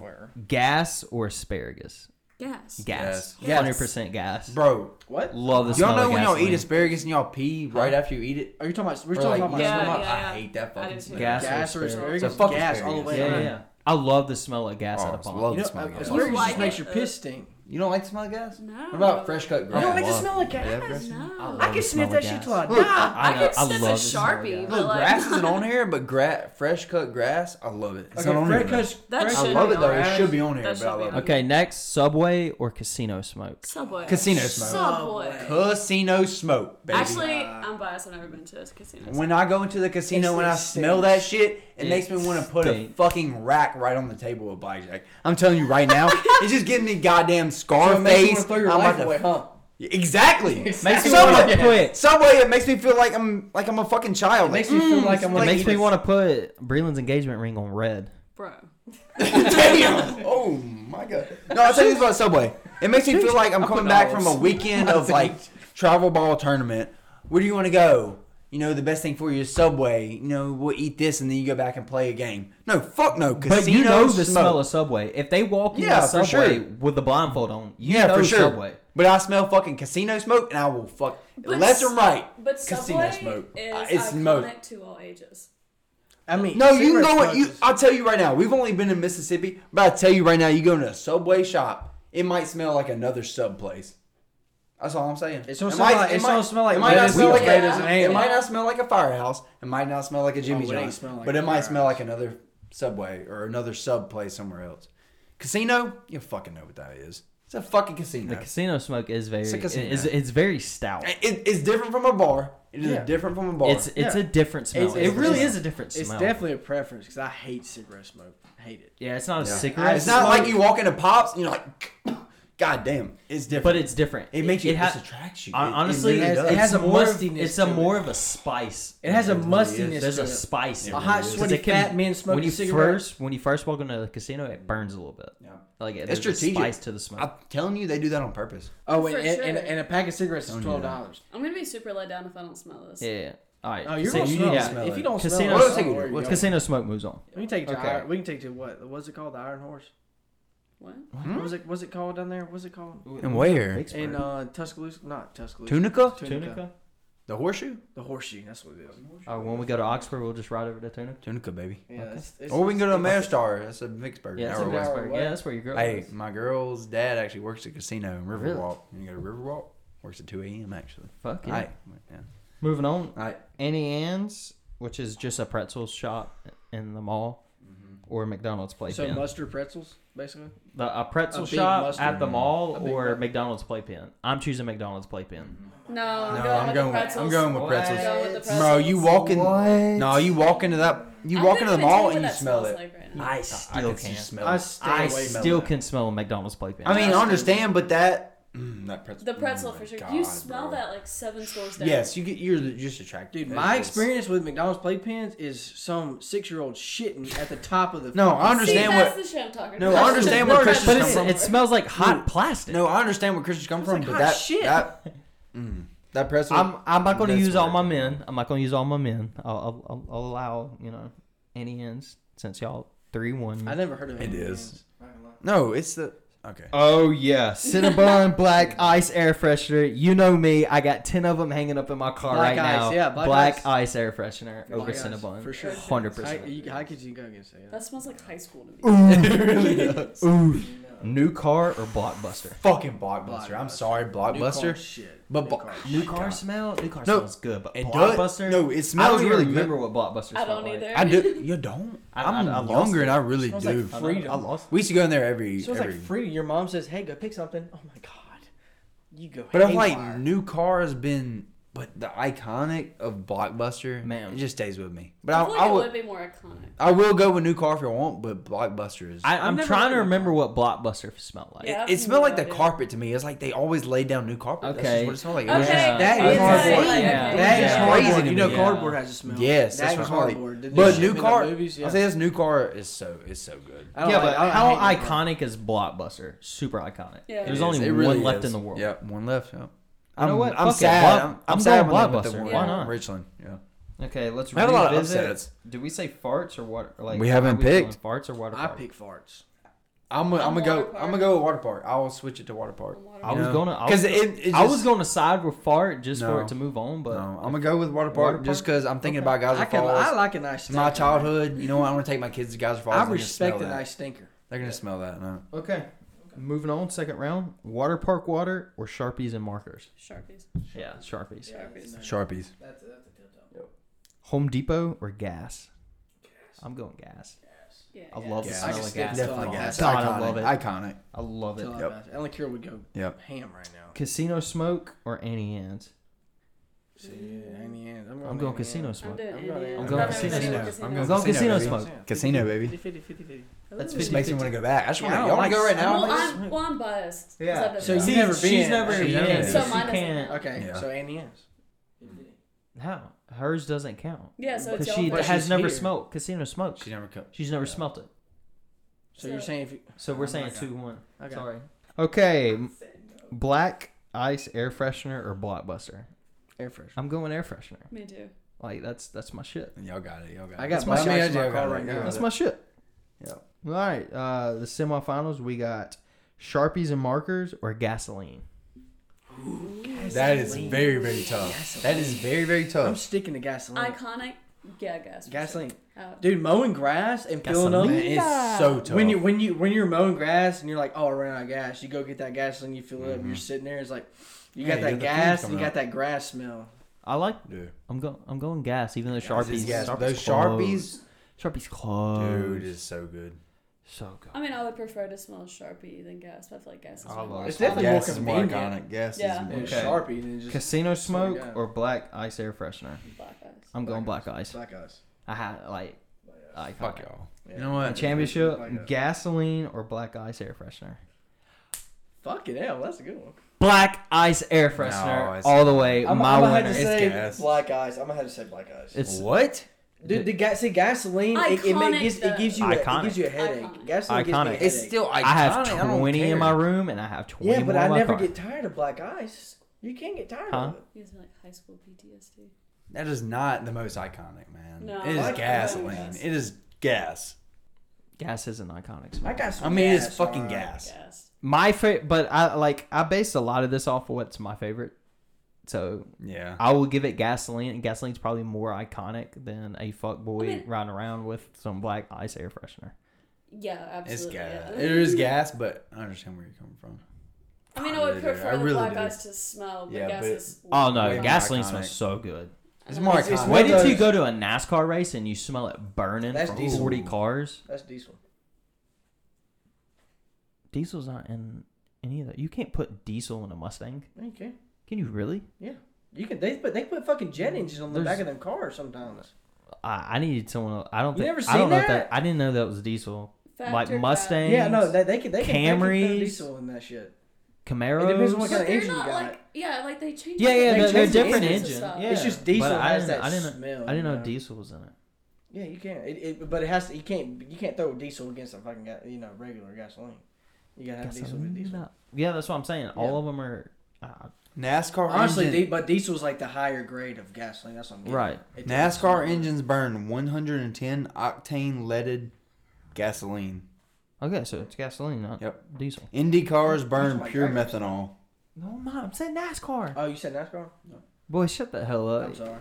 [SPEAKER 4] Where?
[SPEAKER 1] Gas or asparagus?
[SPEAKER 3] Gas.
[SPEAKER 1] Gas.
[SPEAKER 2] Yes.
[SPEAKER 1] Hundred percent gas.
[SPEAKER 2] Bro,
[SPEAKER 4] What?
[SPEAKER 1] Love the smell
[SPEAKER 2] y'all know
[SPEAKER 1] of
[SPEAKER 2] when y'all eat
[SPEAKER 1] gasoline.
[SPEAKER 2] asparagus and y'all pee right after you eat it?
[SPEAKER 4] Are you talking about? We're
[SPEAKER 2] Or,
[SPEAKER 4] talking
[SPEAKER 2] like,
[SPEAKER 4] about
[SPEAKER 2] you smell
[SPEAKER 3] Yeah,
[SPEAKER 2] my-
[SPEAKER 4] my
[SPEAKER 3] yeah.
[SPEAKER 2] I hate that
[SPEAKER 3] I
[SPEAKER 2] fucking
[SPEAKER 3] do too.
[SPEAKER 2] smell.
[SPEAKER 1] Gas.
[SPEAKER 4] gas or
[SPEAKER 1] It's a
[SPEAKER 4] asparagus?
[SPEAKER 2] fuck
[SPEAKER 4] Gas all the way
[SPEAKER 1] Yeah, yeah,
[SPEAKER 4] around.
[SPEAKER 1] yeah. I love the smell of gas
[SPEAKER 2] Oh,
[SPEAKER 1] at a
[SPEAKER 2] it's
[SPEAKER 1] pump.
[SPEAKER 2] love-
[SPEAKER 4] You know,
[SPEAKER 2] It's my
[SPEAKER 4] uh,
[SPEAKER 2] gas.
[SPEAKER 4] asparagus
[SPEAKER 3] You
[SPEAKER 4] just
[SPEAKER 3] like
[SPEAKER 4] makes
[SPEAKER 3] it,
[SPEAKER 4] your
[SPEAKER 3] uh,
[SPEAKER 4] piss stink.
[SPEAKER 2] You don't like the smell of gas?
[SPEAKER 3] No.
[SPEAKER 2] What about fresh cut grass?
[SPEAKER 4] don't like the smell of
[SPEAKER 2] Yeah,
[SPEAKER 4] gas?
[SPEAKER 2] grass?
[SPEAKER 3] No.
[SPEAKER 1] love
[SPEAKER 4] I
[SPEAKER 1] the smell
[SPEAKER 4] can sniff
[SPEAKER 1] of
[SPEAKER 4] that shit
[SPEAKER 1] gas.
[SPEAKER 4] till I
[SPEAKER 2] Look,
[SPEAKER 4] die.
[SPEAKER 3] I,
[SPEAKER 1] know,
[SPEAKER 3] could sniff a
[SPEAKER 1] love the smell of
[SPEAKER 3] sharpie.
[SPEAKER 1] gas.
[SPEAKER 3] but
[SPEAKER 2] Look,
[SPEAKER 3] like,
[SPEAKER 2] grass isn't on here, but gra- fresh cut grass, I love it. It's
[SPEAKER 4] Okay,
[SPEAKER 2] not on
[SPEAKER 4] Fred
[SPEAKER 2] here. though.
[SPEAKER 4] Kush-
[SPEAKER 3] That
[SPEAKER 4] Fred
[SPEAKER 3] shit
[SPEAKER 2] I
[SPEAKER 4] Kush
[SPEAKER 2] love it
[SPEAKER 4] on
[SPEAKER 2] though.
[SPEAKER 4] our
[SPEAKER 2] It
[SPEAKER 4] ass.
[SPEAKER 2] should be on here,
[SPEAKER 3] That
[SPEAKER 2] but I
[SPEAKER 3] should be
[SPEAKER 2] love
[SPEAKER 3] on
[SPEAKER 2] it.
[SPEAKER 1] Okay, next Subway or casino smoke.
[SPEAKER 3] Subway.
[SPEAKER 2] Casino smoke.
[SPEAKER 3] Subway.
[SPEAKER 2] Casino smoke, baby.
[SPEAKER 3] Actually, I'm biased. I've never been to a casino.
[SPEAKER 2] When I go into the
[SPEAKER 4] It's-
[SPEAKER 2] casino and I
[SPEAKER 4] it
[SPEAKER 2] smell
[SPEAKER 4] stinks.
[SPEAKER 2] that shit, it,
[SPEAKER 1] It
[SPEAKER 2] makes me want to put a
[SPEAKER 1] stinks.
[SPEAKER 2] fucking rack right on the table with blackjack. I'm telling you right now, it's just giving me goddamn
[SPEAKER 4] So
[SPEAKER 2] scar
[SPEAKER 4] it makes you
[SPEAKER 2] face.
[SPEAKER 4] wanna throw your
[SPEAKER 2] I'm
[SPEAKER 4] life
[SPEAKER 2] about to-
[SPEAKER 4] away, huh?
[SPEAKER 2] Exactly.
[SPEAKER 1] Makes me
[SPEAKER 2] Subway-
[SPEAKER 1] want to quit.
[SPEAKER 2] Subway, it makes me feel like I'm like I'm a fucking child.
[SPEAKER 4] It makes me feel like I'm
[SPEAKER 1] It
[SPEAKER 4] like
[SPEAKER 1] makes me want to put Breland's engagement ring on red.
[SPEAKER 3] Bro.
[SPEAKER 2] Damn. Oh my god. No, I'll tell you this about Subway. It makes me feel like I'm coming
[SPEAKER 4] putting
[SPEAKER 2] back
[SPEAKER 4] all
[SPEAKER 2] from a
[SPEAKER 4] those.
[SPEAKER 2] weekend of like travel ball tournament. Where do you want to go? you know, the best thing for you is Subway. You know, we'll eat this and then you go back and play a game. No, fuck no. Casinos
[SPEAKER 1] but you know the
[SPEAKER 2] smoke.
[SPEAKER 1] smell of Subway. If they walk in
[SPEAKER 2] Yeah,
[SPEAKER 1] the
[SPEAKER 2] for
[SPEAKER 1] Subway
[SPEAKER 2] sure.
[SPEAKER 1] with the blindfold on, you
[SPEAKER 2] yeah,
[SPEAKER 1] know
[SPEAKER 2] for sure.
[SPEAKER 1] Subway.
[SPEAKER 2] But I smell fucking casino smoke, and I will fuck
[SPEAKER 3] But
[SPEAKER 2] left
[SPEAKER 3] s-
[SPEAKER 2] and right.
[SPEAKER 3] But
[SPEAKER 2] Casino
[SPEAKER 3] Subway
[SPEAKER 2] smoke.
[SPEAKER 3] is
[SPEAKER 2] Uh, it's
[SPEAKER 3] iconic
[SPEAKER 2] smoke.
[SPEAKER 3] to all ages.
[SPEAKER 4] I mean,
[SPEAKER 2] No, you can
[SPEAKER 4] cigarette
[SPEAKER 2] go. You,
[SPEAKER 4] smokers-
[SPEAKER 2] I'll tell you right now. We've only been in Mississippi, but I tell you right now, you go into a Subway shop, it might smell like another sub place. That's all I'm saying.
[SPEAKER 4] It's gonna
[SPEAKER 2] It
[SPEAKER 4] smell
[SPEAKER 2] might-
[SPEAKER 4] like-
[SPEAKER 2] it
[SPEAKER 4] it's
[SPEAKER 2] might-
[SPEAKER 4] gonna smell like
[SPEAKER 2] it might not
[SPEAKER 4] lettuce,
[SPEAKER 2] smell like a-
[SPEAKER 3] potatoes,
[SPEAKER 4] and
[SPEAKER 2] it
[SPEAKER 4] ham.
[SPEAKER 2] might not smell like a firehouse. It might not smell like a Jimmy
[SPEAKER 4] Oh, it ain't
[SPEAKER 2] John's,
[SPEAKER 4] smell like
[SPEAKER 2] but
[SPEAKER 4] a
[SPEAKER 2] it might smell
[SPEAKER 4] firehouse.
[SPEAKER 2] like another Subway or another sub place somewhere else. Casino, you fucking know what that is. It's a fucking casino.
[SPEAKER 1] The casino smoke is very
[SPEAKER 2] It's a
[SPEAKER 1] it's,
[SPEAKER 2] casino.
[SPEAKER 1] it's, very stout.
[SPEAKER 2] It- it's different from a bar. It is
[SPEAKER 4] Yeah.
[SPEAKER 2] different from a bar.
[SPEAKER 1] It's it's
[SPEAKER 4] Yeah.
[SPEAKER 1] a different smell.
[SPEAKER 4] It's-
[SPEAKER 1] it
[SPEAKER 4] it's
[SPEAKER 1] really
[SPEAKER 4] just-
[SPEAKER 1] is a different smell.
[SPEAKER 4] It's definitely a preference because I hate cigarette smoke. Hate it.
[SPEAKER 1] yeah. It's not a
[SPEAKER 2] Yeah.
[SPEAKER 1] cigarette.
[SPEAKER 2] It's not
[SPEAKER 1] smoke,
[SPEAKER 2] like you walk into Pops and you're like, God damn, it's different.
[SPEAKER 1] but it's different.
[SPEAKER 2] it makes you.
[SPEAKER 1] ha-
[SPEAKER 2] it attracts you.
[SPEAKER 1] hon- honestly,
[SPEAKER 4] really
[SPEAKER 1] it's-
[SPEAKER 4] does.
[SPEAKER 1] it
[SPEAKER 4] It
[SPEAKER 1] has
[SPEAKER 4] has
[SPEAKER 1] a
[SPEAKER 4] a
[SPEAKER 1] more.
[SPEAKER 4] mustiness
[SPEAKER 1] It's a
[SPEAKER 4] to it.
[SPEAKER 1] more of a spice.
[SPEAKER 4] It has a
[SPEAKER 2] really is.
[SPEAKER 4] mustiness.
[SPEAKER 1] There's
[SPEAKER 4] to
[SPEAKER 1] a
[SPEAKER 4] it.
[SPEAKER 1] spice. in
[SPEAKER 2] A
[SPEAKER 1] it.
[SPEAKER 2] hot,
[SPEAKER 1] 'Cause
[SPEAKER 4] sweaty,
[SPEAKER 1] it can-
[SPEAKER 4] fat man smoking
[SPEAKER 1] when you
[SPEAKER 4] cigarette.
[SPEAKER 1] First, when you first walk into a casino, it burns a little bit.
[SPEAKER 2] Yeah.
[SPEAKER 1] Like it,
[SPEAKER 2] It's
[SPEAKER 1] there's a
[SPEAKER 2] strategic.
[SPEAKER 1] spice to the smoke.
[SPEAKER 2] I'm telling you, they do that on purpose.
[SPEAKER 4] Oh, and,
[SPEAKER 3] For
[SPEAKER 4] and, and,
[SPEAKER 3] sure.
[SPEAKER 4] and a pack of cigarettes is
[SPEAKER 2] Don't do
[SPEAKER 4] twelve
[SPEAKER 2] that.
[SPEAKER 4] dollars.
[SPEAKER 3] I'm gonna be super let down if I don't smell this.
[SPEAKER 1] yeah, yeah. All right.
[SPEAKER 4] Oh, you're
[SPEAKER 1] Casino-
[SPEAKER 4] gonna
[SPEAKER 2] you
[SPEAKER 4] smell
[SPEAKER 2] need
[SPEAKER 1] yeah.
[SPEAKER 2] to smell
[SPEAKER 4] it.
[SPEAKER 2] it.
[SPEAKER 4] If you don't
[SPEAKER 1] Casino-
[SPEAKER 4] smell it,
[SPEAKER 2] Let's
[SPEAKER 4] I
[SPEAKER 2] take it.
[SPEAKER 4] don't know where you're
[SPEAKER 2] Let's
[SPEAKER 4] going.
[SPEAKER 1] Casino smoke moves on.
[SPEAKER 4] We can take it to
[SPEAKER 1] Okay.
[SPEAKER 4] iron, we can take it to what? What's it called? The Iron Horse.
[SPEAKER 3] What?
[SPEAKER 2] Hmm?
[SPEAKER 4] What was it? What's it called down there? What's it called?
[SPEAKER 2] And where?
[SPEAKER 1] Vicksburg.
[SPEAKER 4] In uh, Tuscaloosa, not Tuscaloosa.
[SPEAKER 2] Tunica?
[SPEAKER 4] Tunica.
[SPEAKER 2] The horseshoe?
[SPEAKER 4] The horseshoe. That's what it is.
[SPEAKER 1] All right, Uh, when we go to Oxford, we'll just ride over to Tunica.
[SPEAKER 2] Tunica, baby.
[SPEAKER 4] Yeah. It's, it's,
[SPEAKER 2] or we can go to
[SPEAKER 4] it's-
[SPEAKER 2] Ameristar. That's a Vicksburg.
[SPEAKER 1] Yeah,
[SPEAKER 2] an
[SPEAKER 1] that's
[SPEAKER 2] hour
[SPEAKER 1] in
[SPEAKER 4] an
[SPEAKER 2] away.
[SPEAKER 4] hour
[SPEAKER 1] Vicksburg.
[SPEAKER 4] away.
[SPEAKER 1] Yeah, that's where your girl
[SPEAKER 2] Hey,
[SPEAKER 1] is.
[SPEAKER 2] my girl's dad actually works at a casino in Riverwalk.
[SPEAKER 1] Really?
[SPEAKER 2] You go to Riverwalk? Works at 2 a.m. actually.
[SPEAKER 1] Fuck
[SPEAKER 2] Yeah.
[SPEAKER 1] yeah.
[SPEAKER 2] All right. Yeah.
[SPEAKER 1] Moving on.
[SPEAKER 2] All right.
[SPEAKER 1] Annie Ann's, which is just a pretzel shop in the mall, or McDonald's
[SPEAKER 4] So
[SPEAKER 1] playpen.
[SPEAKER 4] mustard pretzels, basically.
[SPEAKER 1] the, a pretzel
[SPEAKER 4] A big
[SPEAKER 1] shop
[SPEAKER 4] mustard.
[SPEAKER 1] at the mall
[SPEAKER 4] A big
[SPEAKER 1] or
[SPEAKER 4] mustard.
[SPEAKER 1] McDonald's playpen. I'm choosing McDonald's playpen.
[SPEAKER 3] No, I'm
[SPEAKER 2] No,
[SPEAKER 3] going
[SPEAKER 2] I'm going
[SPEAKER 3] with the
[SPEAKER 2] with,
[SPEAKER 3] pretzels.
[SPEAKER 2] I'm going with
[SPEAKER 1] What?
[SPEAKER 2] pretzels.
[SPEAKER 3] Go with the pretzels.
[SPEAKER 2] Bro, you walk in. No, you walk into that. You
[SPEAKER 3] I
[SPEAKER 2] walk
[SPEAKER 3] couldn't
[SPEAKER 2] into the
[SPEAKER 3] even
[SPEAKER 2] mall
[SPEAKER 3] tell
[SPEAKER 2] and
[SPEAKER 3] what
[SPEAKER 2] you
[SPEAKER 3] that
[SPEAKER 2] smell
[SPEAKER 3] smells
[SPEAKER 2] it.
[SPEAKER 3] like right now.
[SPEAKER 1] I
[SPEAKER 2] I
[SPEAKER 1] still
[SPEAKER 2] can
[SPEAKER 1] can.
[SPEAKER 2] smell
[SPEAKER 4] I
[SPEAKER 2] it.
[SPEAKER 4] stay
[SPEAKER 1] I
[SPEAKER 4] away from
[SPEAKER 1] still
[SPEAKER 4] that.
[SPEAKER 1] can smell a McDonald's playpen.
[SPEAKER 2] I mean,
[SPEAKER 4] I
[SPEAKER 2] I
[SPEAKER 4] understand.
[SPEAKER 2] understand, but that mm, that pretzel.
[SPEAKER 3] The pretzel
[SPEAKER 2] oh my
[SPEAKER 3] for sure. you
[SPEAKER 2] God,
[SPEAKER 3] smell
[SPEAKER 2] bro.
[SPEAKER 3] that like seven stores down.
[SPEAKER 2] Yes, you get. You're just attracted.
[SPEAKER 4] Dude,
[SPEAKER 2] It's
[SPEAKER 4] my
[SPEAKER 2] just-
[SPEAKER 4] experience with McDonald's playpens is some six-year-old shitting at the top of the.
[SPEAKER 2] No, I
[SPEAKER 3] See,
[SPEAKER 2] understand
[SPEAKER 3] that's
[SPEAKER 2] what.
[SPEAKER 3] the shit I'm talking
[SPEAKER 2] No,
[SPEAKER 3] about.
[SPEAKER 2] I understand
[SPEAKER 4] No,
[SPEAKER 2] where
[SPEAKER 4] no,
[SPEAKER 2] Christians
[SPEAKER 1] but
[SPEAKER 2] come
[SPEAKER 1] it's,
[SPEAKER 2] from.
[SPEAKER 1] it smells like hot
[SPEAKER 2] No,
[SPEAKER 1] plastic.
[SPEAKER 2] No, I understand where Christians come from,
[SPEAKER 4] like
[SPEAKER 2] but
[SPEAKER 4] hot
[SPEAKER 2] that
[SPEAKER 4] shit.
[SPEAKER 2] that mm, that pretzel.
[SPEAKER 1] I'm I'm not going to
[SPEAKER 2] That's
[SPEAKER 1] use all my
[SPEAKER 2] weird.
[SPEAKER 1] men. I'm not going to use all my men. I'll, I'll, I'll, I'll allow you know Annie Ann's since y'all three
[SPEAKER 4] I
[SPEAKER 1] one.
[SPEAKER 4] never heard of
[SPEAKER 2] It
[SPEAKER 4] McDonald's.
[SPEAKER 2] is. No, it's the okay.
[SPEAKER 1] Oh yeah, Cinnabon Black Ice air freshener. You know me. I got ten of them hanging up in my car
[SPEAKER 4] Black
[SPEAKER 1] right
[SPEAKER 4] ice,
[SPEAKER 1] now.
[SPEAKER 4] yeah, black
[SPEAKER 1] black
[SPEAKER 4] ice.
[SPEAKER 1] ice air freshener over
[SPEAKER 4] Black ice,
[SPEAKER 1] Cinnabon.
[SPEAKER 4] for sure.
[SPEAKER 1] hundred
[SPEAKER 4] How,
[SPEAKER 1] percent.
[SPEAKER 4] you, how could you go against that?
[SPEAKER 3] That smells like high school to me.
[SPEAKER 2] it really does.
[SPEAKER 1] Ooh, new car or blockbuster?
[SPEAKER 2] Fucking blockbuster. I'm sorry,
[SPEAKER 4] New car
[SPEAKER 2] blockbuster.
[SPEAKER 4] Shit.
[SPEAKER 2] But
[SPEAKER 4] New
[SPEAKER 2] Bo-
[SPEAKER 4] car.
[SPEAKER 1] New car smell. New car
[SPEAKER 2] No,
[SPEAKER 1] smells good, but
[SPEAKER 2] it does-
[SPEAKER 1] blockbuster.
[SPEAKER 2] no, it
[SPEAKER 1] I don't
[SPEAKER 2] smells
[SPEAKER 1] even
[SPEAKER 2] really good.
[SPEAKER 1] remember what blockbuster.
[SPEAKER 3] I
[SPEAKER 1] smelled
[SPEAKER 3] don't
[SPEAKER 1] like.
[SPEAKER 3] either.
[SPEAKER 2] I do. You don't.
[SPEAKER 1] I-
[SPEAKER 2] I'm
[SPEAKER 1] I- I lost
[SPEAKER 2] younger, and
[SPEAKER 1] it.
[SPEAKER 2] I really
[SPEAKER 4] Smells
[SPEAKER 2] do.
[SPEAKER 4] like freedom.
[SPEAKER 1] I lost.
[SPEAKER 2] we used to go in there every.
[SPEAKER 4] It smells
[SPEAKER 2] every
[SPEAKER 4] like freedom. Your mom says, "Hey, go pick something." Oh my god, you go.
[SPEAKER 2] But I'm like,
[SPEAKER 4] haywire.
[SPEAKER 2] new car has been, but the iconic of Blockbuster,
[SPEAKER 1] Man.
[SPEAKER 2] it just stays with me. But
[SPEAKER 3] I
[SPEAKER 2] I,
[SPEAKER 3] feel like
[SPEAKER 2] I,
[SPEAKER 3] it
[SPEAKER 2] will,
[SPEAKER 3] would be more iconic.
[SPEAKER 2] I will go with new car if you want, but Blockbuster is.
[SPEAKER 1] I, I'm
[SPEAKER 4] never
[SPEAKER 1] trying
[SPEAKER 4] heard
[SPEAKER 1] to
[SPEAKER 4] of it.
[SPEAKER 1] remember what blockbuster smelled like.
[SPEAKER 3] Yeah.
[SPEAKER 2] it,
[SPEAKER 3] I've
[SPEAKER 2] it smelled like
[SPEAKER 3] no
[SPEAKER 2] the
[SPEAKER 3] idea.
[SPEAKER 2] carpet to me. It's like they always laid down new carpet. That's
[SPEAKER 1] Okay.
[SPEAKER 2] just what it smelled like. It
[SPEAKER 3] Okay,
[SPEAKER 2] was just-
[SPEAKER 1] Yeah.
[SPEAKER 4] That
[SPEAKER 1] I
[SPEAKER 4] is
[SPEAKER 1] thought-
[SPEAKER 4] cardboard.
[SPEAKER 3] yeah,
[SPEAKER 1] yeah.
[SPEAKER 4] That is
[SPEAKER 1] Yeah.
[SPEAKER 2] Crazy
[SPEAKER 4] cardboard.
[SPEAKER 2] to
[SPEAKER 4] You know,
[SPEAKER 2] me.
[SPEAKER 4] cardboard has a smell.
[SPEAKER 2] Yes, that's
[SPEAKER 4] that is
[SPEAKER 2] what it smelled like.
[SPEAKER 4] cardboard. Did they
[SPEAKER 2] But
[SPEAKER 4] ship
[SPEAKER 2] new
[SPEAKER 4] in the
[SPEAKER 2] car,
[SPEAKER 4] movies? Yeah.
[SPEAKER 2] I say this new car is so is so good.
[SPEAKER 4] I don't
[SPEAKER 1] yeah,
[SPEAKER 4] like-
[SPEAKER 1] but
[SPEAKER 4] I don't
[SPEAKER 1] how
[SPEAKER 4] hate new car.
[SPEAKER 1] iconic is Blockbuster? Super iconic.
[SPEAKER 3] Yeah.
[SPEAKER 1] There's
[SPEAKER 2] It
[SPEAKER 1] only
[SPEAKER 2] is. It
[SPEAKER 1] one
[SPEAKER 2] really
[SPEAKER 1] left in
[SPEAKER 2] is.
[SPEAKER 1] the world.
[SPEAKER 2] Yep, one left. Yep.
[SPEAKER 1] You know what?
[SPEAKER 2] I'm
[SPEAKER 1] Fuck it.
[SPEAKER 2] sad.
[SPEAKER 1] Block-
[SPEAKER 2] I'm,
[SPEAKER 1] I'm
[SPEAKER 2] I'm sad
[SPEAKER 1] going
[SPEAKER 2] when they put the
[SPEAKER 1] Blockbuster.
[SPEAKER 2] one
[SPEAKER 3] Why
[SPEAKER 2] in
[SPEAKER 1] not?
[SPEAKER 2] Richland. Yeah.
[SPEAKER 1] Okay, let's
[SPEAKER 2] I had a lot of
[SPEAKER 1] revisit.
[SPEAKER 2] upsets.
[SPEAKER 1] Did we say farts or what? or Like
[SPEAKER 2] We haven't
[SPEAKER 1] are doing
[SPEAKER 2] picked.
[SPEAKER 1] farts or water.
[SPEAKER 4] I
[SPEAKER 1] park?
[SPEAKER 4] pick farts.
[SPEAKER 2] I'm gonna
[SPEAKER 3] I'm
[SPEAKER 2] I'm gonna go
[SPEAKER 3] water park.
[SPEAKER 2] I'm gonna go with water park. I'll switch it to water park.
[SPEAKER 3] I'm water
[SPEAKER 1] I
[SPEAKER 2] You
[SPEAKER 1] was
[SPEAKER 2] know?
[SPEAKER 1] gonna. I was,
[SPEAKER 2] 'Cause it, it just,
[SPEAKER 1] I was gonna side with fart just for
[SPEAKER 2] No.
[SPEAKER 1] it to move on, but
[SPEAKER 2] No, I'm gonna go with water
[SPEAKER 1] Water
[SPEAKER 2] park just just
[SPEAKER 1] park?
[SPEAKER 2] because I'm thinking
[SPEAKER 1] Okay.
[SPEAKER 2] about
[SPEAKER 4] I,
[SPEAKER 2] Geyser
[SPEAKER 4] can,
[SPEAKER 2] Falls.
[SPEAKER 4] I like a nice
[SPEAKER 2] it's
[SPEAKER 4] stinker.
[SPEAKER 2] my childhood. You know what? I'm gonna take my kids to Geyser Falls.
[SPEAKER 4] I
[SPEAKER 2] They're gonna smell
[SPEAKER 4] respect a
[SPEAKER 2] that.
[SPEAKER 4] nice stinker.
[SPEAKER 2] They're gonna smell that. No.
[SPEAKER 1] okay. Moving on, second round: water park water or sharpies and markers.
[SPEAKER 3] Sharpies.
[SPEAKER 1] Yeah, sharpies.
[SPEAKER 3] Sharpies.
[SPEAKER 2] Sharpies.
[SPEAKER 4] That's, that's a tip-top.
[SPEAKER 1] Home Depot or gas. I'm going gas.
[SPEAKER 3] Yeah.
[SPEAKER 1] I
[SPEAKER 3] yeah.
[SPEAKER 1] love
[SPEAKER 2] Gas.
[SPEAKER 1] the
[SPEAKER 4] I
[SPEAKER 1] smell
[SPEAKER 4] can
[SPEAKER 1] of
[SPEAKER 4] stick
[SPEAKER 1] gas.
[SPEAKER 4] definitely
[SPEAKER 1] Oh,
[SPEAKER 4] gas.
[SPEAKER 1] God, I love it. I,
[SPEAKER 2] Iconic.
[SPEAKER 1] love it.
[SPEAKER 4] Tell
[SPEAKER 2] Yep.
[SPEAKER 4] about it. Ellen Cure would go
[SPEAKER 2] Yep.
[SPEAKER 4] ham right now.
[SPEAKER 1] Casino smoke or Annie Ann's.
[SPEAKER 4] See, in the end, I'm going,
[SPEAKER 1] I'm going casino smoke.
[SPEAKER 3] I'm doing
[SPEAKER 4] I'm
[SPEAKER 3] it.
[SPEAKER 4] going
[SPEAKER 3] Indian.
[SPEAKER 1] I'm going
[SPEAKER 3] I've never
[SPEAKER 1] casino.
[SPEAKER 3] been to a
[SPEAKER 2] I'm going
[SPEAKER 1] I'm going
[SPEAKER 2] Casino,
[SPEAKER 1] casino
[SPEAKER 2] baby.
[SPEAKER 1] smoke.
[SPEAKER 2] Casino, baby.
[SPEAKER 4] 50, 50, 50.
[SPEAKER 1] That's
[SPEAKER 3] Ooh.
[SPEAKER 2] This
[SPEAKER 1] Fifty,
[SPEAKER 2] makes me want to go back. I just want
[SPEAKER 4] Yeah,
[SPEAKER 2] to.
[SPEAKER 4] I
[SPEAKER 2] Y'all want
[SPEAKER 4] like
[SPEAKER 2] to go right now?
[SPEAKER 4] smell.
[SPEAKER 3] Well,
[SPEAKER 4] like
[SPEAKER 3] I'm,
[SPEAKER 4] smoke.
[SPEAKER 3] well, I'm biased. 'cause
[SPEAKER 1] Yeah.
[SPEAKER 3] I've never
[SPEAKER 4] So
[SPEAKER 3] been.
[SPEAKER 4] you- never
[SPEAKER 1] She's
[SPEAKER 4] been.
[SPEAKER 1] never
[SPEAKER 4] She's
[SPEAKER 1] been.
[SPEAKER 4] never
[SPEAKER 1] She
[SPEAKER 4] been.
[SPEAKER 3] So mine doesn't
[SPEAKER 1] can't.
[SPEAKER 3] count.
[SPEAKER 4] Okay,
[SPEAKER 2] Yeah.
[SPEAKER 4] so Annie is.
[SPEAKER 1] How? Hers doesn't count.
[SPEAKER 3] Yeah, so it's
[SPEAKER 1] Because
[SPEAKER 3] y'all
[SPEAKER 1] she
[SPEAKER 4] But
[SPEAKER 3] first.
[SPEAKER 1] has
[SPEAKER 4] she's
[SPEAKER 1] never
[SPEAKER 4] here.
[SPEAKER 1] smoked casino smoke.
[SPEAKER 2] She never come.
[SPEAKER 1] She's never smelt it.
[SPEAKER 4] So you're
[SPEAKER 3] So-
[SPEAKER 4] saying if you,
[SPEAKER 1] So we're
[SPEAKER 4] Oh my
[SPEAKER 1] saying
[SPEAKER 4] God.
[SPEAKER 1] 2 1.
[SPEAKER 4] Okay.
[SPEAKER 1] Sorry. Okay. m- Black ice air freshener or blockbuster?
[SPEAKER 4] air freshener.
[SPEAKER 1] I'm going air freshener.
[SPEAKER 3] Me too.
[SPEAKER 1] Like that's that's my shit.
[SPEAKER 2] Y'all got it. Y'all got it.
[SPEAKER 4] I got
[SPEAKER 1] That's my
[SPEAKER 4] black
[SPEAKER 1] shit.
[SPEAKER 4] ice in my
[SPEAKER 2] Y'all got
[SPEAKER 4] car
[SPEAKER 2] it.
[SPEAKER 4] right now.
[SPEAKER 1] That's my shit.
[SPEAKER 2] Yeah.
[SPEAKER 1] All right. Uh, the semifinals we got sharpies and markers or gasoline.
[SPEAKER 2] That is very, very tough. That is very, very
[SPEAKER 4] I'm
[SPEAKER 2] tough.
[SPEAKER 4] sticking to
[SPEAKER 2] Mm.
[SPEAKER 4] gasoline.
[SPEAKER 3] Iconic. Yeah, gas.
[SPEAKER 4] Gasoline,
[SPEAKER 3] Oh.
[SPEAKER 4] dude, mowing grass and filling up.
[SPEAKER 1] Gasoline.
[SPEAKER 2] That is so tough.
[SPEAKER 4] When you when you when you're mowing grass and you're like, oh, I ran out of gas. You go get that gasoline, you fill it up. You're sitting there, it's like, you
[SPEAKER 2] Mm-hmm. Yeah,
[SPEAKER 4] got that
[SPEAKER 2] you got the fumes
[SPEAKER 4] gas and you
[SPEAKER 2] coming
[SPEAKER 4] got
[SPEAKER 2] out.
[SPEAKER 4] that grass smell.
[SPEAKER 1] I like.
[SPEAKER 2] yeah.
[SPEAKER 1] I'm going. I'm going gas. Even though
[SPEAKER 2] This is
[SPEAKER 1] sharpies.
[SPEAKER 2] gas.
[SPEAKER 1] sharpies
[SPEAKER 2] Those
[SPEAKER 1] close.
[SPEAKER 2] sharpies,
[SPEAKER 1] Sharpies close.
[SPEAKER 2] dude, is so good.
[SPEAKER 1] So good.
[SPEAKER 3] I mean, I would prefer to smell Sharpie than gas. but I feel like gas is
[SPEAKER 1] I
[SPEAKER 3] way more
[SPEAKER 1] love
[SPEAKER 4] It's
[SPEAKER 1] Gas
[SPEAKER 4] definitely
[SPEAKER 2] gas
[SPEAKER 4] more
[SPEAKER 2] is more
[SPEAKER 4] convenient.
[SPEAKER 2] iconic. Gas
[SPEAKER 3] Yeah.
[SPEAKER 2] is
[SPEAKER 4] And
[SPEAKER 2] more.
[SPEAKER 4] it's
[SPEAKER 1] Okay.
[SPEAKER 4] Sharpie and it just
[SPEAKER 1] Casino smoke
[SPEAKER 4] God.
[SPEAKER 1] or black ice air freshener.
[SPEAKER 3] black eyes.
[SPEAKER 1] I'm going black ice.
[SPEAKER 4] black ice.
[SPEAKER 1] I had like. I
[SPEAKER 2] Fuck y'all.
[SPEAKER 4] Yeah.
[SPEAKER 2] You know
[SPEAKER 1] The
[SPEAKER 2] what?
[SPEAKER 1] championship,
[SPEAKER 4] Black ice.
[SPEAKER 1] gasoline or black ice air freshener.
[SPEAKER 4] Fucking hell, that's a good one.
[SPEAKER 1] Black ice air
[SPEAKER 2] No,
[SPEAKER 1] freshener
[SPEAKER 2] it's
[SPEAKER 1] all the
[SPEAKER 2] not.
[SPEAKER 1] way.
[SPEAKER 4] I'm,
[SPEAKER 1] my
[SPEAKER 4] I'm gonna
[SPEAKER 1] winner.
[SPEAKER 4] have to
[SPEAKER 2] It's
[SPEAKER 4] say
[SPEAKER 2] gas.
[SPEAKER 4] black eyes. I'm gonna have to say black eyes.
[SPEAKER 1] it's
[SPEAKER 2] What?
[SPEAKER 4] Dude, the gas, see, gasoline, it, it,
[SPEAKER 3] Iconic,
[SPEAKER 4] may, gives, it gives you a, it
[SPEAKER 1] Iconic.
[SPEAKER 4] gives you a headache.
[SPEAKER 3] Iconic.
[SPEAKER 4] Gasoline gives me a
[SPEAKER 1] Iconic.
[SPEAKER 4] headache.
[SPEAKER 2] It's still iconic.
[SPEAKER 1] I
[SPEAKER 2] I
[SPEAKER 1] have
[SPEAKER 2] don't
[SPEAKER 1] 20 in
[SPEAKER 2] care.
[SPEAKER 1] my room and I have 20
[SPEAKER 4] yeah, but
[SPEAKER 1] more
[SPEAKER 4] I
[SPEAKER 1] in my
[SPEAKER 4] never
[SPEAKER 1] car.
[SPEAKER 4] get tired of black eyes. You can't get tired
[SPEAKER 1] Huh?
[SPEAKER 4] of it.
[SPEAKER 3] You guys are like high school PTSD.
[SPEAKER 2] That is not the most iconic, man.
[SPEAKER 3] No.
[SPEAKER 2] it is
[SPEAKER 4] Black
[SPEAKER 2] gasoline.
[SPEAKER 3] ice.
[SPEAKER 2] It is gas.
[SPEAKER 1] Gas is an iconic smell.
[SPEAKER 4] I got
[SPEAKER 2] I
[SPEAKER 4] some.
[SPEAKER 2] mean, it's
[SPEAKER 4] gas, uh,
[SPEAKER 2] fucking
[SPEAKER 4] alright.
[SPEAKER 2] gas.
[SPEAKER 3] Gas.
[SPEAKER 1] My favorite, but I like I based a lot of this off of what's my favorite. So
[SPEAKER 2] Yeah.
[SPEAKER 1] I will give it gasoline, and gasoline's probably more iconic than a fuck boy
[SPEAKER 3] I mean-
[SPEAKER 1] riding around with some black ice air freshener.
[SPEAKER 3] Yeah,
[SPEAKER 2] It's
[SPEAKER 3] absolutely.
[SPEAKER 2] gas.
[SPEAKER 3] yeah.
[SPEAKER 2] It is gas, but I understand where you're coming from.
[SPEAKER 3] I mean, I
[SPEAKER 2] I
[SPEAKER 3] would
[SPEAKER 2] really do.
[SPEAKER 3] prefer
[SPEAKER 2] I really
[SPEAKER 3] black
[SPEAKER 2] do.
[SPEAKER 3] eyes to smell, but
[SPEAKER 2] Yeah,
[SPEAKER 3] gas
[SPEAKER 2] but-
[SPEAKER 3] is.
[SPEAKER 1] Oh no,
[SPEAKER 2] Way more
[SPEAKER 1] gasoline
[SPEAKER 2] iconic.
[SPEAKER 1] smells so good.
[SPEAKER 2] It's more
[SPEAKER 4] It's- it's
[SPEAKER 2] iconic.
[SPEAKER 4] more
[SPEAKER 1] Wait
[SPEAKER 4] One of
[SPEAKER 1] until you go
[SPEAKER 4] those-
[SPEAKER 1] to a NASCAR race and you smell it burning
[SPEAKER 4] That's
[SPEAKER 1] from
[SPEAKER 4] diesel.
[SPEAKER 1] forty cars.
[SPEAKER 4] That's diesel.
[SPEAKER 1] Diesel's not in any of that. You can't put diesel in a Mustang.
[SPEAKER 4] No, you can.
[SPEAKER 1] Can you really?
[SPEAKER 4] You can. They put they put fucking jet engines on the
[SPEAKER 1] There's-
[SPEAKER 4] back of them cars sometimes.
[SPEAKER 1] I, I needed someone. I don't
[SPEAKER 4] You
[SPEAKER 1] think.
[SPEAKER 4] never
[SPEAKER 1] I don't
[SPEAKER 4] seen
[SPEAKER 1] know if
[SPEAKER 4] that?
[SPEAKER 1] that. I didn't know that was diesel. like
[SPEAKER 3] Factor gas.
[SPEAKER 1] Mustang.
[SPEAKER 4] Yeah, no, they, they can. They can. they can throw
[SPEAKER 1] Camrys.
[SPEAKER 4] diesel in that shit.
[SPEAKER 1] Camaros.
[SPEAKER 4] depends on what
[SPEAKER 3] But
[SPEAKER 4] kind of
[SPEAKER 3] they're
[SPEAKER 4] engine you
[SPEAKER 3] not
[SPEAKER 4] got.
[SPEAKER 3] like yeah, like they change.
[SPEAKER 1] Yeah, yeah, they're,
[SPEAKER 4] They
[SPEAKER 1] they're
[SPEAKER 4] change the
[SPEAKER 1] different
[SPEAKER 4] engine.
[SPEAKER 1] engine.
[SPEAKER 3] stuff.
[SPEAKER 1] Yeah.
[SPEAKER 4] It's just diesel
[SPEAKER 1] But I
[SPEAKER 4] has
[SPEAKER 1] didn't-
[SPEAKER 4] that
[SPEAKER 1] I didn't,
[SPEAKER 4] smell,
[SPEAKER 1] I didn't
[SPEAKER 4] you
[SPEAKER 1] know
[SPEAKER 4] know?
[SPEAKER 1] diesel was in it.
[SPEAKER 4] Yeah, you can. It, it, but it has to. You can't. You can't throw diesel against a fucking ga- you know regular gasoline. You gotta have diesel with diesel.
[SPEAKER 1] Gasolina. Yeah, that's what I'm saying. All of them are. Uh,
[SPEAKER 2] NASCAR
[SPEAKER 4] Honestly,
[SPEAKER 2] engine-
[SPEAKER 4] de- but diesel's like the higher grade of gasoline. That's what I'm getting.
[SPEAKER 1] Right.
[SPEAKER 4] at. It doesn't
[SPEAKER 2] NASCAR
[SPEAKER 4] smell.
[SPEAKER 2] engines burn 110 octane leaded gasoline.
[SPEAKER 1] okay, so it's gasoline, not
[SPEAKER 2] Yep.
[SPEAKER 1] diesel.
[SPEAKER 2] Indy cars burn
[SPEAKER 4] That's my
[SPEAKER 2] pure
[SPEAKER 4] favorite.
[SPEAKER 2] methanol.
[SPEAKER 1] No, mom, I'm saying NASCAR.
[SPEAKER 4] Oh, you said NASCAR?
[SPEAKER 1] Boy, shut the hell up.
[SPEAKER 4] I'm sorry.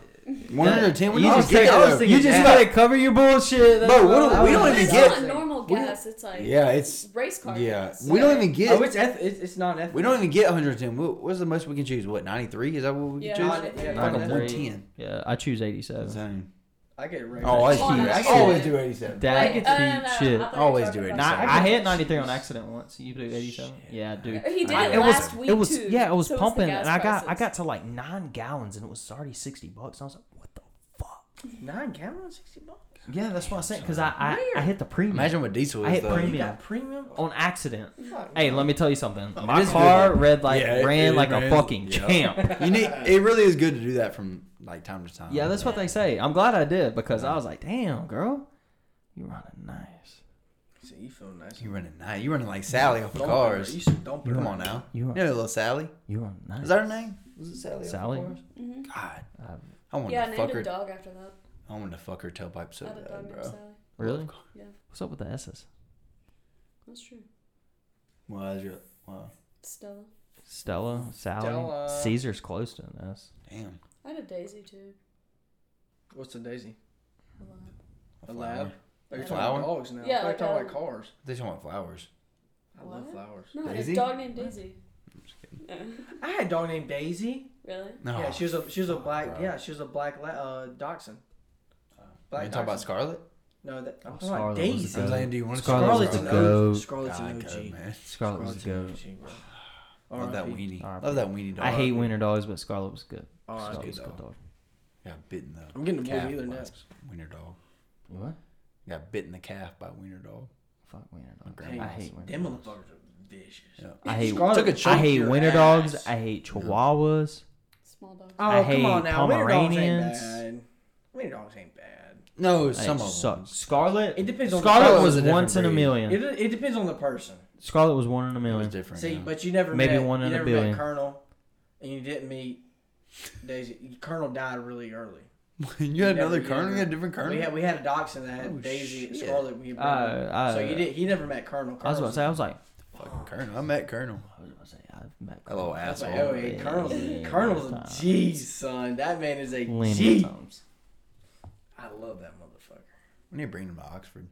[SPEAKER 2] 110. We
[SPEAKER 1] you
[SPEAKER 2] need to
[SPEAKER 1] just,
[SPEAKER 2] get
[SPEAKER 1] gotta-
[SPEAKER 4] I was
[SPEAKER 2] it, though.
[SPEAKER 4] thinking
[SPEAKER 1] you just
[SPEAKER 4] that.
[SPEAKER 1] gotta cover your bullshit. that's
[SPEAKER 2] Bro,
[SPEAKER 1] all.
[SPEAKER 2] what do- we don't
[SPEAKER 3] But
[SPEAKER 2] even
[SPEAKER 3] it's
[SPEAKER 2] get-
[SPEAKER 3] not normal
[SPEAKER 2] we don't-
[SPEAKER 3] gas. It's like
[SPEAKER 2] Yeah, it's
[SPEAKER 3] race car.
[SPEAKER 2] yeah.
[SPEAKER 3] gas.
[SPEAKER 2] We don't even
[SPEAKER 4] Oh,
[SPEAKER 2] get.
[SPEAKER 4] it's eth- it's, it's not ethical.
[SPEAKER 2] We don't even get 110. What- What's the most we can choose? What 93? Is that what we
[SPEAKER 3] Yeah,
[SPEAKER 2] can choose?
[SPEAKER 3] 93.
[SPEAKER 2] Fucking
[SPEAKER 1] 93.
[SPEAKER 2] 110.
[SPEAKER 1] Yeah, I choose 87.
[SPEAKER 2] Zone.
[SPEAKER 4] I get it right.
[SPEAKER 2] Oh, I
[SPEAKER 3] Oh,
[SPEAKER 2] do. I
[SPEAKER 3] that's
[SPEAKER 2] always
[SPEAKER 3] good.
[SPEAKER 2] do 87.
[SPEAKER 1] That
[SPEAKER 3] Like,
[SPEAKER 1] cute
[SPEAKER 3] uh, no, no, no, I
[SPEAKER 1] shit.
[SPEAKER 3] thought you were
[SPEAKER 2] Always
[SPEAKER 3] talking
[SPEAKER 2] do it.
[SPEAKER 3] about
[SPEAKER 1] Nah,
[SPEAKER 2] I
[SPEAKER 3] something
[SPEAKER 1] I
[SPEAKER 4] can-
[SPEAKER 1] hit 93 on accident once. You do 87? Yeah, dude.
[SPEAKER 3] He did
[SPEAKER 1] I-
[SPEAKER 3] it last
[SPEAKER 1] was,
[SPEAKER 3] week,
[SPEAKER 1] It was
[SPEAKER 3] too.
[SPEAKER 1] yeah, it was
[SPEAKER 3] So it's the
[SPEAKER 1] pumping,
[SPEAKER 3] gas
[SPEAKER 1] and I got I
[SPEAKER 3] prices.
[SPEAKER 1] got to like nine gallons, and it was already 60 bucks. And I was like, what the fuck?
[SPEAKER 4] Nine gallons, sixty bucks.
[SPEAKER 1] Yeah, that's what I said because I, I I
[SPEAKER 3] Weird.
[SPEAKER 1] hit the premium
[SPEAKER 2] Imagine what diesel
[SPEAKER 1] I
[SPEAKER 2] is
[SPEAKER 1] hit
[SPEAKER 2] though.
[SPEAKER 1] premium.
[SPEAKER 4] You
[SPEAKER 1] Yeah.
[SPEAKER 4] got premium.
[SPEAKER 2] Oh.
[SPEAKER 1] on accident.
[SPEAKER 4] Fuck.
[SPEAKER 1] Hey, let me tell you something.
[SPEAKER 2] It
[SPEAKER 1] My
[SPEAKER 2] is
[SPEAKER 1] car
[SPEAKER 2] good.
[SPEAKER 1] red light
[SPEAKER 2] Yeah, it-
[SPEAKER 1] ran
[SPEAKER 2] it
[SPEAKER 1] like a
[SPEAKER 2] ran-
[SPEAKER 1] fucking
[SPEAKER 2] yeah.
[SPEAKER 1] champ.
[SPEAKER 2] You need. It really is good to do that from like time to time.
[SPEAKER 1] yeah, that's what they say. I'm glad I did because I was like, damn, girl, you running nice.
[SPEAKER 4] See, you feel nice.
[SPEAKER 2] You running nice. You running like Sally off of cars.
[SPEAKER 4] You should dump it.
[SPEAKER 2] Come on now.
[SPEAKER 1] You
[SPEAKER 2] You
[SPEAKER 1] are-
[SPEAKER 2] know little Sally.
[SPEAKER 1] You running nice.
[SPEAKER 2] Is that her name? Was it Sally? off of
[SPEAKER 1] Sally?
[SPEAKER 2] Cars? God,
[SPEAKER 1] Um,
[SPEAKER 2] I want
[SPEAKER 3] Yeah, I
[SPEAKER 2] to
[SPEAKER 3] named
[SPEAKER 2] fuck
[SPEAKER 3] a
[SPEAKER 2] her.
[SPEAKER 3] dog after that.
[SPEAKER 2] I want to fuck her tailpipe so
[SPEAKER 3] I had a dog
[SPEAKER 2] bad,
[SPEAKER 3] named
[SPEAKER 2] bro.
[SPEAKER 3] Sally.
[SPEAKER 1] really?
[SPEAKER 3] Yeah.
[SPEAKER 1] What's up with the S's?
[SPEAKER 3] That's true.
[SPEAKER 2] Well, that's real. Wow.
[SPEAKER 3] Stella.
[SPEAKER 1] Stella, Sally,
[SPEAKER 4] Stella.
[SPEAKER 1] Caesar's close to an S.
[SPEAKER 2] Damn.
[SPEAKER 3] I had a Daisy too.
[SPEAKER 4] What's a daisy?
[SPEAKER 3] A lot.
[SPEAKER 4] A
[SPEAKER 2] flower.
[SPEAKER 4] lab. Oh, you're talking
[SPEAKER 2] Flower?
[SPEAKER 4] about dogs now.
[SPEAKER 3] Yeah,
[SPEAKER 4] Yeah, I'm
[SPEAKER 3] like,
[SPEAKER 4] talking
[SPEAKER 3] um,
[SPEAKER 4] about cars.
[SPEAKER 2] They talking about flowers.
[SPEAKER 4] I love
[SPEAKER 3] What?
[SPEAKER 4] flowers.
[SPEAKER 3] No, I had
[SPEAKER 2] Daisy?
[SPEAKER 3] a dog named Daisy.
[SPEAKER 4] I had a dog named Daisy.
[SPEAKER 3] Really?
[SPEAKER 2] No.
[SPEAKER 1] Oh,
[SPEAKER 4] yeah, she was a she was a black
[SPEAKER 2] bro.
[SPEAKER 4] yeah she was a black la- uh, dachshund.
[SPEAKER 2] Uh, You talking about
[SPEAKER 4] dachshund.
[SPEAKER 2] Scarlet?
[SPEAKER 4] no that I'm
[SPEAKER 1] Oh,
[SPEAKER 4] talking about
[SPEAKER 1] Scarlet was
[SPEAKER 4] Daisy.
[SPEAKER 1] a
[SPEAKER 2] I'm
[SPEAKER 1] goat.
[SPEAKER 2] saying, do you want
[SPEAKER 1] Scarlet's
[SPEAKER 4] Scarlet's
[SPEAKER 1] a
[SPEAKER 4] an
[SPEAKER 1] goat.
[SPEAKER 4] OG. Scarlet's an
[SPEAKER 2] God, go,
[SPEAKER 4] OG.
[SPEAKER 2] man.
[SPEAKER 1] Scarlet was a goat.
[SPEAKER 4] All
[SPEAKER 2] Love
[SPEAKER 4] right,
[SPEAKER 2] that weenie.
[SPEAKER 1] R.I.P.
[SPEAKER 2] Love that weenie dog. Oh,
[SPEAKER 1] I hate winter dogs, but Scarlet was good.
[SPEAKER 4] All
[SPEAKER 1] Scarlet
[SPEAKER 4] right.
[SPEAKER 2] good
[SPEAKER 1] was a good
[SPEAKER 2] dog.
[SPEAKER 1] dog.
[SPEAKER 2] Got bitten though.
[SPEAKER 4] I'm getting a
[SPEAKER 2] Calf
[SPEAKER 4] blue either
[SPEAKER 2] by
[SPEAKER 4] now.
[SPEAKER 2] Wiener dog.
[SPEAKER 1] What?
[SPEAKER 2] Got bit in the calf by wiener dog.
[SPEAKER 1] Fuck winter dogs.
[SPEAKER 2] Hey,
[SPEAKER 1] I hate winter
[SPEAKER 4] Them
[SPEAKER 1] dogs.
[SPEAKER 4] motherfuckers are vicious.
[SPEAKER 2] Yeah.
[SPEAKER 1] I hate.
[SPEAKER 4] Scarlet
[SPEAKER 2] Took a
[SPEAKER 4] will
[SPEAKER 2] chunk
[SPEAKER 1] I
[SPEAKER 4] kick
[SPEAKER 1] hate
[SPEAKER 4] your
[SPEAKER 1] winter
[SPEAKER 4] ass.
[SPEAKER 1] dogs. I hate chihuawas.
[SPEAKER 3] Small dog.
[SPEAKER 4] Oh,
[SPEAKER 1] I
[SPEAKER 4] come on
[SPEAKER 1] hate
[SPEAKER 4] now. Winter dogs ain't
[SPEAKER 1] Pomeranians.
[SPEAKER 4] bad. Winter dogs ain't bad.
[SPEAKER 2] No,
[SPEAKER 1] They
[SPEAKER 2] some of
[SPEAKER 1] suck.
[SPEAKER 2] them.
[SPEAKER 1] Scarlet.
[SPEAKER 4] It depends on the
[SPEAKER 1] Scarlet
[SPEAKER 4] color.
[SPEAKER 1] was
[SPEAKER 2] It's a different
[SPEAKER 1] once in a
[SPEAKER 2] breed.
[SPEAKER 1] million.
[SPEAKER 4] It, it depends on the person.
[SPEAKER 1] Scarlet was one in a
[SPEAKER 2] It was
[SPEAKER 1] million.
[SPEAKER 2] different.
[SPEAKER 4] See,
[SPEAKER 2] yeah.
[SPEAKER 4] but you never
[SPEAKER 1] Maybe
[SPEAKER 4] met,
[SPEAKER 1] one
[SPEAKER 4] you
[SPEAKER 1] in a
[SPEAKER 4] never
[SPEAKER 1] billion.
[SPEAKER 4] met Colonel, and you didn't meet Daisy. Colonel died really early.
[SPEAKER 2] you had another
[SPEAKER 4] Never-
[SPEAKER 2] Colonel? You had
[SPEAKER 4] never-
[SPEAKER 2] a different Colonel?
[SPEAKER 4] We had we had a dachshund that had
[SPEAKER 2] Oh,
[SPEAKER 4] Daisy,
[SPEAKER 2] shit.
[SPEAKER 4] Scarlet. We had
[SPEAKER 1] Uh, uh,
[SPEAKER 4] so you did. He never met Colonel.
[SPEAKER 1] I was about to say. I was like,
[SPEAKER 2] Fucking Colonel. I met Colonel.
[SPEAKER 1] I was about to say. I've met
[SPEAKER 2] That little
[SPEAKER 4] That's
[SPEAKER 2] asshole.
[SPEAKER 4] like, oh, yeah, Colonel's,
[SPEAKER 1] Yeah.
[SPEAKER 4] Colonel's a G, son. That man is a
[SPEAKER 1] Lenny
[SPEAKER 4] G.
[SPEAKER 1] Thomas.
[SPEAKER 4] I love that motherfucker.
[SPEAKER 2] We need to bring him to Oxford.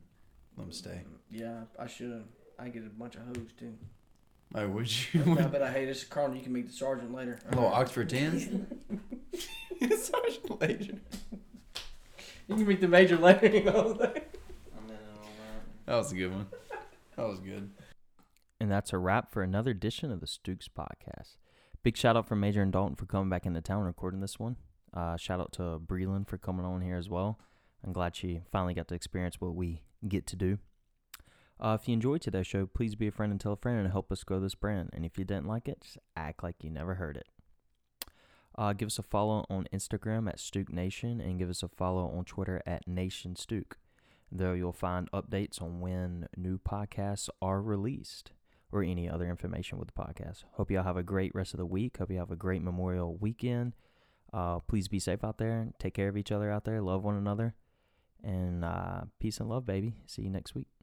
[SPEAKER 2] Let him stay.
[SPEAKER 4] Yeah, I should. I get a bunch of hoes too.
[SPEAKER 2] Oh, would you?
[SPEAKER 4] I bet I hate this Colonel. You can make the sergeant later.
[SPEAKER 2] Little Oxford tens. Sergeant Laser.
[SPEAKER 4] You can make the major later. You know?
[SPEAKER 2] That was a good one. That was good.
[SPEAKER 1] And that's a wrap for another edition of the Stooks podcast. Big shout out for Major and Dalton for coming back into town and recording this one. Uh, shout out to Breland for coming on here as well. I'm glad she finally got to experience what we get to do. Uh, if you enjoyed today's show, please be a friend and tell a friend and help us grow this brand. And if you didn't like it, just act like you never heard it. Uh, give us a follow on Instagram at Stook Nation and give us a follow on Twitter at Nation Stook. There you'll find updates on when new podcasts are released or any other information with the podcast. Hope y'all have a great rest of the week. Hope you have a great Memorial weekend. Uh, please be safe out there. Take care of each other out there. Love one another. And uh, peace and love, baby. See you next week.